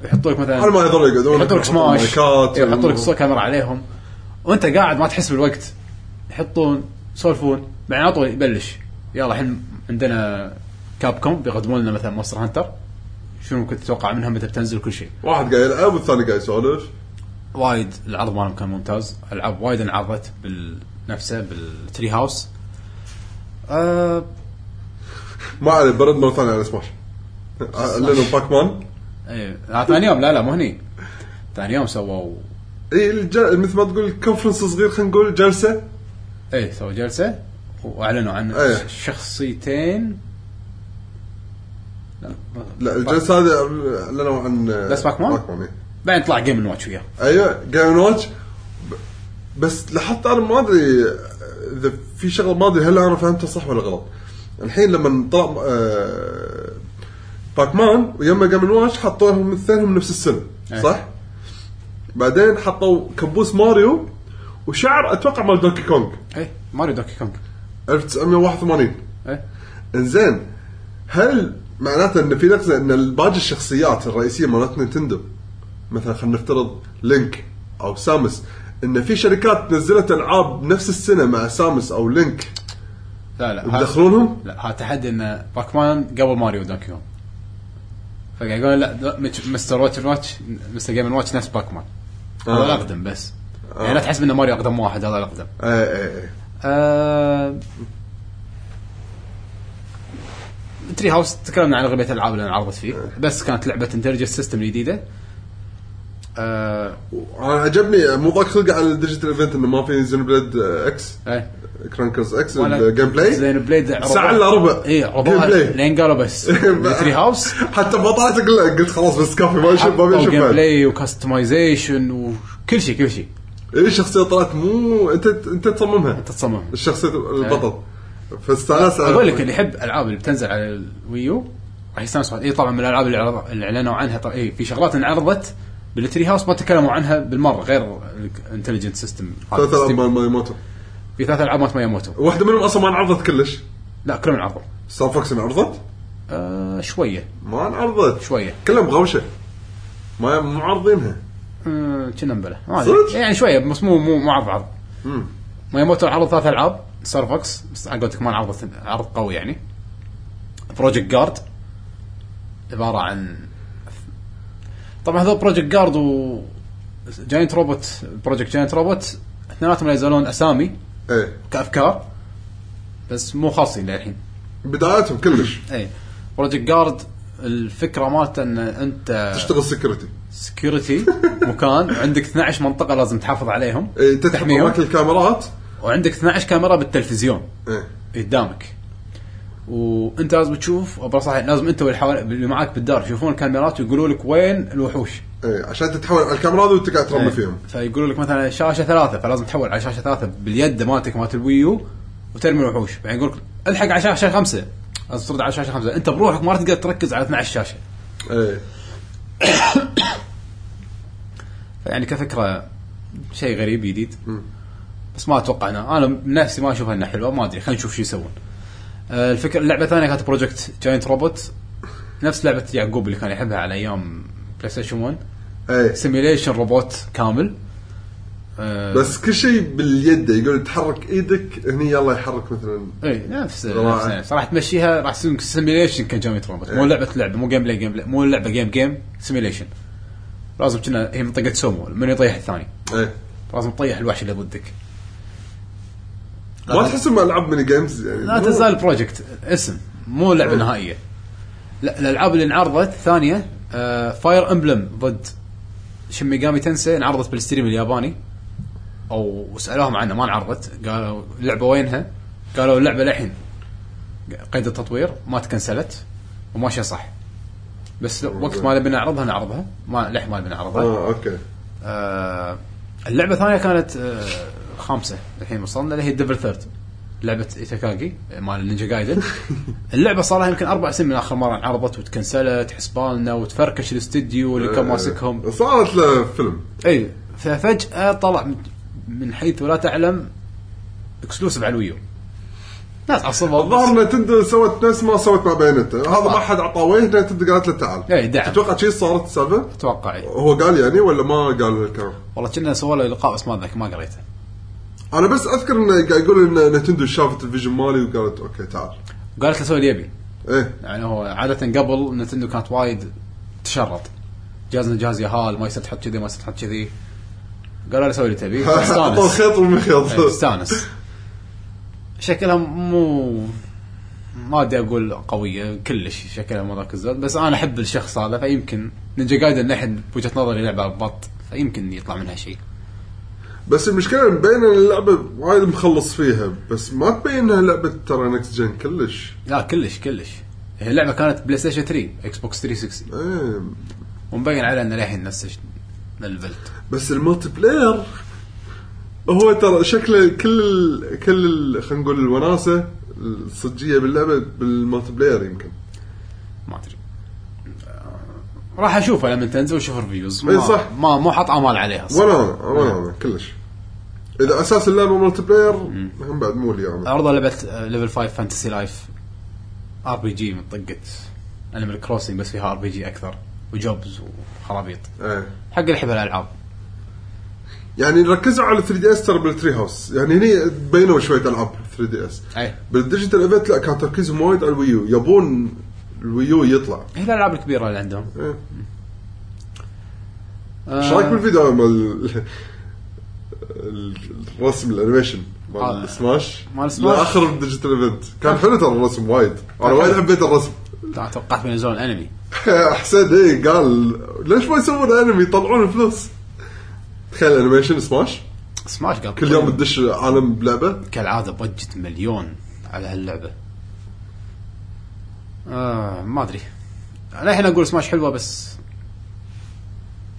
يحطوا لك مثلا على ما يضل يقعدون يحطوا لك سماش مايكات إيه، يحطوا لك صوت كاميرا عليهم وانت قاعد ما تحس بالوقت يحطون يسولفون بعدين على طول يبلش يلا الحين عندنا كاب كوم بيقدمون لنا مثلا مونستر هانتر شنو ممكن تتوقع منها متى بتنزل كل شيء واحد قاعد يلعب والثاني قاعد يسولف وايد العرض مالهم كان ممتاز العاب وايد انعرضت بال نفسه بالتري هاوس أه ما عليه برد مره ثانيه على سماش اعلنوا باك مان ايه آه، ثاني يوم لا لا مو هني ثاني يوم سووا اي الج- إيه، مثل ما تقول كونفرنس صغير خلينا نقول جلسه ايه سووا جلسه واعلنوا عن إيه. شخصيتين لا لا الجلسه هذه اعلنوا عن بس باك مان؟ إيه. بعدين طلع جيم واتش وياه ايوه جيم واتش بس لاحظت انا ما ادري اذا في شغله ما ادري هل انا فهمتها صح ولا غلط الحين لما طلع آه، باكمان ويما جيم واتش حطوهم الاثنينهم نفس السنه أي. صح؟ بعدين حطوا كبوس ماريو وشعر اتوقع مال دونكي كونغ ايه ماريو دوكي كونغ 1981 ايه انزين هل معناته ان في نقزه ان باقي الشخصيات الرئيسيه مالت نينتندو مثلا خلينا نفترض لينك او سامس ان في شركات نزلت العاب نفس السنه مع سامس او لينك لا لا هذا- يدخلونهم لا هذا تحدي ان باكمان قبل ماريو دونكي كونغ فقاعد يقول لا دو- مت- مستر واتش واتش مستر جيم واتش نفس باكمان هذا آه. الاقدم بس يعني لا تحسب ان ماريو اقدم واحد هذا الاقدم اي اي اي آه... تري هاوس تكلمنا عن اغلبيه الالعاب اللي انعرضت فيه بس كانت لعبه انتليجنس سيستم الجديده آه... انا عجبني مو ضاق خلق على الديجيتال ايفنت انه ما في زين بليد اكس ايه كرانكرز اكس ولا- الجيم بلاي زين بليد عرضها- ساعة الا ربع اي جيم عرضها بلاي لين قالوا بس تري هاوس حتى ما طلعت أقول- قلت خلاص بس كافي ما اشوف ما حطوا اشوف جيم بعد. بلاي وكستمايزيشن وكل شيء كل شيء اي الشخصيه إيه، طلعت مو انت انت تصممها تتصمم الشخصيه البطل فاستانست على- اقول إيه. لك اللي يحب الالعاب اللي بتنزل على الويو راح يستانس وايد. اي طبعا من الالعاب اللي عرض- اللي اعلنوا عنها طبعا اي في شغلات انعرضت بالتري هاوس ما تكلموا عنها بالمره غير الانتليجنت سيستم ثلاث العاب مال مايموتو في ثلاث العاب مالت ماياموتو واحده منهم اصلا ما انعرضت كلش لا كلهم انعرضوا ستار فوكس انعرضت؟ آه شويه ما انعرضت شويه كلها مغوشه ما مو عارضينها آه، كنا مبلى ما صدق؟ ادري يعني شويه بس مو مو مو عرض عرض مم. مايموتو عرض ثلاث العاب ستار فوكس بس على قولتك ما عرضت عرض قوي يعني بروجكت جارد عباره عن طبعا هذول بروجكت جارد و جاينت روبوت بروجكت جاينت روبوت اثنيناتهم لا يزالون اسامي ايه كافكار بس مو خاصين للحين إيه. بداياتهم كلش اي بروجكت جارد الفكره مالته ان انت تشتغل سكيورتي سكيورتي مكان عندك اناعش منطقه لازم تحافظ عليهم ايه تتحكم تحميهم. معك الكاميرات وعندك 12 كاميرا بالتلفزيون ايه قدامك وانت لازم تشوف أو صح لازم انت واللي حوالي- اللي معاك بالدار يشوفون الكاميرات ويقولوا لك وين الوحوش ايه عشان تتحول على الكاميرا هذه وانت قاعد إيه. ترمي فيهم فيقولوا لك مثلا شاشه ثلاثه فلازم تحول على شاشه ثلاثه باليد مالتك مالت الويو وترمي الوحوش بعدين يقول لك الحق على شاشه خمسه لازم ترد على شاشه خمسه انت بروحك ما راح تقدر تركز على 12 شاشه ايه يعني كفكره شيء غريب جديد بس ما اتوقع انه انا من نفسي ما اشوفها انها حلوه ما ادري خلينا نشوف شو يسوون آه، الفكره اللعبه الثانيه كانت بروجكت جاينت روبوت نفس لعبه يعقوب اللي كان يحبها على ايام بلاي ستيشن 1 ايه سيميليشن روبوت كامل آه، بس كل شيء باليد يقول تحرك ايدك هني يلا يحرك مثلا اي إيه، نفس رائع. نفس- نفس راح تمشيها راح تصير سيميليشن كجاينت روبوت مو لعبه لعبه مو جيم بلاي جيم بلاي مو لعبه جيم جيم سيميليشن لازم كنا هي منطقه سومو من يطيح الثاني ايه لازم تطيح الوحش اللي ضدك ما تحس ما العاب ميني جيمز يعني لا تزال بروجكت اسم مو لعبه نهائيه لا الالعاب اللي انعرضت ثانيه فاير امبلم ضد شميغامي تنسي انعرضت بالستريم الياباني او سالوهم عنها ما انعرضت قالوا اللعبه وينها؟ قالوا اللعبه للحين قيد التطوير ما تكنسلت وماشيه صح بس لو- وقت ما نبي نعرضها نعرضها ما للحين ما نبي نعرضها اه اوكي آه، اللعبه الثانيه كانت آه، خامسه الحين وصلنا اللي هي ديفل ثيرد لعبه ايتاكاجي آه، مال النينجا جايدن اللعبه صار لها يمكن اربع سنين من اخر مره انعرضت وتكنسلت حسبالنا وتفركش الاستديو اللي كان ماسكهم آه، صارت له فيلم اي ففجاه طلع من- من حيث لا تعلم اكسلوسيف على الويو ناس الظاهر عصبوا نتندو سوت نفس ما سوت مع بينته هذا ما حد عطاه وجه نتندو قالت له تعال اي إيه، دعم تتوقع شي صارت السالفه؟ اتوقع إي. هو قال يعني ولا ما قال الكلام؟ والله كنا سووا له لقاء بس ما ذاك ما قريته انا بس اذكر انه قاعد يقول ان نتندو شافت الفيجن مالي وقالت اوكي تعال قالت له سوي اللي يبي ايه يعني هو عاده قبل نتندو كانت وايد تشرط جهازنا جهاز يهال ما يصير تحط كذي ما يصير تحط كذي قالوا لي سوي اللي تبي حطوا استانس الخيط والمخيط إيه، استانس شكلها مو ما ادري اقول قويه كلش شكلها مو ذاك الزود بس انا احب الشخص هذا فيمكن نينجا جايدن للحين بوجهه نظري لعبه بط فيمكن يطلع منها شيء بس المشكله مبين ان اللعبه وايد مخلص فيها بس ما تبين انها لعبه ترى نكست جن كلش لا كلش كلش هي اللعبه كانت بلاي ستيشن 3 اكس بوكس 360 ايه ومبين عليها ان للحين نفس الفلت بس الملتي بلاير هو ترى شكله كل ال كل ال- خلينا نقول الوناسه الصجيه باللعبه بالملتي بلاير يمكن ما ادري آه، راح اشوفها لما تنزل واشوف ريفيوز إي ما صح. ما مو حاط امال عليها صح. ولا انا ولا انا كلش اذا اساس اللعبه ملتي بلاير هم بعد مو لي انا عرضوا لعبه ليفل 5 فانتسي لايف ار بي جي من طقه انيمال كروسنج بس فيها ار بي جي اكثر وجوبز وخرابيط ايه حق اللي يحب الالعاب يعني ركزوا على 3 دي اس ترى بالتري هاوس يعني هني بينوا شويه العاب 3 دي اس اي بالديجيتال ايفنت لا كان تركيزهم وايد على الويو يبون الويو يطلع هي الالعاب الكبيره اللي عندهم ايه آه، ايش رايك بالفيديو مال ال- الرسم الانيميشن آه. مال سماش مال سماش. لاخر الديجيتال ايفنت كان حلو ترى الرسم وايد انا وايد حبيت الرسم لا، توقعت بينزلون انمي حسين ايه قال ليش ما يسوون انمي يطلعون فلوس تخيل انيميشن سماش سماش قال كل يوم تدش عالم بلعبه كالعاده بجت مليون على هاللعبه آه ما ادري الحين اقول سماش حلوه بس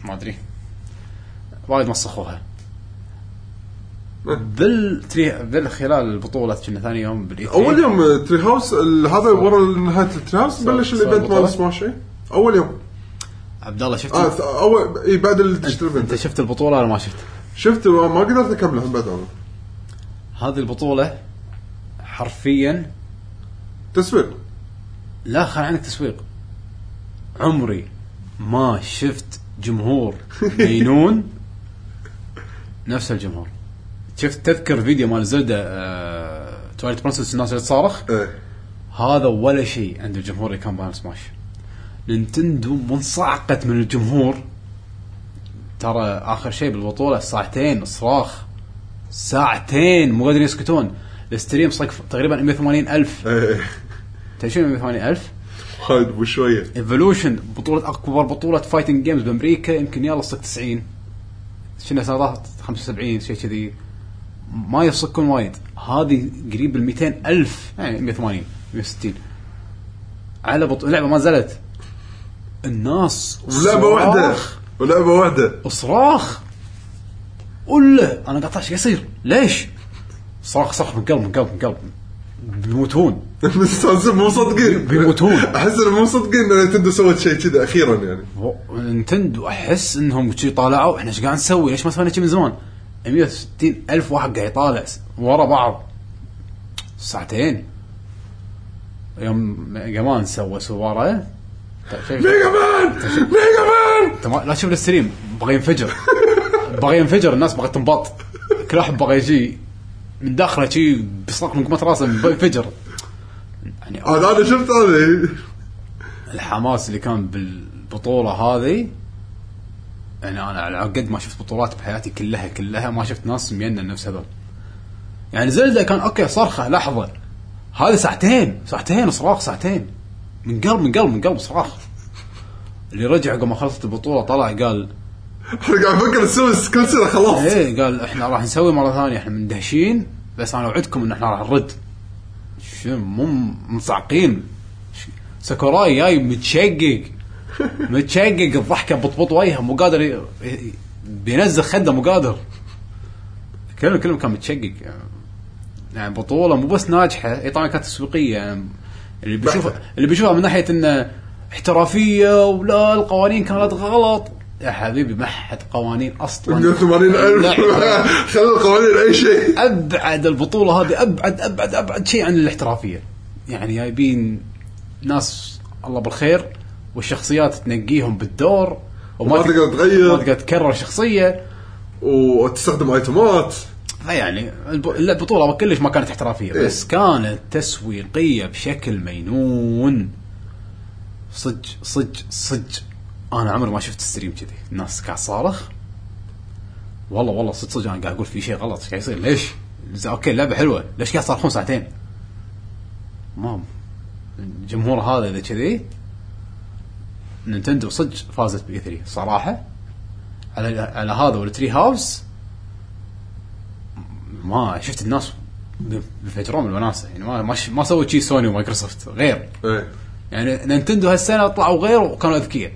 ما ادري وايد مسخوها إيه. بال تري بال خلال البطوله كنا ثاني يوم بالاي اول يوم تري هاوس ال- هذا ورا نهايه التري هاوس صار- بلش صار الايفنت بطولة؟ مال سماش إيه. اول يوم عبد الله شفت اه ث- اول اي بعد الديجيتال انت ايفنت شفت البطوله ولا ما شفت؟ شفت آه، ما ما قدرت اكمله بعد انا هذه البطوله حرفيا تسويق لا خل عنك تسويق عمري ما شفت جمهور مينون نفس الجمهور شفت تذكر فيديو مال زلدة آه، تواليت برنسس الناس اللي تصارخ ايه هذا ولا شيء عند الجمهور اللي كان بال سماش نينتندو منصعقت من الجمهور ترى اخر شيء بالبطوله ساعتين صراخ ساعتين مو قادرين يسكتون الستريم صق تقريبا 180 الف ايه تدري شنو 180 الف وايد وشويه ايفولوشن بطولة اكبر بطولة فايتنج جيمز بامريكا يمكن يلا صك 90 شنو سنة 75 شيء كذي ما يفصكون وايد هذه قريب ال 200 الف يعني 180 160 على بط... لعبة ما نزلت الناس ولعبه صراخ- واحده ولعبه واحده صراخ ولا انا قاطع ايش قاعد يصير ليش؟ صراخ صراخ من قلب من قلب من قلب بيموتون مستانسين مو صادقين بيموتون. احس انه مو صادقين ان نتندو سوت شيء كذا اخيرا يعني نتندو احس انهم شي طالعوا احنا ايش قاعد نسوي؟ ليش ما سوينا شي من زمان؟ 160 الف واحد قاعد يطالع س- ورا بعض ساعتين يوم كمان سوى سوبارا ميجا مان ميجا مان لا تشوف الستريم بغى ينفجر بغى ينفجر الناس بغى تنبط كل واحد بغى يجي من داخله شي بصق من قمه راسه ينفجر يعني هذا انا شفت هذا الحماس اللي كان بالبطوله هذه يعني انا على قد ما شفت بطولات بحياتي كلها كلها ما شفت ناس مينا نفس هذول يعني زلدا كان اوكي صرخه لحظه هذا ساعتين ساعتين صراخ ساعتين من قلب من قلب من قلب صراخ اللي رجع عقب ما خلصت البطوله طلع قال احنا قاعد نفكر نسوي السلسله خلاص ايه قال احنا راح نسوي مره ثانيه احنا مندهشين بس انا اوعدكم ان احنا راح نرد شو مو م- مصعقين ش- ساكوراي جاي متشقق متشقق الضحكه بطبط وجهه مو قادر ي- ي- بينزل خده مو قادر كلهم كلهم كان متشقق يعني- يعني بطوله مو بس ناجحه اي طبعا كانت تسويقيه يعني اللي بيشوفها بحتة. اللي بيشوفها من ناحيه انه احترافيه ولا القوانين كانت غلط يا حبيبي ما حد قوانين اصلا 180000 لا. خلوا القوانين اي شيء ابعد البطوله هذه ابعد ابعد ابعد شيء عن الاحترافيه يعني جايبين ناس الله بالخير والشخصيات تنقيهم بالدور وما تق- تقدر تغير. ما تقدر تكرر شخصيه وتستخدم ايتمات فيعني آه، يعني الب- البطوله كلش ما كانت احترافيه إيه. بس كانت تسويقيه بشكل مينون صج صج صج انا عمري ما شفت ستريم كذي الناس قاعد صارخ والله والله صدق صدق انا قاعد اقول في شيء غلط ايش قاعد يصير ليش؟ زين، اوكي اللعبه حلوه ليش قاعد يصرخون ساعتين؟ ما الجمهور هذا اذا كذي نينتندو صدق فازت باي 3 صراحه على على هذا والتري هاوس ما شفت الناس بفجرهم الوناسه يعني ما ما, ش- ما سووا شيء سوني ومايكروسوفت غير ايه يعني نينتندو هالسنه طلعوا غير وكانوا اذكياء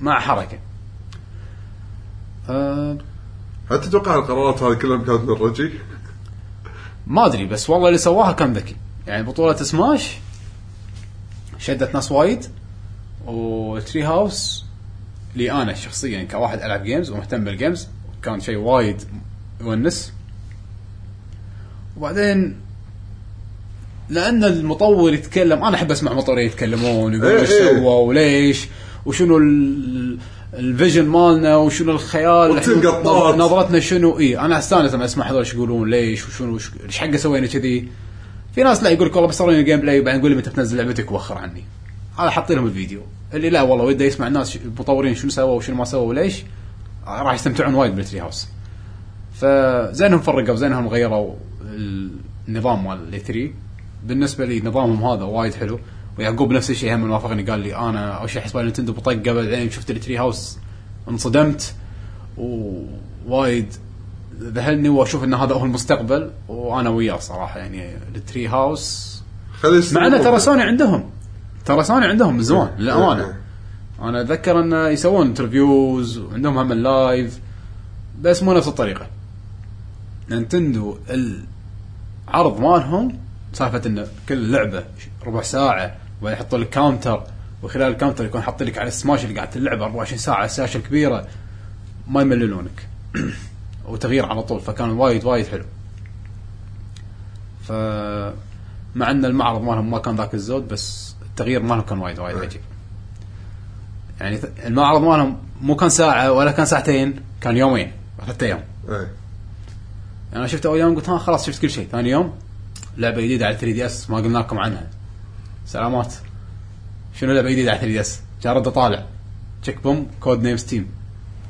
مع حركه أه هل تتوقع القرارات هذه كلها كانت من رجي؟ ما ادري بس والله اللي سواها كان ذكي يعني بطوله سماش شدت ناس وايد وتري هاوس لي انا شخصيا كواحد العب جيمز ومهتم بالجيمز كان شيء وايد يونس وبعدين لان المطور يتكلم انا احب اسمع مطورين يتكلمون يقولون إيه ايش إيه. سوى وليش وشنو ال- الفيجن مالنا وشنو الخيال وتلقى إحنا الطاط. نظرتنا شنو اي انا استانس لما اسمع هذول ايش يقولون ليش وشنو وش- ايش حقه سوينا كذي في ناس لا يقول لك والله بس وريني الجيم بلاي وبعدين قول لي متى بتنزل لعبتك وخر عني هذا حاط لهم الفيديو اللي لا والله وده يسمع الناس ش- المطورين شنو سووا وشنو ما سووا وليش آه، راح يستمتعون وايد بالتري هاوس فزينهم فرقوا زينهم غيروا النظام مال الاي 3 بالنسبه لي نظامهم هذا وايد حلو ويعقوب نفس الشيء هم وافقني قال لي انا اول شيء حسبان نتندو بطقه بعدين يعني شفت التري هاوس انصدمت ووايد ذهلني واشوف ان هذا هو المستقبل وانا وياه صراحه يعني التري هاوس خلي مع انه يستخدمون. ترى سوني عندهم ترى سوني عندهم من زمان للامانه إيه. انا اتذكر انه يسوون انترفيوز وعندهم هم اللايف بس مو نفس الطريقه نينتندو العرض مالهم سالفه انه كل لعبه ربع ساعه وبعدين يحطوا لك كاونتر وخلال الكاونتر يكون حاط لك على السماش اللي قاعد تلعب 24 ساعه على الشاشه الكبيره ما يمللونك وتغيير على طول فكان وايد وايد حلو ف مع ان المعرض مالهم ما كان ذاك الزود بس التغيير مالهم كان وايد وايد عجيب يعني th- المعرض مالهم مو كان ساعه ولا كان ساعتين كان يومين ثلاث ايام ايه يعني انا شفت اول يوم قلت ها خلاص شفت كل شيء ثاني يوم لعبه جديده على 3 دي اس ما قلنا لكم عنها سلامات شنو لعبه جديده على 3 دي اس جرد طالع تشيك بوم كود نيم ستيم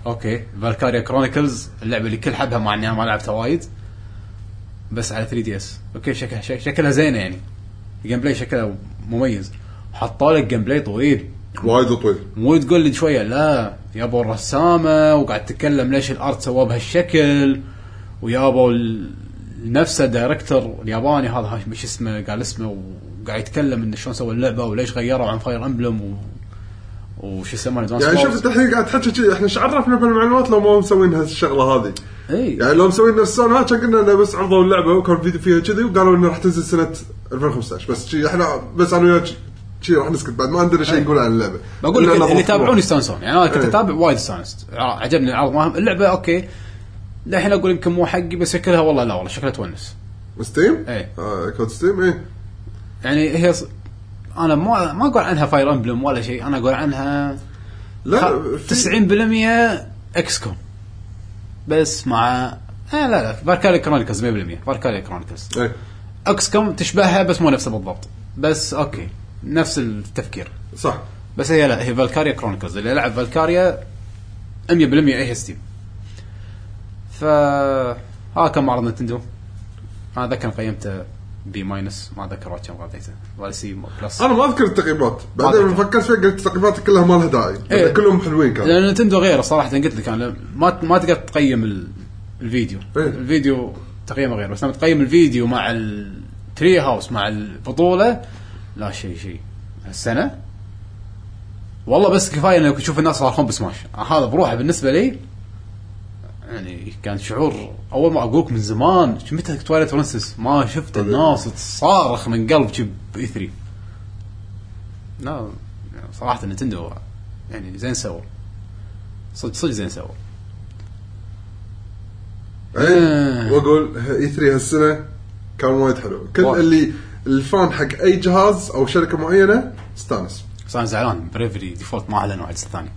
اوكي فالكاريا كرونيكلز اللعبه اللي كل حبها مع اني أنا ما لعبتها وايد بس على 3 دي اس اوكي شكلها شك- شكلها زينه يعني الجيم بلاي شكلها مميز حطوا لك جيم بلاي طويل وايد طويل مو تقول لي شويه لا يابا الرسامه وقاعد تتكلم ليش الارت سواه بهالشكل ويابا ال- نفسه الدايركتور الياباني هذا ها- مش اسمه قال اسمه وقاعد يتكلم انه شلون سوى اللعبه وليش غيروا عن فاير امبلم و... وش يسمونه Advance يعني Wars. شوف انت الحين قاعد تحكي شيء احنا ايش عرفنا بالمعلومات لو ما مسوين هالشغله هذه؟ اي يعني لو مسوين نفس السنه هذا كان قلنا انه بس عرضوا اللعبه وكان فيديو فيها كذي وقالوا انه راح تنزل سنه 2015 بس شي احنا بس انا وياك شي راح نسكت بعد ما عندنا شيء نقول عن اللعبه بقول إلا لك إنه اللي مفروض. يتابعون يستانسون يعني انا كنت إيه. اتابع وايد استانست ع- عجبني العرض مالهم اللعبه اوكي للحين اقول يمكن مو حقي بس شكلها والله لا والله شكلها تونس ستيم؟ إيه. آه كود ستيم ايه يعني هي ص... انا ما ما اقول عنها فاير امبلم ولا شيء انا اقول عنها لا في- 90% اكس كوم بس مع آه لا لا فاركالي كرونيكلز 100% فاركالي كرونيكلز إيه. اكس كوم تشبهها بس مو نفسها بالضبط بس اوكي نفس التفكير صح بس هي لا هي فالكاريا كرونيكلز اللي يلعب فالكاريا 100% اي ستيم ف هذا كان معرض نتندو انا ذكر قيمته بي ماينس ما ذكر والله كم غطيته ولا سي بلس انا ما اذكر التقييمات بعدين لما أذكر. فكرت فيها قلت التقييمات كلها ما لها داعي إيه. كلهم حلوين كانوا لان نتندو غير صراحه قلت لك انا ما ما تقدر تقيم ال- الفيديو إيه. الفيديو تقييمه غير بس لما تقيم الفيديو مع التري هاوس مع البطوله لا شيء شيء هالسنه والله بس كفايه انك تشوف الناس صارخون بسماش هذا بروحه بالنسبه لي يعني كان شعور اول ما اقولك من زمان شو متى تواليت برنسس ما شفت الناس تصارخ من قلب شب اي 3 لا صراحه نتندو يعني زين سووا صدق صدق زين سووا إيه. آه. واقول اي 3 هالسنه كان وايد حلو كل وايد. اللي الفان حق اي جهاز او شركه معينه استانس بس انا زعلان بريفري ديفولت ما اعلنوا عن الثاني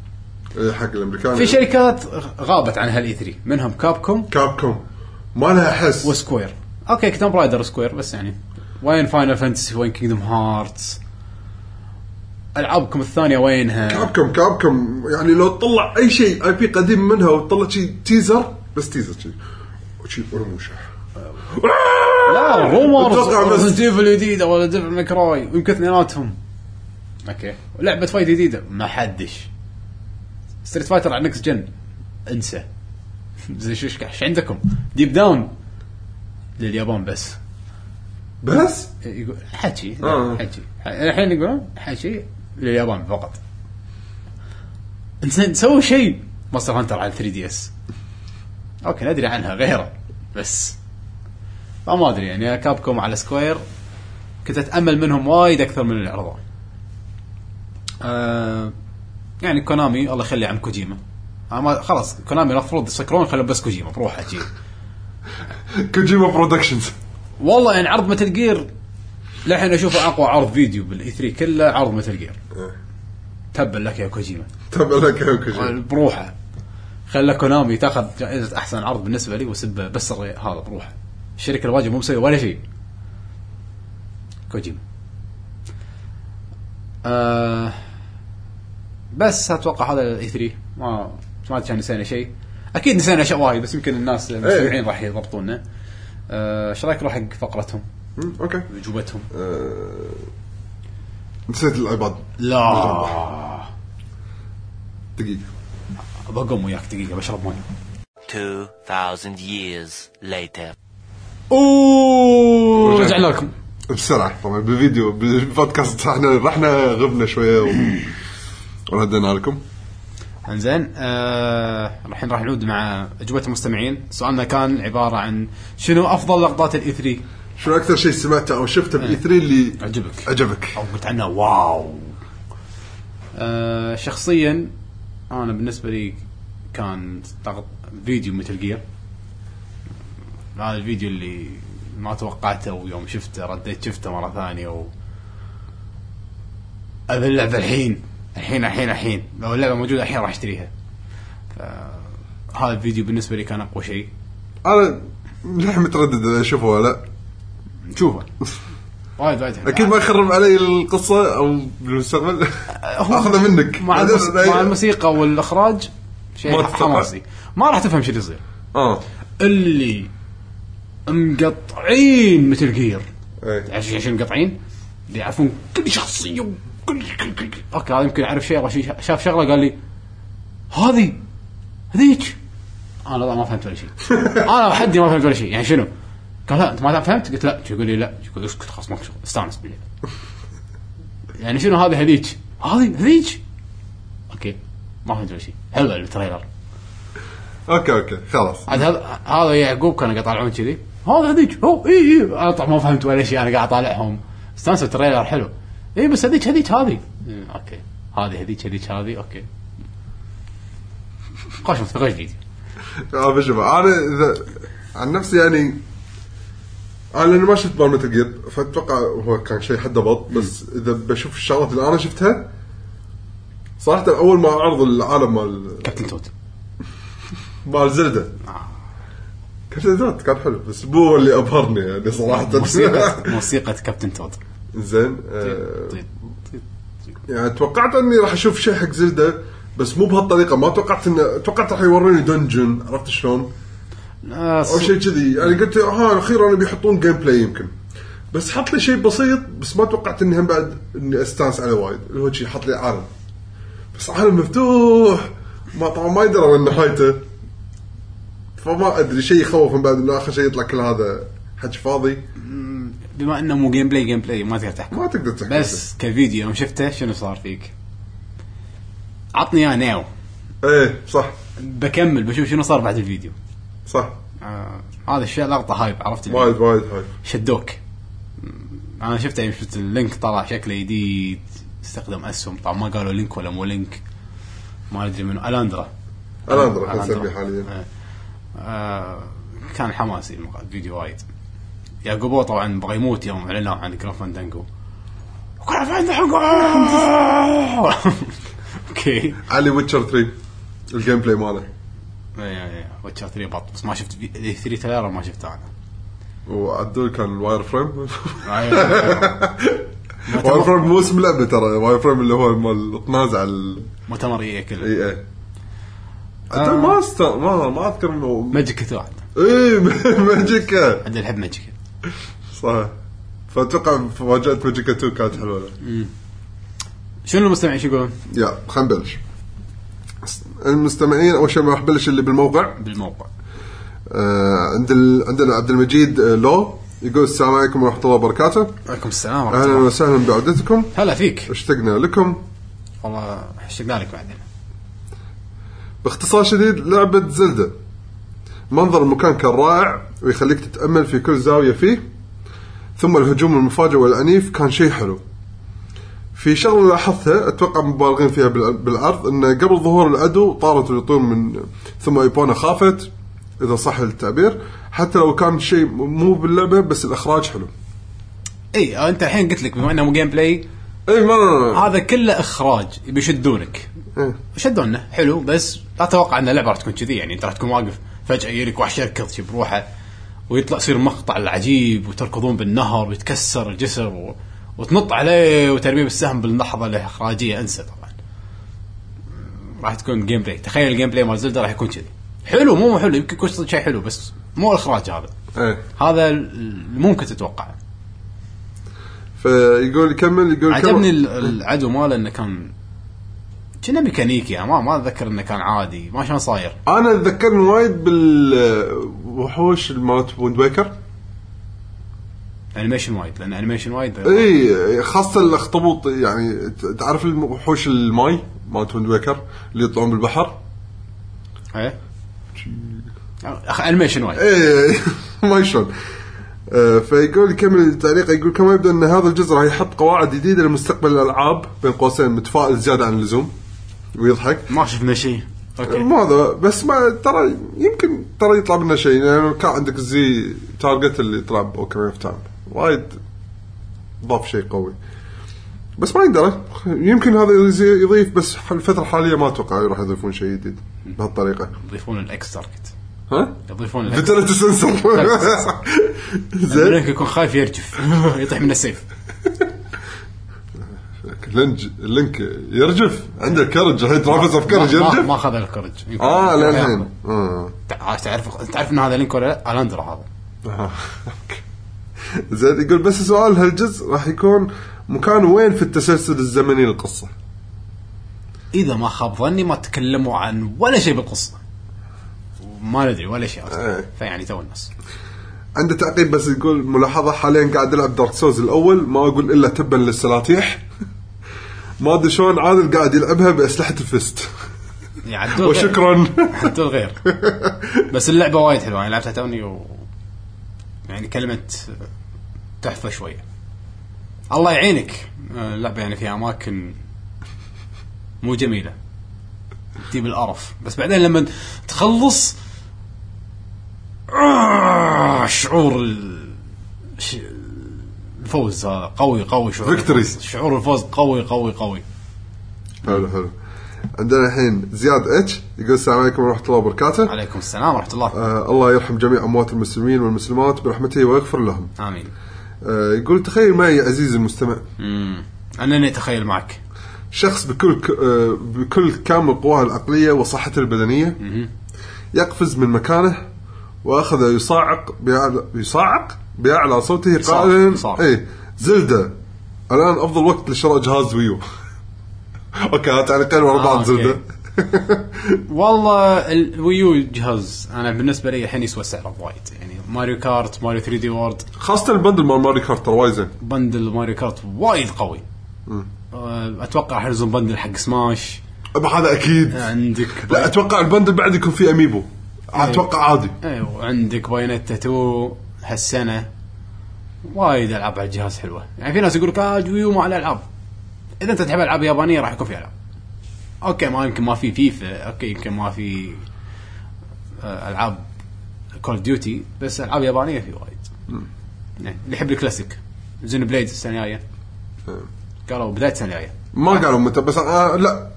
إيه، حق الامريكان في شركات غابت عن هالاي 3 منهم كابكوم كاب كوم ما لها حس وسكوير اوكي كتم رايدر سكوير بس يعني وين فاينل فانتسي وين كينجدم هارتس العابكم الثانيه وينها كابكم كابكم يعني لو تطلع اي شيء اي بي قديم منها وتطلع شي تيزر بس تيزر شي شي ورموشه لا أتوقع بس. رومرز ريزنت الجديده ولا ديفل ماكراي ويمكن اثنيناتهم اوكي لعبه فايت جديده ما حدش ستريت فايتر على نكس جن انسى زي شو ايش عندكم ديب داون لليابان بس بس يقول حكي آه. حكي الحين يقولون حكي لليابان فقط انزين سووا شيء ماستر هانتر على 3 دي اس اوكي ندري عنها غيره بس فما ادري يعني كابكوم على سكوير كنت اتامل منهم وايد اكثر من اللي عرضوه آه يعني كونامي الله يخلي عم كوجيما أنا ما- خلاص كونامي المفروض يسكرون خلوا بس كوجيما بروحه جي كوجيما برودكشنز والله يعني عرض متل جير للحين اشوفه اقوى عرض فيديو بالاي 3 كله عرض متل جير تبا لك يا كوجيما تبع لك يا كوجيما بروحه خلى كونامي تاخذ جائزه احسن عرض بالنسبه لي وسبه بس الري- هذا بروحه الشركه الواجهه مو مسوي ولا شيء كوجيما آه بس اتوقع هذا الاي 3 ما ما كان نسينا شيء اكيد نسينا اشياء وايد بس يمكن الناس المستمعين راح يضبطونا آه، ايش رايك نروح حق فقرتهم مم، اوكي وجوبتهم آه، نسيت العباد لا دقيقه بقوم وياك دقيقه بشرب مي 2,000 years later. اوه رجعنا لكم بسرعه طبعا بالفيديو بالبودكاست احنا رحنا غبنا شويه و- وردينا لكم انزين آه، الحين راح نعود مع اجوبه المستمعين سؤالنا كان عباره عن شنو افضل لقطات الاي 3 شنو اكثر شيء سمعته او شفته بالاي 3 اللي عجبك. عجبك او قلت عنها واو آه، شخصيا انا بالنسبه لي كان تغط- فيديو مثل جير هذا الفيديو اللي ما توقعته ويوم شفته رديت شفته مره ثانيه و ابي اللعبه الحين الحين الحين الحين لو اللعبه موجوده الحين راح اشتريها ف- هذا الفيديو بالنسبه لي كان اقوى شيء انا للحين متردد إذا اشوفه ولا لا نشوفه وايد وايد حلو. اكيد ما يخرب علي القصه او بالمستقبل هو اخذه منك مع, بعدين الموس... أنا- مع الموسيقى والاخراج شيء ما تتوقع. حماسي ما راح تفهم شو اللي يصير اه اللي مقطعين مثل جير إيه. عشان عشان مقطعين اللي يعرفون كل شخصيه وكل كل كل كل. اوكي هذا يمكن اعرف شيء والله شي- شاف شغله قال لي هذه هذيك انا لا ما فهمت ولا شيء انا حدي ما فهمت ولا شيء يعني شنو؟ قال لا انت ما فهمت؟ قلت لا يقول لي لا يقول لي اسكت خلاص ماك شغل استانس بالليل يعني شنو هذه هذيك؟ هذه هذيك اوكي ما فهمت ولا شيء حلو التريلر اوكي اوكي خلاص عاد هذا هذا يعقوب كانوا قاعد يطالعون كذي هذا هذيك هو اي اي انا طبعا ما فهمت ولا شيء انا قاعد اطالعهم استانس التريلر حلو اي بس هذيك هذيك هذه إيه، اوكي هذه هذيك هذيك هذه اوكي قاش مستقى جديد آه، بشوف انا اذا عن نفسي يعني انا لاني ما شفت مال متل جير فاتوقع هو كان شيء حد ضبط بس اذا بشوف الشغلات اللي انا شفتها صراحه اول ما عرض العالم مال كابتن توت مال زلده كنت زلدة كان حلو بس مو هو اللي ابهرني يعني صراحه موسيقى موسيقى كابتن توت طيب. زين آه، يعني توقعت اني راح اشوف شيء حق زلدة بس مو بهالطريقه ما توقعت انه توقعت راح يوروني دنجن عرفت شلون؟ آه، او ص- شيء كذي يعني قلت ها اخيرا بيحطون جيم بلاي يمكن بس حط لي شيء بسيط بس ما توقعت اني هم بعد اني استانس عليه وايد اللي هو شيء حط لي عالم بس عالم مفتوح ما طبعا ما يدرى وين نهايته فما ادري شيء يخوف من بعد انه اخر شيء يطلع كل هذا حج فاضي بما انه مو جيم بلاي جيم بلاي ما تقدر تحكم ما تقدر تحكي بس كفيديو يوم شفته شنو صار فيك؟ عطني يا ناو ايه صح بكمل بشوف شنو صار بعد الفيديو صح آه هذا الشيء لقطه هايب عرفت اللي وايد وايد هاي شدوك م، انا شفته يوم شفت اللينك طلع شكله جديد استخدم اسهم طبعا ما قالوا لينك ولا مو لينك ما ادري منو الاندرا انا اندرى خلنا ألاندرا. نسميه حاليا آه. آه كان حماسي المق- الفيديو وايد يعقوبو طبعا بغى يموت يوم اعلنوا عن جراند فاندانجو جراند فاندانجو اوكي علي ويتشر 3 الجيم بلاي ماله إيه، ويتشر 3 بط بس ما شفت في- 3 تريلر ما شفته انا وعدول كان الواير فريم واير مؤتمر- فريم مو اسم لعبه ترى واير فريم اللي هو مال الطناز على ال- مؤتمر اي كله اي اي حتى إيه، ما است ما ما اذكر انه ماجيك 2 اي ماجيكا عندنا نحب ماجيك صح فاتوقع فواجهه ماجيكا 2 كانت حلوه شنو المستمعين شو يقولون يا خلينا نبلش المستمعين اول شيء راح بلش اللي بالموقع بالموقع آه عند ال... عندنا عبد المجيد آه، لو يقول السلام عليكم ورحمه الله وبركاته عليكم السلام ورحمه اهلا الله وسهلا بعودتكم هلا فيك اشتقنا لكم والله اشتقنا لك بعدين باختصار شديد لعبة زلدة منظر المكان كان رائع ويخليك تتأمل في كل زاوية فيه ثم الهجوم المفاجئ والعنيف كان شيء حلو في شغلة لاحظتها اتوقع مبالغين فيها بالع- بالعرض انه قبل ظهور العدو طارت الوطون من ثم ايبونا خافت اذا صح التعبير حتى لو كان شيء مو باللعبة بس الاخراج حلو اي آه، انت الحين قلت لك بما انه مو جيم بلاي اي إيه، ما ما- ما- هذا كله اخراج بيشدونك إيه. شدونا حلو بس لا تتوقع ان اللعبه راح تكون كذي يعني انت راح تكون واقف فجاه يجيك وحش يركض شي بروحه ويطلع يصير مقطع العجيب وتركضون بالنهر ويتكسر الجسر و... وتنط عليه وترميه بالسهم باللحظه الاخراجيه انسى طبعا راح تكون جيم بلاي تخيل الجيم بلاي مال زلده راح يكون كذي حلو مو مو حلو يمكن يكون صدق شيء حلو بس مو الاخراج هذا ايه هذا اللي ممكن تتوقعه فيقول يكمل يقول كم- عجبني ال- العدو ماله انه كان كنا ميكانيكي يعني ما ما اتذكر انه كان عادي ما شلون صاير انا اتذكرني وايد بالوحوش مالت ويند ويكر انيميشن وايد لان انيميشن وايد اي خاصه الاخطبوط يعني ت- تعرف الم- وحوش الماي مالت ويند ويكر اللي يطلعون بالبحر ايه أخ- انيميشن وايد اي ما شلون آه، فيقول يكمل التعليق يقول كما يبدو ان هذا الجزء راح يحط قواعد جديده لمستقبل الالعاب بين قوسين متفائل زياده عن اللزوم ويضحك ما شفنا شيء اوكي مو هذا بس ما ترى يمكن ترى يطلع منه شيء لانه كان عندك زي تارجت اللي طلع باوكرين اوف تايم وايد ضاف شيء قوي بس ما يندرى يمكن هذا يزي- يضيف بس ح- الفتره الحاليه ما اتوقع راح يضيفون شيء جديد بهالطريقه يضيفون الاكس تارجت ها؟ يضيفون الاكس فيترنت سنسر زين لينك يكون خايف يرجف يطيح من السيف لينج- لينك يرجف عنده كرج الحين ترافس اوف كرج ما- ما يرجف اخذ الكرج يمكن- اه للحين آه. تع- تعرف تعرف ان هذا لينك ولا لا؟ الاندرا هذا آه، زين يقول بس سؤال هالجزء راح يكون مكان وين في التسلسل الزمني للقصه؟ اذا ما خاب ظني ما تكلموا عن ولا شيء بالقصه ما ندري ولا شيء اصلا إيه. فيعني تو الناس عنده تعقيب بس يقول ملاحظه حاليا قاعد العب دارك سوز الاول ما اقول الا تبا للسلاتيح ما ادري شلون عادل قاعد يلعبها باسلحه الفست يعدون وشكرا حتى الغير بس اللعبه وايد حلوه انا لعبتها توني و يعني كلمه تحفه شويه الله يعينك آه، اللعبه يعني فيها اماكن مو جميله تجيب القرف بس بعدين لما تخلص آه، شعور ال- ش- الفوز هذا قوي قوي شعور Victory. الفوز. شعور الفوز قوي قوي قوي حلو حلو عندنا الحين زياد اتش يقول السلام عليكم ورحمه الله وبركاته عليكم السلام ورحمه الله آه الله يرحم جميع اموات المسلمين والمسلمات برحمته ويغفر لهم امين آه يقول تخيل معي يا عزيزي المستمع امم انني اتخيل معك شخص بكل ك- آه، بكل كامل قواه العقليه وصحته البدنيه يقفز من مكانه واخذ يصاعق بأعلى يصاعق باعلى صوته إيه، يصاعق، قائلا يصاعق. اي زلده الان افضل وقت لشراء جهاز ويو اوكي هذا تعليقين ورا آه، بعض أوكي. زلده والله الويو جهاز انا بالنسبه لي الحين يسوى سعره وايد يعني ماريو كارت ماريو 3 دي وورد خاصه البندل مال ماري كارت ترى وايد زين بندل ماريو كارت وايد قوي آه، اتوقع حينزل بندل حق سماش أبا هذا اكيد آه، عندك لا اتوقع البندل بعد يكون فيه اميبو إيه. اتوقع عادي ايوه وعندك بايونيتا 2 هالسنه وايد العاب على الجهاز حلوه يعني في ناس يقول لك اه ويو ما على العاب اذا انت تحب العاب يابانيه راح يكون في العاب اوكي ما يمكن ما في فيفا اوكي يمكن ما في آه، العاب كول ديوتي بس العاب يابانيه في وايد يعني اللي يحب الكلاسيك زين بليد السنه الجايه قالوا بدايه السنه الجايه ما قالوا متى بس آه لا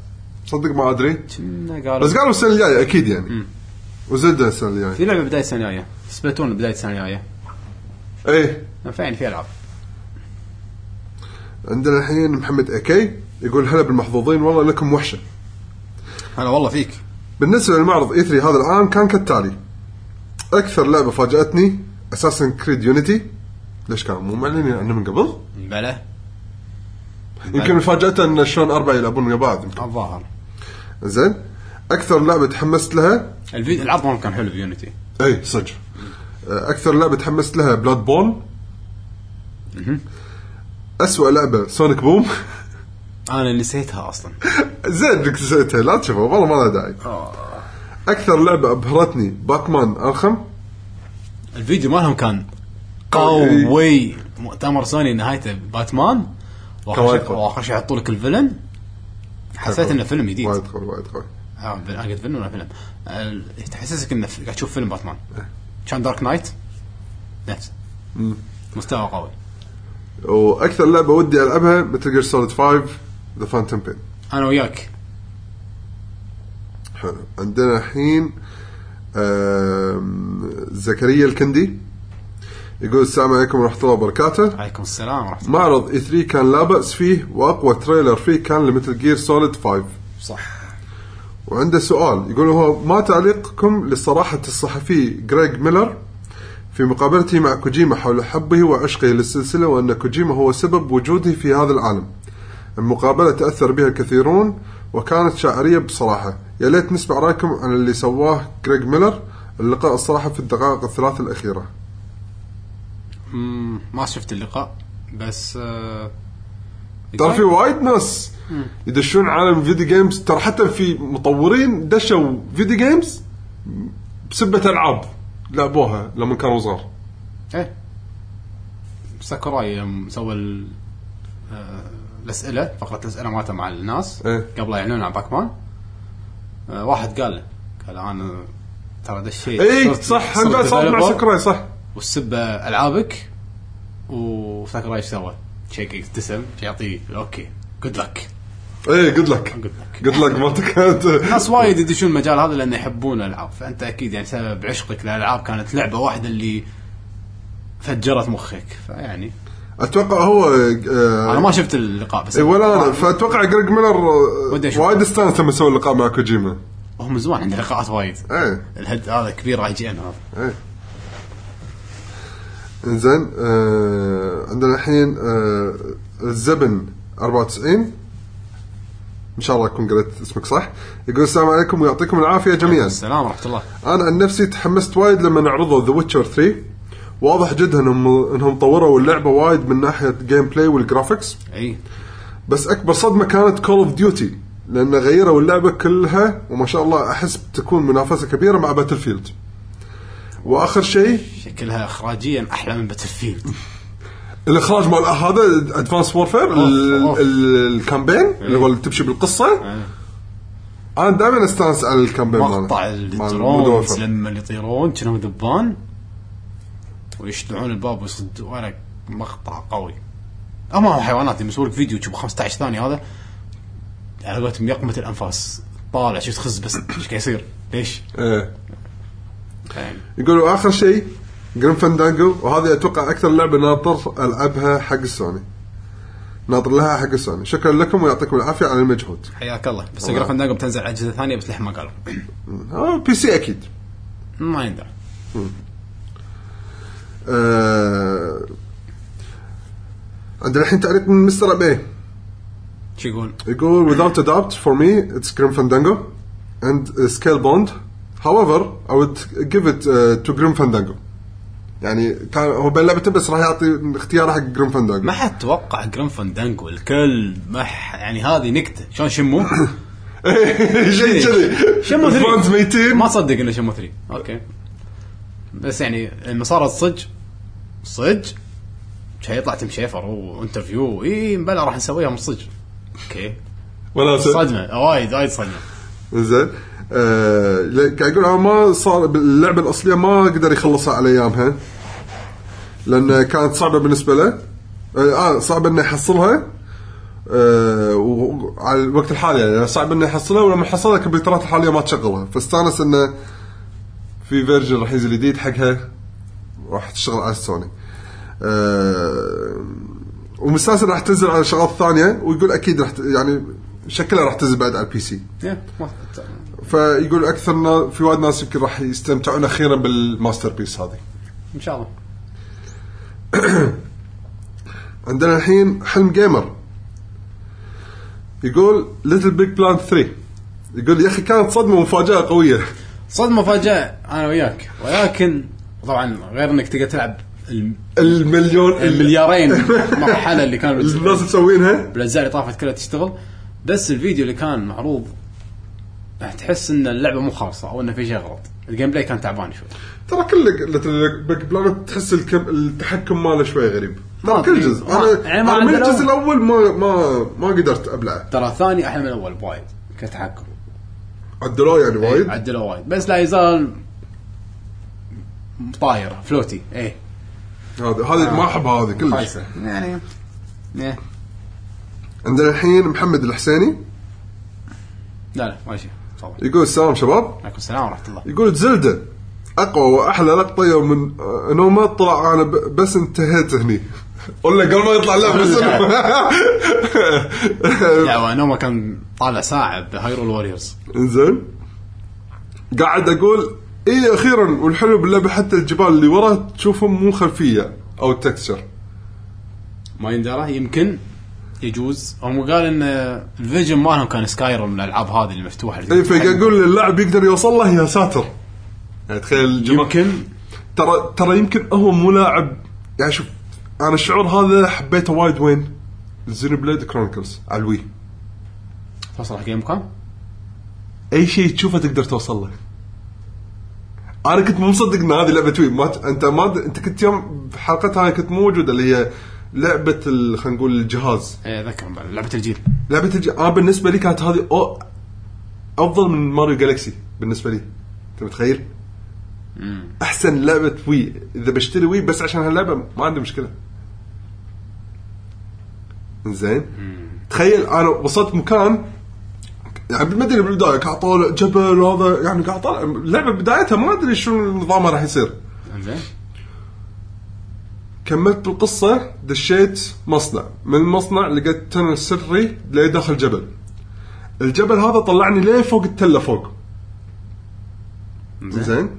صدق ما ادري كنا بس قالوا قالوا السنه الجايه اكيد يعني وزلده السنه الجايه في لعبه بدايه السنه الجايه سبلاتون بدايه السنه الجايه ايه فعلا نعم، في العاب عندنا الحين محمد اكي يقول هلا بالمحظوظين والله لكم وحشه هلا والله فيك بالنسبه للمعرض اي 3 هذا العام كان كالتالي اكثر لعبه فاجاتني اساسن كريد يونيتي ليش كانوا مو معلنين عنه من قبل؟ بلى يمكن مفاجأته ان شلون اربعه يلعبون ويا بعض يمكن. الظاهر زين اكثر لعبه تحمست لها الفيديو العرض مالهم كان حلو بيونيتي اي صدق اكثر لعبه تحمست لها بلاد بول اسوء لعبه سونيك بوم انا نسيتها اصلا زين انك نسيتها لا تشوفها والله ما لها داعي اكثر لعبه ابهرتني باكمان ارخم الفيديو مالهم كان قوي مؤتمر سوني نهايته باتمان كان واخر وايد شيء- قوي. واخر شيء يحطوا لك الفيلن حسيت انه فيلم جديد وايد قوي وايد قوي اه بال- آه، قلت فيلم ولا فيلم ال- تحسسك انه في- قاعد تشوف فيلم باتمان إيه. كان دارك نايت نفس مستوى قوي واكثر لعبه ودي العبها مثل جير سوليد 5 ذا فانتوم بين انا وياك حلو عندنا الحين آم، زكريا الكندي يقول السلام عليكم ورحمه الله وبركاته عليكم السلام ورحمه معرض اي 3 كان لا باس فيه واقوى تريلر فيه كان لمثل جير سوليد 5 الله صح وعنده سؤال يقول هو ما تعليقكم لصراحه الصحفي جريج ميلر في مقابلته مع كوجيما حول حبه وعشقه للسلسله وان كوجيما هو سبب وجوده في هذا العالم. المقابله تاثر بها الكثيرون وكانت شاعريه بصراحه. يا ليت نسمع رايكم عن اللي سواه جريج ميلر اللقاء الصراحه في الدقائق الثلاث الاخيره. مم، ما شفت اللقاء بس آه، ترى في وايد ناس يدشون عالم فيديو جيمز ترى حتى في مطورين دشوا فيديو جيمز بسبة العاب لعبوها لما كانوا صغار ايه ساكوراي يوم سوى ال- آه، الاسئله فقره الاسئله مالته مع الناس إيه. قبل لا يعلنون عن باكمان آه، واحد قال له قال انا ترى ده الشيء اي صرت- إيه، صح صرت هم بعد صار مع developer سكراي صح والسبه العابك وساكوراي ايش سوى؟ شيء يبتسم شيء يعطيه اوكي جود لك اي جود لك Good luck. جود لك ما كانت ناس وايد يدشون المجال هذا لانه يحبون الالعاب فانت اكيد يعني سبب عشقك للالعاب كانت لعبه واحده اللي فجرت مخك فيعني اتوقع هو آه، انا ما شفت اللقاء بس إي إيه، ولا انا فاتوقع جريج ميلر آه، ودي أشوف. وايد استانس لما سوى اللقاء مع كوجيما هو من زمان عنده لقاءات وايد ايه الهد هذا كبير اي جي ان هذا ايه انزين آه عندنا الحين آه الزبن 94 ان شاء الله اكون قريت اسمك صح يقول السلام عليكم ويعطيكم العافيه جميعا السلام ورحمه الله انا عن نفسي تحمست وايد لما عرضوا ذا ويتشر 3 واضح جدا انهم انهم طوروا اللعبه وايد من ناحيه جيم بلاي والجرافكس اي بس اكبر صدمه كانت كول اوف ديوتي لان غيروا اللعبه كلها وما شاء الله احس بتكون منافسه كبيره مع باتل فيلد واخر شيء شكلها اخراجيا احلى من باتل فيلد إيه، الاخراج مال هذا ادفانس وورفير أوف. إيه. الكامبين اللي هو اللي تمشي بالقصه انا دائما استانس على الكامبين ماله. مقطع مال Modern Warfare. الدرونز لما اللي يطيرون كانهم ذبان ويشلعون الباب ويصدوا ولا مقطع قوي اما هو حيوانات يمسوا لك فيديو تشوف 15 ثانيه هذا على قولتهم يقمه الانفاس طالع شو تخز بس ايش قاعد يصير؟ ليش؟ إيه. يعني يقولوا اخر شيء جرين فاندانجو وهذه اتوقع اكثر لعبه ناطر العبها حق السوني ناطر لها حق السوني شكرا لكم ويعطيكم العافيه على المجهود حياك الله بس اقرا خنداقهم بتنزل على اجهزه ثانيه بس لحين ما قالوا آه، بي سي اكيد ما يندرى آه عندنا الحين تعليق من مستر ابي شو يقول؟ يقول without a doubt for me it's Grim Fandango and uh, Scale Bond however I would give it uh, to Grim Fandango يعني كان هو بين لعبتين بس راح يعطي اختياره حق Grim Fandango ما حد توقع جرين فاندانجو الكل ما ح- يعني هذه نكته شلون شمو؟ إيه. شيء كذي شمو الفونت 3 ميتين ما اصدق انه شمو 3 اوكي بس يعني لما صارت صج صج شي طلعت مشيفر وانترفيو اي بلا راح نسويها من صج اوكي ولا سد. صدمه وايد وايد صدمه زين آه، لا- قاعد يقول هو ما صار باللعبه الاصليه ما قدر يخلصها على ايامها لان كانت صعبه بالنسبه له اه آه، صعب انه يحصلها آه، وعلى الوقت الحالي يعني صعب انه يحصلها ولما حصلها الكمبيوترات الحاليه ما تشغلها فاستانس انه في فيرجن راح ينزل جديد حقها راح تشتغل على السوني آه، ومستانس إنها راح تنزل على شغلات ثانيه ويقول اكيد راح ت- يعني شكلها راح تنزل بعد على البي سي إيه، ما- فيقول اكثر نا- في وايد ناس يمكن راح يستمتعون اخيرا بالماستر بيس هذه. ان شاء الله عندنا الحين حلم جيمر يقول ليتل بيج بلان 3 يقول يا اخي كانت صدمه ومفاجاه قويه صدمه فاجاه انا وياك ولكن طبعا غير انك تقدر تلعب الم- المليون المليارين مرحله اللي كانوا الناس مسوينها بالاجزاء اللي طافت كلها تشتغل بس الفيديو اللي كان معروض تحس ان اللعبه مو خالصه او انه في شيء غلط الجيم بلاي كان تعبان شوي ترى كل ليتل بيج بلان تحس الكم... التحكم ماله شوي غريب ما ترى كل أدري. جزء ما- انا يعني ما انا من عندنا- الجزء الاول ما ما ما قدرت ابلعه ترى الثاني احلى من الاول بوايد كتحكم عدلوه يعني وايد عدلوا وايد بس لا يزال طاير فلوتي ايه هذا هذه ما احبها هذه كلش خايسه يعني إيه. عندنا الحين محمد الحسيني لا لا ما شيء تفضل يقول السلام شباب عليكم السلام ورحمه الله يقول زلدة اقوى واحلى لقطه يوم من نوما طلع انا ب- بس انتهيت هني ولا قبل ما يطلع لا بس لا وانوما كان طالع ساعه بهايرول ووريرز انزين قاعد اقول اي اخيرا والحلو باللعبه حتى الجبال اللي ورا تشوفهم مو خلفيه او تكستشر ما يندرى يمكن يجوز هم قال ان الفيجن مالهم كان سكايرم الالعاب هذه المفتوحه اللي اي طيب، فيقول اللاعب يقدر يوصل له يا ساتر يعني تخيل الجبال يمكن ترى ترى يمكن هو مو لاعب يعني شوف انا الشعور هذا حبيته وايد وين؟ زين بليد كرونيكلز على الوي توصل حق جيم كوم اي شيء تشوفه تقدر توصل له انا كنت مو مصدق ان هذه لعبه وي ما ت... انت ما د... انت كنت يوم بحلقتها انا كنت مو موجود اللي هي لعبه ال... خلينا نقول الجهاز ايه اذكر بعد، لعبه الجيل لعبه الج... انا بالنسبه آه، لي كانت هذه أو... افضل من ماريو جالكسي بالنسبه لي انت متخيل؟ احسن لعبه وي اذا بشتري وي بس عشان هاللعبه ما عندي مشكله زين تخيل انا وصلت مكان يعني ما ادري بالبدايه قاعد طالع جبل هذا يعني قاعد طالع اللعبه بدايتها ما ادري شو نظامها راح يصير انزين كملت بالقصه دشيت مصنع من المصنع لقيت تنل سري لي داخل جبل الجبل هذا طلعني ليه فوق التله فوق زين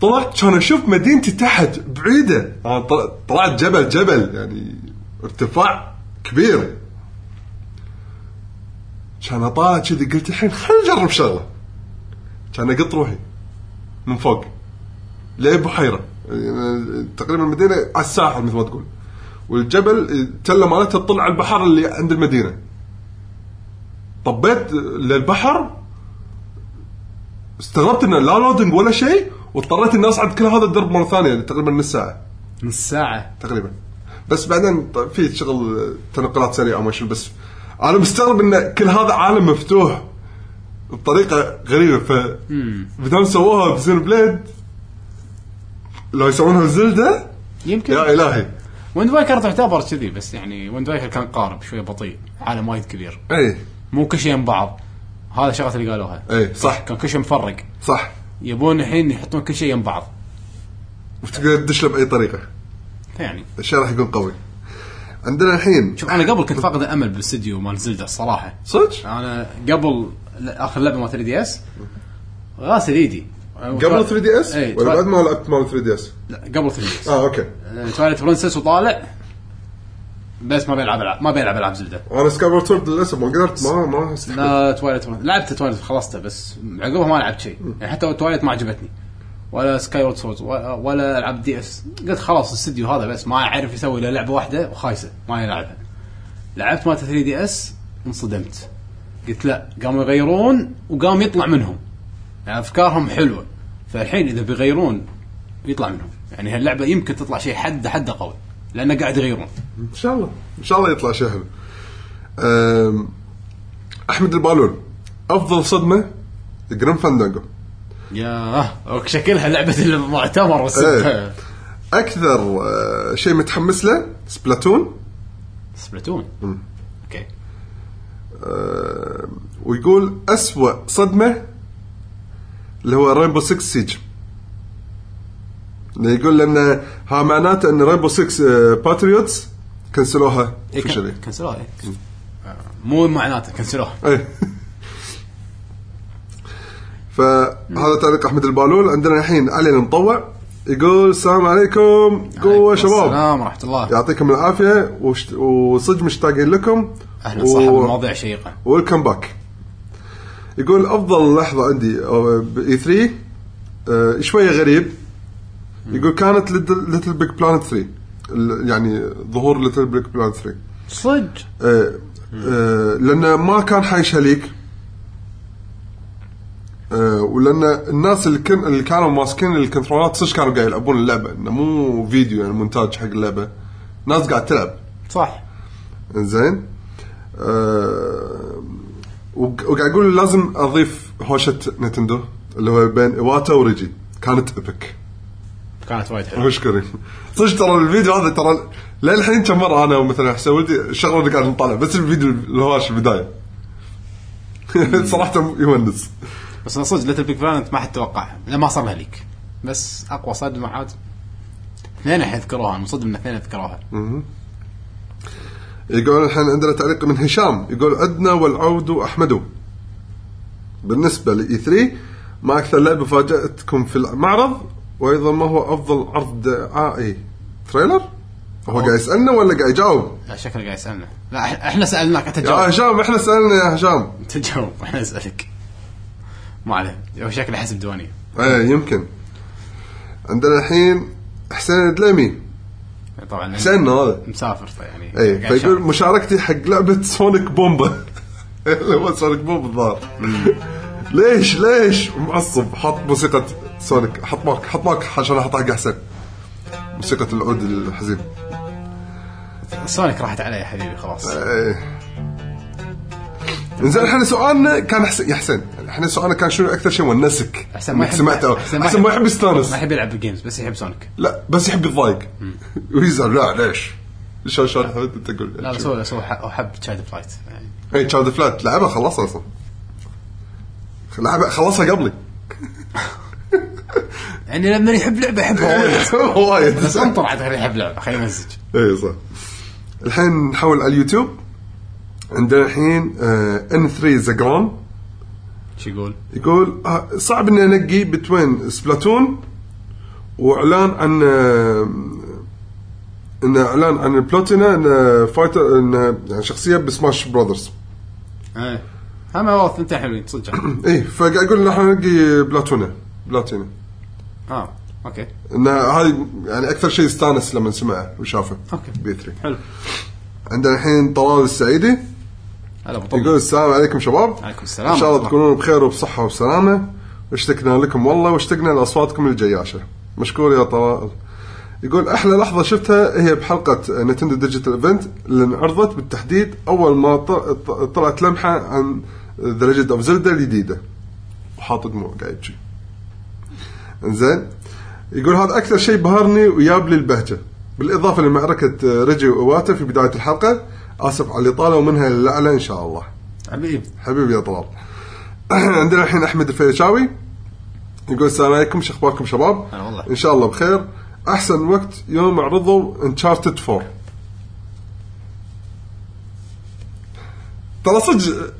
طلعت كان اشوف مدينتي تحت بعيده أنا طل- طلعت جبل جبل يعني ارتفاع كبير كان اطالع كذي قلت الحين خليني اجرب شغله كان اقط روحي من فوق لبحيره يعني تقريبا المدينه على الساحل مثل ما تقول والجبل التله مالته تطل على البحر اللي عند المدينه طبيت للبحر استغربت انه لا لودنج ولا شيء واضطريت اني اصعد كل هذا الدرب مره ثانيه تقريبا نص ساعه نص ساعه تقريبا بس بعدين ط- في شغل تنقلات سريعه وما شنو بس انا مستغرب ان كل هذا عالم مفتوح بطريقه غريبه ف بدون سووها بزين بليد لو يسوونها بزلده يمكن يا الهي ويند وايكر طيب، تعتبر كذي بس يعني ويند وايكر كان قارب شوي بطيء عالم وايد كبير اي مو كل شيء من بعض هذا الشغلات اللي قالوها اي صح كان كل شيء مفرق صح يبون الحين يحطون كل شيء يم بعض وتقدر تدش له باي طريقه يعني الشيء راح يكون قوي عندنا الحين شوف انا قبل كنت فاقد الامل بالاستديو مال زلدة الصراحه صدق انا قبل اخر لعبه مال 3 دي اس غاسل ايدي قبل 3 دي اس اي ولا بعد توا- ما لعبت مال 3 دي اس إيه، لا، قبل 3 دي اس اه اوكي تواليت برنسس وطالع بس ما بيلعب العاب ما بيلعب العاب زلده انا سكاي سورد للاسف ما قدرت ما ما استحملت. لا تواليت برنسس لعبت تواليت خلصته بس عقبها ما لعبت شيء يعني حتى تواليت ما عجبتني ولا سكاي وورد سورد ولا العاب دي اس قلت خلاص الاستديو هذا بس ما يعرف يسوي الا لعبه واحده وخايسه ما يلعبها لعبت مالت 3 دي اس انصدمت قلت لا قاموا يغيرون وقام يطلع منهم يعني افكارهم حلوه فالحين اذا بيغيرون يطلع منهم يعني هاللعبه يمكن تطلع شيء حد حد قوي لانه قاعد يغيرون ان شاء الله ان شاء الله يطلع شيء حلو أم، احمد البالون افضل صدمه جرين فاندانجو يا شكلها لعبه المؤتمر بس إيه. اكثر أه، شيء متحمس له سبلاتون سبلاتون إيه، اوكي أه، ويقول أسوأ صدمه اللي هو رينبو 6 سيج اللي يقول لنا ها معناته ان رينبو 6 باتريوتس آه، كنسلوها إيه، كن- officially. كنسلوها إيه. آه، مو معناته كنسلوها ايه فهذا تعليق احمد البالول عندنا الحين علي المطوع يقول السلام عليكم قوه شباب السلام ورحمه الله يعطيكم العافيه وشت... وصدق مشتاقين لكم اهلا صاحب المواضيع شيقه ويلكم باك يقول افضل لحظه عندي اي 3 آه شويه غريب يقول كانت ليتل بيج بلانت 3 ال- يعني ظهور ليتل بيج بلانت 3 صدق آه، آه، لانه ما كان حي شليك آه، ولان الناس اللي كن اللي كانوا ماسكين الكنترولات صدق كانوا قاعد يلعبون اللعبه انه مو فيديو يعني مونتاج حق اللعبه ناس قاعد تلعب صح زين أه وقاعد اقول لازم اضيف هوشه نتندو اللي هو بين ايواتا وريجي كانت ابك كانت وايد حلوه مشكورين صدق ترى الفيديو هذا ترى للحين كم مره انا ومثلا حسين ولدي الشغله اللي قاعد نطالع بس الفيديو الهواش البدايه صراحه يونس بس أنا صدق ليتل بيج بلانت ما حد توقعها لأن ما صار لها ليك بس اقوى صدمه عاد اثنين الحين يذكروها مصدم ان اثنين يذكروها يقول الحين عندنا تعليق من هشام يقول عدنا والعود احمد بالنسبه لاي 3 E ما اكثر لعبه فاجاتكم في المعرض وايضا ما هو افضل عرض دعائي تريلر هو قاعد يسالنا ولا قاعد يجاوب؟ لا شكله قاعد يسالنا لا إح- احنا سالناك انت يا جاوب هشام احنا سالنا يا هشام انت جاوب احنا نسالك ما عليه هو شكله حسب ديوانيه ايه يمكن عندنا الحين حسين الدليمي طبعا حسين هذا إيه، مسافر يعني اي قاعد فيقول يشارك. مشاركتي حق لعبه سونيك بومبا اللي هو سونيك بومبا الظاهر ليش ليش معصب حط موسيقى سونيك حط مارك حط مارك عشان احط حق حسين موسيقى العود الحزين سونيك راحت علي يا حبيبي خلاص ايه زين احنا سؤالنا كان حسين يا حسين احنا سؤالنا كان شنو اكثر شيء ونسك احسن ما إنك يحب سمعته احسن ما يحب يستانس ما يحب يلعب بالجيمز بس يحب سونيك لا بس يحب يتضايق ويزعل لا ليش؟ شلون شلون حبيت انت تقول إيه، لا بس هو بس هو ح- هو حب تشايلد فلايت يعني اي تشارد فلات لعبها خلصها اصلا لعبها خلصها قبلي يعني لما يحب لعبه يحبها وايد. وايد بس انطر عاد خليه يحب لعبه خليه يمزج اي صح الحين نحول على اليوتيوب عندنا الحين آه، ان 3 زجران شو يقول؟ يقول آه، صعب اني انقي بتوين سبلاتون واعلان عن آه، ان اعلان عن بلاتينا ان آه، فايتر ان آه، يعني شخصيه بسماش براذرز ايه هم والله ثنتين حلوين صدق ايه فقاعد يقول ان احنا نلقي بلاتونا بلاتينا اه اوكي انه هاي يعني اكثر شيء استانس لما سمعه وشافه اوكي. بي 3 حلو عندنا الحين طلال السعيدي هلا بطل يقول السلام عليكم شباب عليكم السلام. ان شاء الله تكونون بخير وبصحه وسلامه واشتقنا لكم والله واشتقنا لاصواتكم الجياشه مشكور يا طلال يقول احلى لحظه شفتها هي بحلقه نتندو ديجيتال ايفنت اللي انعرضت بالتحديد اول ما ط- ط- طلعت لمحه عن ذا ليجند اوف زلدا الجديده وحاط دموع قاعد يبكي انزين يقول هذا اكثر شيء بهرني وياب لي البهجه بالاضافه لمعركه ريجي واواتا في بدايه الحلقه اسف على الاطاله ومنها للاعلى ان شاء الله حبيب حبيبي يا طلال عندنا الحين احمد الفيشاوي يقول السلام عليكم شو اخباركم شباب؟ هلا والله. ان شاء الله بخير احسن وقت يوم عرضوا انشارتد 4 ترى صدق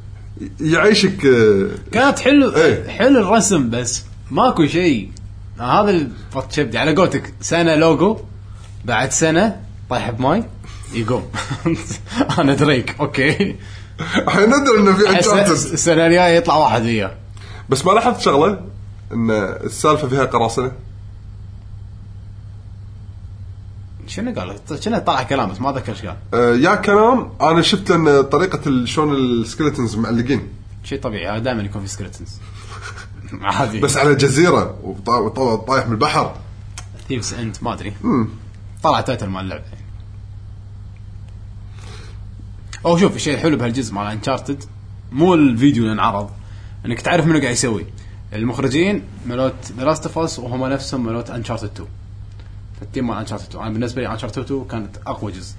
يعيشك آه، كانت حلو إيه. حلو الرسم بس ماكو شيء آه، هذا الفوتوشوب على قولتك سنه لوجو بعد سنه طايح بماي يقوم انا دريك اوكي الحين ندري انه في أحس انشارتد السنه الجايه يطلع واحد وياه بس ما لاحظت شغله ان السالفه فيها قراصنه شنو قال؟ شنو طلع كلام بس ما ذكر ايش قال آه، يا كلام انا شفت ان طريقه ال- شلون السكلتنز معلقين شيء طبيعي هذا دائما يكون في سكرتنز عادي بس على جزيره وطا- وطا- وطايح من البحر ثيفز انت ما ادري طلع تايتل مال اللعبه يعني. او شوف الشيء الحلو بهالجزء مال انشارتد مو الفيديو اللي انعرض انك تعرف منو قاعد يسوي المخرجين مالوت ذا لاست اوف اس وهم نفسهم مالوت انشارتد 2 التيم مال انشارتد 2 انا بالنسبه لي انشارتد 2 كانت اقوى جزء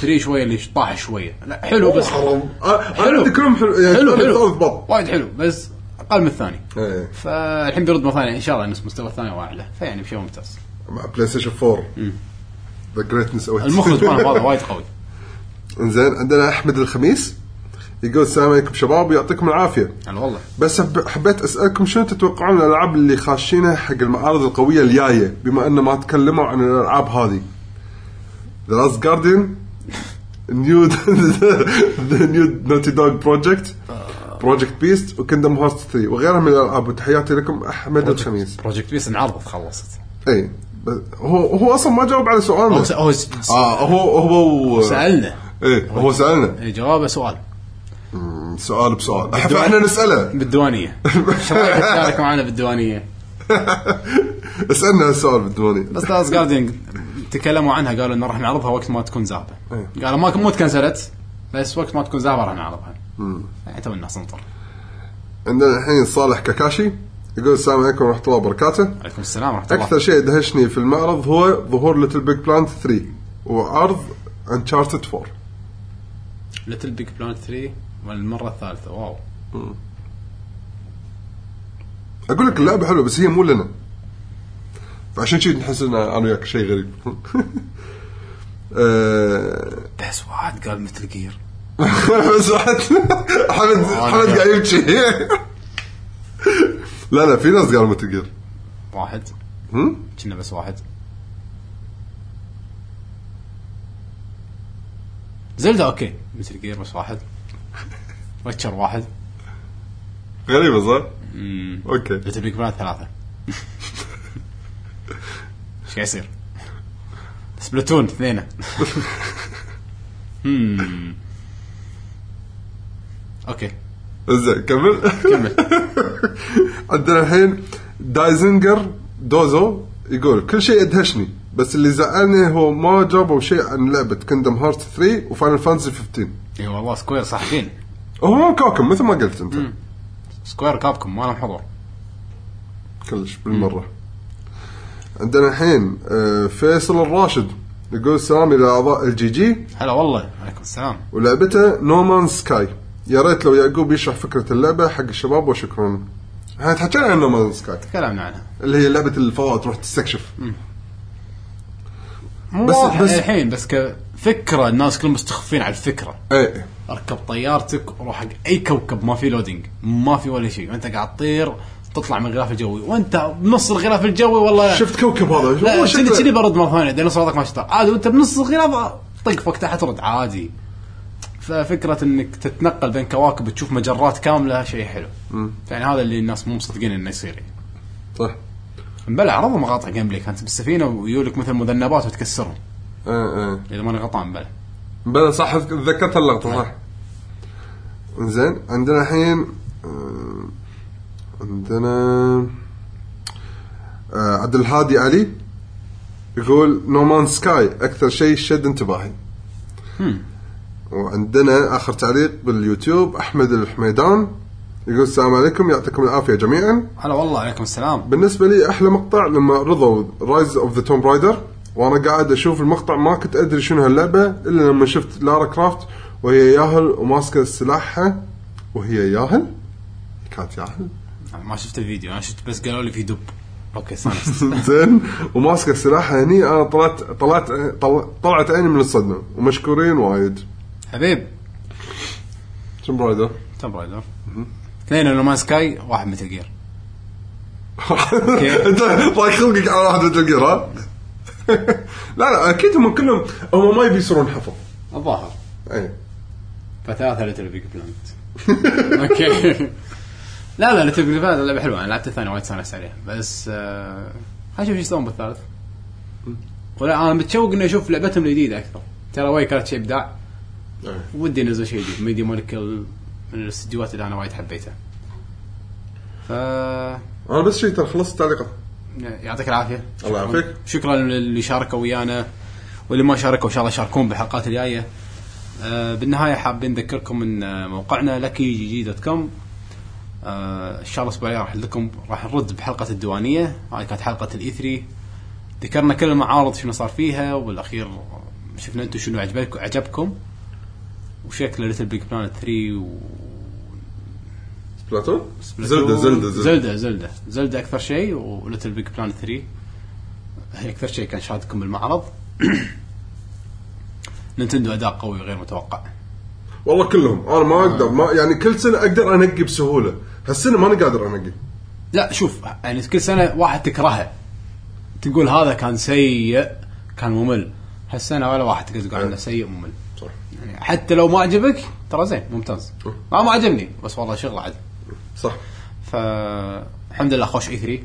3 شويه اللي طاح شويه لا حلو بس حرام آه، انا عندي كلهم حلو يعني حلو كلهم حلو ثلاث بعض. وايد حلو بس اقل من الثاني إيه. فالحين بيرد مره ثانيه ان شاء الله نفس مستوى الثاني واعلى فيعني بشيء ممتاز مع بلاي ستيشن 4 ذا جريتنس المخرج ماله هذا وايد قوي انزين عندنا احمد الخميس يقول السلام عليكم شباب يعطيكم العافيه هلا يعني والله بس حب- حبيت اسالكم شنو تتوقعون الالعاب اللي خاشينها حق المعارض القويه الجايه بما انه ما تكلموا عن الالعاب هذه ذا لاست جارديان نيو ذا نيو نوتي دوغ بروجكت بروجكت بيست وكندم هارت 3 وغيرها من الالعاب وتحياتي لكم احمد الخميس بروجكت بيس انعرضت خلصت اي بس هو هو اصلا ما جاوب على هو سؤالنا س- هو س- اه هو هو سالنا ايه هو سالنا إيه، جوابه سؤال سؤال بسؤال احنا نساله بالديوانيه شو رايك تشارك معنا بالديوانيه اسالنا السؤال بالديواني بس لاست جارديان تكلموا عنها قالوا انه راح نعرضها وقت ما تكون زاهبه إيه. قالوا ما مو تكنسلت بس وقت ما تكون زاهبه راح نعرضها يعني تونا سنطر عندنا الحين صالح كاكاشي يقول السلام عليكم ورحمه الله وبركاته عليكم السلام ورحمه الله اكثر شيء دهشني في المعرض هو ظهور ليتل بيج بلانت 3 وعرض انشارتد 4 ليتل بيج بلانت 3 والمره الثالثه واو اقول لك اللعبه حلوه بس هي مو لنا فعشان شي نحس ان انا وياك شيء غريب آه، بس واحد قال مثل جير بس واحد حمد حمد قاعد يبكي لا لا في ناس قالوا متل جير واحد كنا بس واحد زلدا اوكي مثل جير بس واحد ويتشر واحد غريبه صح؟ اوكي ليتل بيج بلاد ثلاثة ايش قاعد يصير؟ سبلاتون اثنين هم. اوكي زين كمل كمل عندنا الحين دايزنجر دوزو يقول كل شيء ادهشني بس اللي زعلني هو ما جابوا شيء عن لعبه كندم هارت 3 وفاينل فانتسي 15 اي إيه والله سكوير صاحبين هو كوكب مثل ما قلت انت سكوير كابكم ما لهم حضور كلش بالمره عندنا الحين آه، فيصل الراشد يقول سلام الى اعضاء الجي جي هلا والله عليكم السلام ولعبته نومان سكاي يا ريت لو يعقوب يشرح فكره اللعبه حق الشباب وشكرا احنا تحكينا عن نومان سكاي تكلمنا عنها اللي هي لعبه الفضاء تروح تستكشف بس- بس بس- بس الحين بس كفكره الناس كلهم مستخفين على الفكره ايه اركب طيارتك وروح حق اي كوكب ما في لودينج ما في ولا شيء وانت قاعد تطير تطلع من الغلاف الجوي وانت بنص الغلاف الجوي والله شفت كوكب هذا لا والله كذي شكله- كذي برد مره ثانيه ديناصوراتك ما شطر عادي وانت بنص الغلاف طق فوق تحت رد عادي ففكره انك تتنقل بين كواكب تشوف مجرات كامله شيء حلو يعني هذا اللي الناس مو مصدقين انه يصير يعني صح بلى عرضوا مقاطع جيم بلاي كانت بالسفينه ويولك مثل مذنبات وتكسرهم ايه ايه اذا ماني غلطان بلى بلا صح تذكرت اللقطه صح زين عندنا الحين آه، عندنا آه، عبد الهادي علي يقول نومان سكاي اكثر شيء شد انتباهي وعندنا اخر تعليق باليوتيوب احمد الحميدان يقول السلام عليكم يعطيكم العافيه جميعا هلا والله عليكم السلام بالنسبه لي احلى مقطع لما عرضوا رايز اوف ذا توم رايدر وانا قاعد اشوف المقطع ما كنت ادري شنو هاللعبه الا لما شفت لارا كرافت وهي ياهل وماسكه سلاحها وهي ياهل كانت ياهل انا ما شفت الفيديو انا شفت بس قالوا لي في دب اوكي استانست زين وماسكه سلاحها هني انا طلعت طلعت طل- طلعت عيني من الصدمه ومشكورين وايد حبيب توم برايدر توم رايدر اثنين نومان سكاي واحد مثل جير أوكي. انت رايك خلقك على واحد مثل جير ها؟ لا لا اكيد هم كلهم هم ما يبي يصيرون حفظ الظاهر اي فثلاثة ليتل بيج بلانت اوكي لا لا ليتل بيج بلانت لعبة حلوة انا لعبت الثانية وايد استانست عليها بس آه، خلينا نشوف ايش يسوون بالثالث ولا انا متشوق اني اشوف لعبتهم الجديدة اكثر ترى واي كانت شيء ابداع إيه. ودي انزل شيء جديد ميدي مولكيول من الاستديوهات اللي انا وايد حبيتها ف انا بس شيء ترى خلصت تعليقات يعطيك العافيه الله يعافيك. شكرا للي شاركوا ويانا واللي ما شاركوا ان شاء الله يشاركون بالحلقات الجايه آه، بالنهايه حابين نذكركم ان آه، موقعنا لكي جي جي دوت كوم آه، ان شاء الله الاسبوع الجاي راح لكم راح نرد بحلقه الديوانيه هاي كانت حلقه الاي 3 ذكرنا كل المعارض شنو صار فيها وبالاخير شفنا انتم شنو عجبكم عجبكم وشكل ليتل بيج بلانت 3 و بلاتون زلدة زلدة زلدة زلدة زلدة زلدة أكثر شيء وليتل بيج بلان 3 هي أكثر شيء كان شادكم بالمعرض نينتندو أداء قوي غير متوقع والله كلهم انا ما اقدر ما يعني كل سنه اقدر انقي بسهوله هالسنه ماني قادر انقي لا شوف يعني كل سنة واحد تكرهه تقول هذا كان سيء كان ممل هالسنة ولا واحد تقدر تقول عنه سيء ممل صح يعني حتى لو ما عجبك ترى زين ممتاز ما ما عجبني بس والله شغل عدل صح فالحمد لله خوش اي 3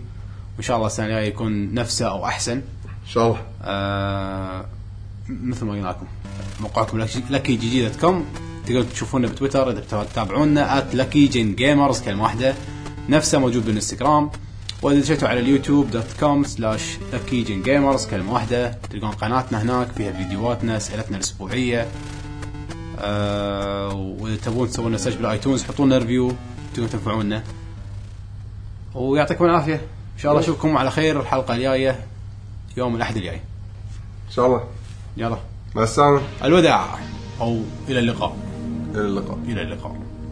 وان شاء الله السنه الجايه يكون نفسه او احسن ان شاء الله آه، مثل ما قلنا لكم موقعكم لكي جي جي دوت كوم تقدرون تشوفونا بتويتر اذا بتبغى تتابعونا ات لكي جين جيمرز كلمه واحده نفسه موجود بالانستغرام واذا دشيتوا على اليوتيوب دوت كوم سلاش لكي جين جيمرز كلمه واحده تلقون قناتنا هناك فيها فيديوهاتنا اسئلتنا الاسبوعيه آه واذا تبون تسوون لنا سيرش بالايتونز حطوا لنا ريفيو تقدرون تنفعونا ويعطيكم العافيه ان شاء الله اشوفكم على خير الحلقه الجايه يوم الاحد الجاي ان شاء الله يلا مع السلامه الوداع او الى اللقاء الى اللقاء الى اللقاء